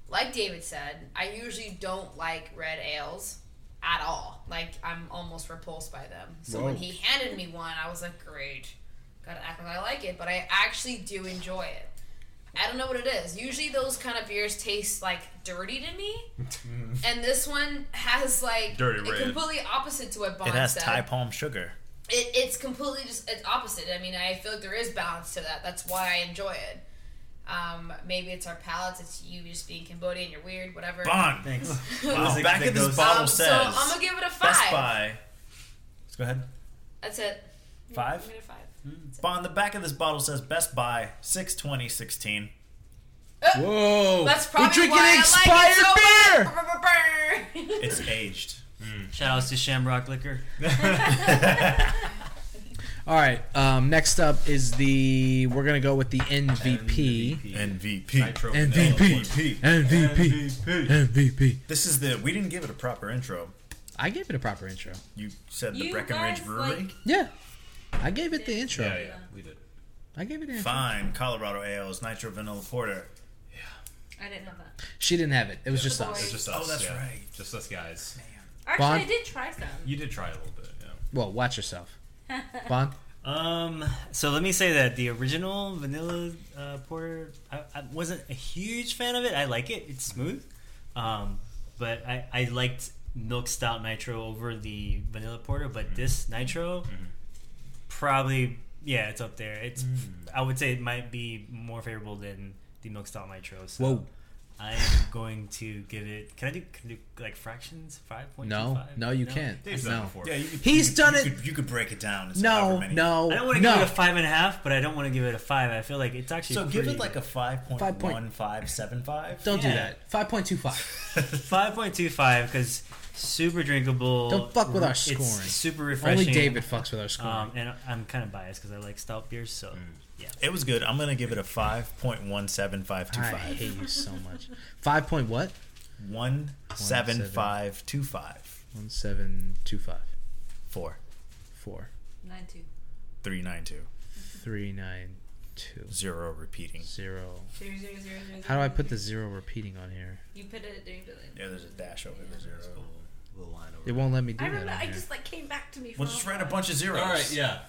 Like David said, I usually don't like red ales at all. Like I'm almost repulsed by them. So when Whoa. he handed me one, I was like, great, gotta act like I like it, but I actually do enjoy it. I don't know what it is. Usually those kind of beers taste like dirty to me, <laughs> and this one has like Dirty a red. completely opposite to what Bond It has said Thai palm sugar. it, it's completely just it's opposite. I mean, I feel like there is balance to that. That's why I enjoy it. Um, maybe it's our palates. It's you just being Cambodian. You're weird. Whatever. Bond. Thanks. Wow. That Back of goes- this Um, bottle so says. I'm gonna give it a Best five. Buy. Let's go ahead. That's it. Five? I'm gonna five. Bond. The back of this bottle says Best Buy 62016. Whoa. That's probably drinking why expired <laughs> I like it so much. It's <laughs> aged. Shout outs to Shamrock Liquor. All right. Um, next up is the. We're gonna go with the MVP. MVP. Nitro vanilla. MVP. MVP. MVP. This is the. We didn't give it a proper intro. I gave it a proper intro. You said the You Breckenridge guys, Brewery. like- Yeah. I gave it the intro. Yeah, yeah, we did. I gave it the intro. Fine. Colorado ales, nitro vanilla porter. I didn't know that. She didn't have it. It was just Boy. us. It's just us. Oh, that's yeah. right. Just us guys. Actually, I Bond- did try some. You did try a little bit. Yeah. Well, watch yourself. Bond. Um, so let me say that the original vanilla uh, porter, I, I wasn't a huge fan of it. I like it; it's smooth, um, but I, I liked milk stout nitro over the vanilla porter. But this nitro, probably yeah, it's up there. It's I would say it might be more favorable than the milk stout nitro. So Whoa. I am going to give it. Can I do, can I do like fractions? Five point No. No, you can't. Dave's done it No. before. Yeah, you could, He's you, done you it- Could, you could break it down. into however No. many. No. I don't want to no. give it a five and a half, but I don't want to give it a five. I feel like it's actually So give pretty it like a five point Five point- one five seven five. Don't do Yeah. that. Five point two five. Five point two five because super drinkable. Don't fuck with our It's scoring. super refreshing. Only David fucks with our score. Um, and I'm kind of biased because I like stout beers, so Mm. yeah. It was good. I'm gonna give it a five point one seven five two I five. hate you so much. <laughs> Five point what? One seven five two five One seven two five four four Nine two three nine two three nine two zero repeating. zero. zero zero zero zero. How do I put the zero repeating on here? You put it during the. Yeah, there's a dash over the zero. Little line over. It won't let me do I that. remember. on I here. just like came back to me. Well, from just all write a that. bunch of zeros. All right. Yeah.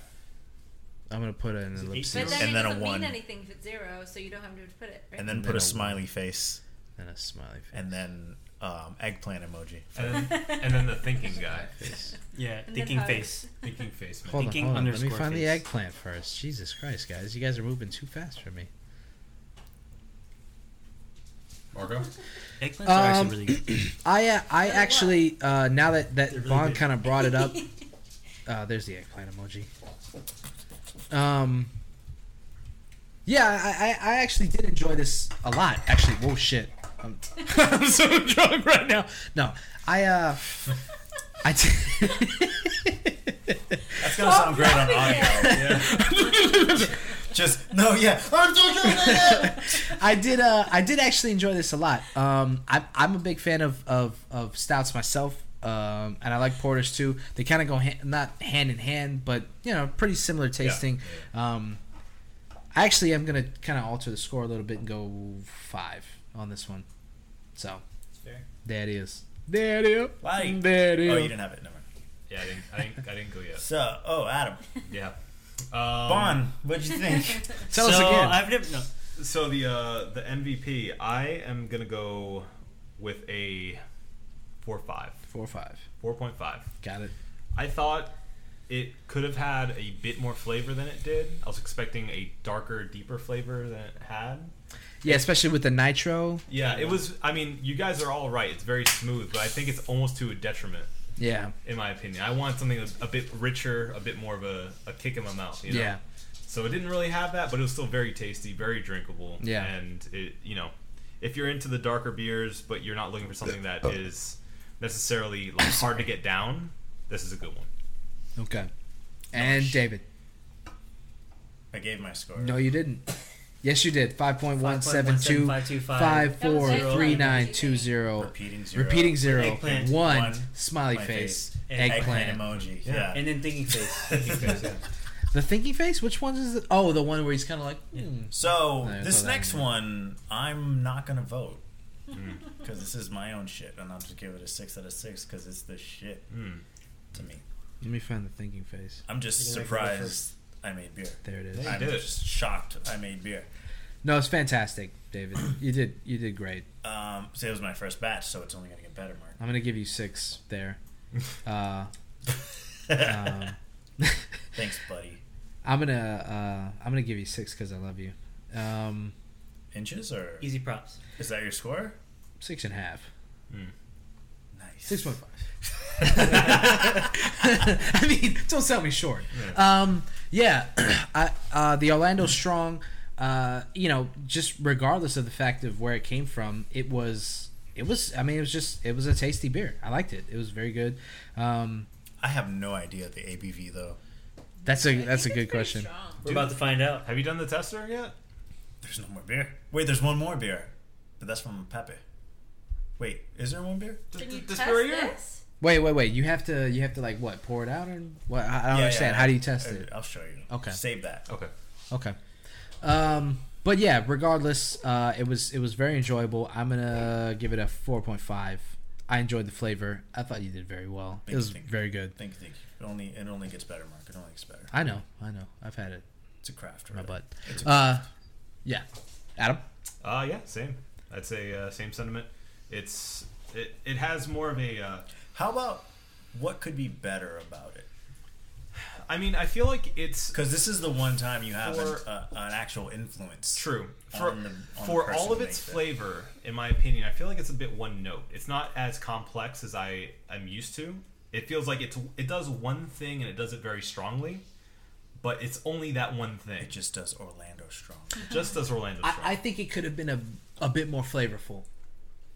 I'm gonna put an ellipsis But then And it then a doesn't one. mean anything if it's zero, so you don't have to put it. Right? And then And put then a a- smiley face and a smiley face. and then um, eggplant emoji. And then, and then the thinking guy, Yeah, And thinking then face. thinking face man. Hold on, Thinking hold on. Let me underscore find the face. eggplant first. Jesus Christ, guys, you guys are moving too fast for me. Marco. Eggplants Um, are <clears throat> actually really good. I uh, I actually uh, now that that really Vaughn good. kind of brought it up. uh, there's the eggplant emoji. Um. Yeah, I, I I actually did enjoy this a lot. Actually, whoa shit, I'm, <laughs> I'm so <laughs> drunk right now. No, I uh, I. <laughs> T- That's gonna sound great on audio. Oh, <laughs> <laughs> Just no, yeah. I'm <laughs> talking. <laughs> I did. Uh, I did actually enjoy this a lot. Um, I'm, I'm a big fan of of, of stouts myself, um, and I like porters too. They kind of go ha- not hand in hand, but you know, pretty similar tasting. Um, I actually am gonna kind of alter the score a little bit and go five on this one. So fair. there it is. There it is. Like- There it Oh, is. you didn't have it. Never. mind. <laughs> Yeah, I didn't. I didn't. I didn't go yet. So, oh, Adam, Yeah. Um, Bon, what'd you <laughs> think? Tell so us again. I've never. No, So the uh, the MVP, I am gonna go with a four five, Four or five. four point five. Got it. I thought it could have had a bit more flavor than it did. I was expecting a darker, deeper flavor than it had. Yeah, especially with the nitro. Yeah, it was. I mean, you guys are all right. It's very smooth, but I think it's almost to a detriment, Yeah. in my opinion. I want something that's a bit richer, a bit more of a, a kick in my mouth. You know? Yeah. So it didn't really have that, but it was still very tasty, very drinkable. Yeah. And it, you know, if you're into the darker beers, but you're not looking for something that is necessarily like hard to get down, this is a good one. Okay. And David. I gave my score. No, you didn't. Yes, you did. Five point one seven two five 5.17525. four three nine two zero. Repeating zero. Repeating zero. Eggplant. One One. smiley My face. face. Eggplant. emoji. Yeah. and then thinking face. <laughs> Thinking face. yeah. The thinking face. Which one is it? Oh, the one where he's kind of like. hmm. So I this thought that next was- one, I'm not gonna vote Hmm. because this is my own shit, and I'll just give it a six out of six because it's the shit Hmm. to me. Let me find the thinking face. I'm just You're gonna make it surprised I made beer. There it is. Yeah. I'm did it. just shocked I made beer. No, it's fantastic, David. You did. You did great. Um, so it was my first batch, so it's only gonna get better, Mark. I'm gonna give you six there. Uh, um, <laughs> <laughs> Thanks, buddy. I'm gonna. Uh, I'm gonna give you six because I love you. Um, inches or Easy props. is that your score? Six and a half. Nice. Six point five. <laughs> I mean, don't sell me short. Um, yeah, <clears throat> I, uh, the Orlando Strong. Uh, you know, just regardless of the fact of where it came from, it was. It was. I mean, it was just. It was a tasty beer. I liked it. It was very good. Um, I have no idea the ABV though. that's a. That's a good question. We're about to find out. Have you done the tester yet? There's no more beer. Wait, there's one more beer, but that's from Pepe. Wait, is there one beer? Th- Can th- you this test beer right here? this? Wait, wait, wait. You have to. You have to like what? Pour it out or what? I I don't Yeah, understand. yeah. How do you test Uh, it? I'll show you. Okay. Save that. Okay. Okay. Um, but yeah, regardless, uh, it was it was very enjoyable. I'm gonna give it a four point five. I enjoyed the flavor. I thought you did very well. It Thank was you, thank you. very good. Think, think. It only it only gets better, Mark. It only gets better. I know, I know. I've had it It's a craft, in my right? butt. It's a- Uh, yeah, Adam. Uh, yeah, same. I'd say uh, same sentiment. It's it, it has more of a. Uh, How about what could be better about it? I mean, I feel like it's Because this is the one time you have an, For- uh, an actual influence. true for On the- on the for person all of who its makes it. flavor. In my opinion, I feel like it's a bit one note. It's not as complex as I am used to. It feels like it's it does one thing and it does it very strongly, but it's only that one thing. It just does Orlando strong. Just does Orlando. I, Strong. I think it could have been a a bit more flavorful.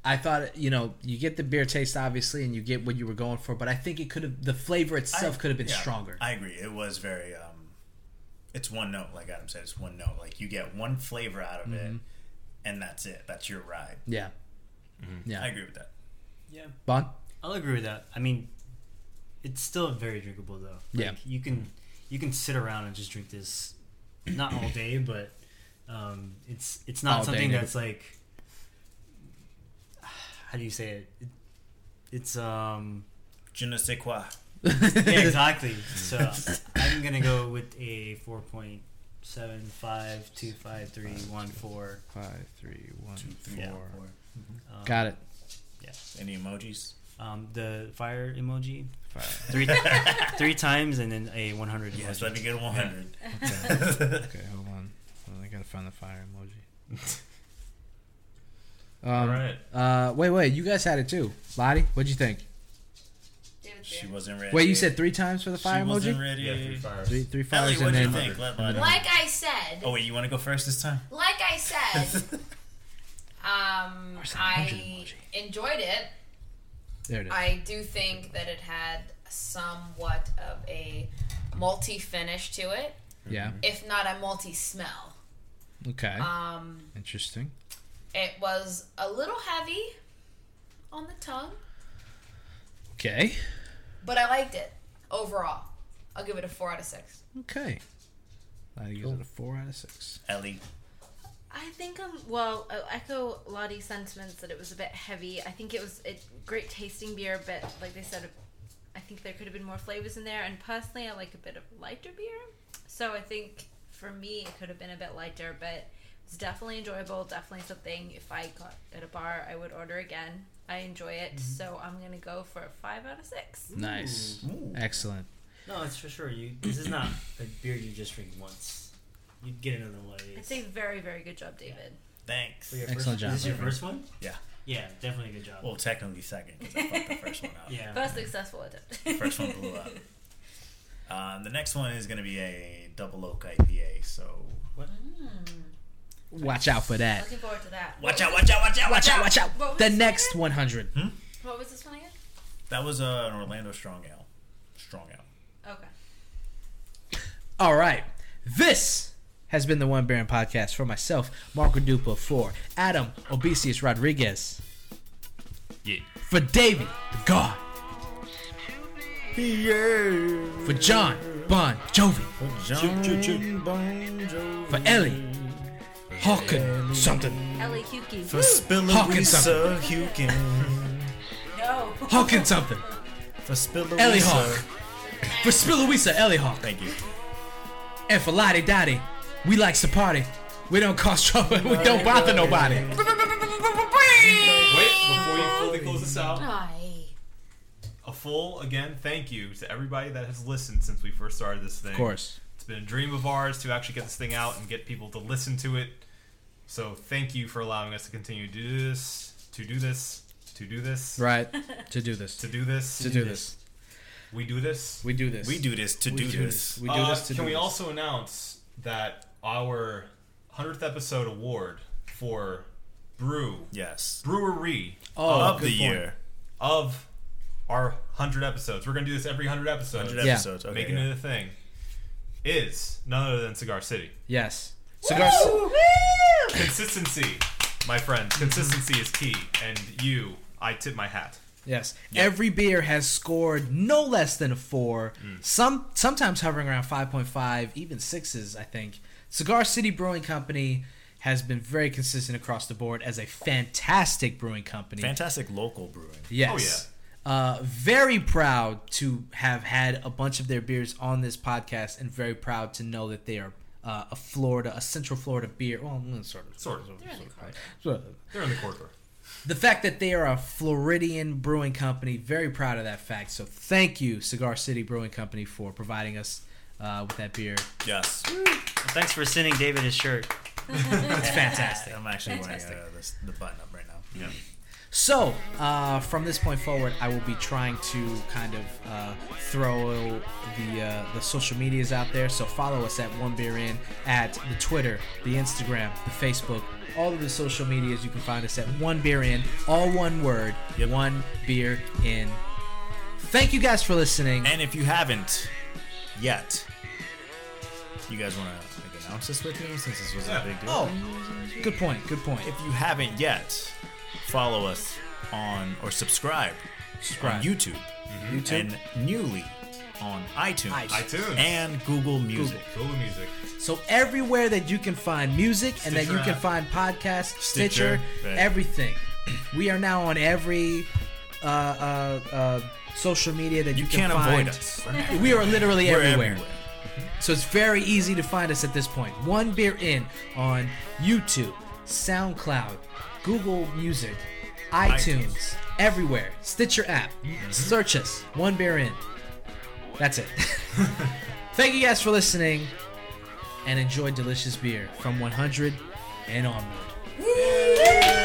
I thought you know you get the beer taste obviously, and you get what you were going for, but I think it could have the flavor itself I- could have been yeah, stronger. I agree. It was very. Um, it's one note, like Adam said. It's one note. Like you get one flavor out of Mm-hmm. it, and that's it. That's your ride. yeah, I agree with that. Yeah. Bon. I'll agree with that. I mean, it's still very drinkable though. Yeah. you can you can sit around and just drink this, <clears throat> not all day, but um, it's it's not All day, something nigga. that's like how do you say it? it it's um <laughs> Je ne sais quoi. yeah exactly. <laughs> so I'm gonna go with a four point seven five two five three one four. Five, three, one, Three, Yeah. four. Um, Got it. Any emojis? um, the fire emoji. <laughs> Three, three times and then a 100 emoji. Yeah, so that'd be good. One hundred. <laughs> Okay, hold on. Hold on, I gotta find the fire emoji. <laughs> all Um, right. Uh, wait, wait. You guys had it too, Lottie. What'd you think? David's she beer. wasn't ready. Wait, you said three times for the she fire wasn't emoji. ready. Yeah, three fires. Three, three Ellie, fires, what and do you then think? Let, let, Like- let. Like I said, Oh wait, you want to go first this time? like <laughs> I said, um, Where's that hundred I emoji? enjoyed it. there it is. I do think that it had somewhat of a multi finish to it, yeah. if not a multi smell. Mm-hmm. Okay. Um, Interesting. it was a little heavy on the tongue, Okay. but I liked it overall. I'll give it a four out of six. Okay. Lottie gives it a four out of six. Ellie, I think I'm well. I echo Lottie's sentiments that it was a bit heavy. I think it was a great tasting beer, but like they said, I think there could have been more flavors in there. And personally, I like a bit of lighter beer, so I think for me it could have been a bit lighter, but it's definitely enjoyable. Definitely something if I got at a bar, I would order again. I enjoy it, Mm-hmm. so I'm gonna go for a five out of six. Nice. Ooh. Excellent. No, it's for sure. You this is not a beer you just drink once. You'd get another one of these. I'd say very, very good job, David. thanks. For your Excellent first, Is this job, your my first one? Yeah. Yeah, definitely a good job. Well, technically second because I fucked the first one up. yeah. First successful attempt. <laughs> First one blew up. Um, the next one is going to be a double oak IPA. So Watch out for that. <laughs> Looking forward to that. watch out, watch out, watch out, watch out, Watch out. What was The it? next 100. What was this one again? That was uh, an Orlando strong ale. Strong ale. Okay. All right. This has been the One Baron podcast for myself, Marco Dupa, for Adam Obesius Rodriguez, Yeah. for David the God, for John Bon Jovi, for Ellie Hawking something, Ellie Kukis. For spilling Hawking Sir <laughs> Hukin. No. Hawking something, For spilling Ellie Hawk, for Spillowisa Ellie Hawk, Thank you. and for Lottie Dottie. We likes to party. We don't cause trouble. <laughs> We don't bother nobody. Wait before you fully close this out. Aye. Oh. A full again. Thank you to everybody that has listened since we first started this thing. Of course. It's been a dream of ours to actually get this thing out and get people to listen to it. So thank you for allowing us to continue to do this, to do this, to do this, Right. To do this. to do this, To do this. We do this. We do this. We do this to We do, this. We do Uh, this to can do we this. also announce that our hundredth episode award for brew Yes. brewery Oh, of good the point. year. of our hundred episodes? We're gonna do this every hundred episodes. 100 Yeah. episodes. Okay, Making yeah. it a thing is none other than Cigar City. Yes. Cigar. Consistency, my friend. Consistency is key, and you, I tip my hat. Yes. Every beer has scored no less than a four. Some sometimes hovering around five point five, even sixes. I think Cigar City Brewing Company has been very consistent across the board as a fantastic brewing company. Fantastic local brewing. Yes. Uh, very proud to have had a bunch of their beers on this podcast, and very proud to know that they are uh, a Florida, a Central Florida beer. Well, mm, sort of, Sort of. sort of. They're in the corridor. The fact that they are a Floridian brewing company, very proud of that fact. So thank you, Cigar City Brewing Company, for providing us uh, with that beer. Yes. Thanks for sending David his shirt. <laughs> It's fantastic. I'm actually wearing uh, this, the button up right now. So, uh, from this point forward, I will be trying to kind of uh, throw the uh, the social medias out there. So follow us at One Beer In at the Twitter, the Instagram, the Facebook, all of the social medias. You can find us at One Beer In, all one word, One Beer In. Thank you guys for listening. And if you haven't yet, you guys want to like, announce this with me since this was a big deal? Oh, good point. Good point. If you haven't yet, follow us on or subscribe, Subscribe. Mm-hmm. on YouTube, YouTube. and newly on iTunes, iTunes. and Google Music. Cool music. So everywhere that you can find music and that you Stitcher can app. find podcasts, Stitcher, Stitcher, right. everything. We are now on every uh, uh, uh, social media that you, You can can't find. avoid us. <laughs> We are literally We're everywhere. So it's very easy to find us at this point. One Beer In on YouTube, SoundCloud, Google Music, iTunes, everywhere. Stitcher app. Search us. One Beer In. That's it. <laughs> Thank you guys for listening and enjoy delicious beer from 100 and onward. everywhere.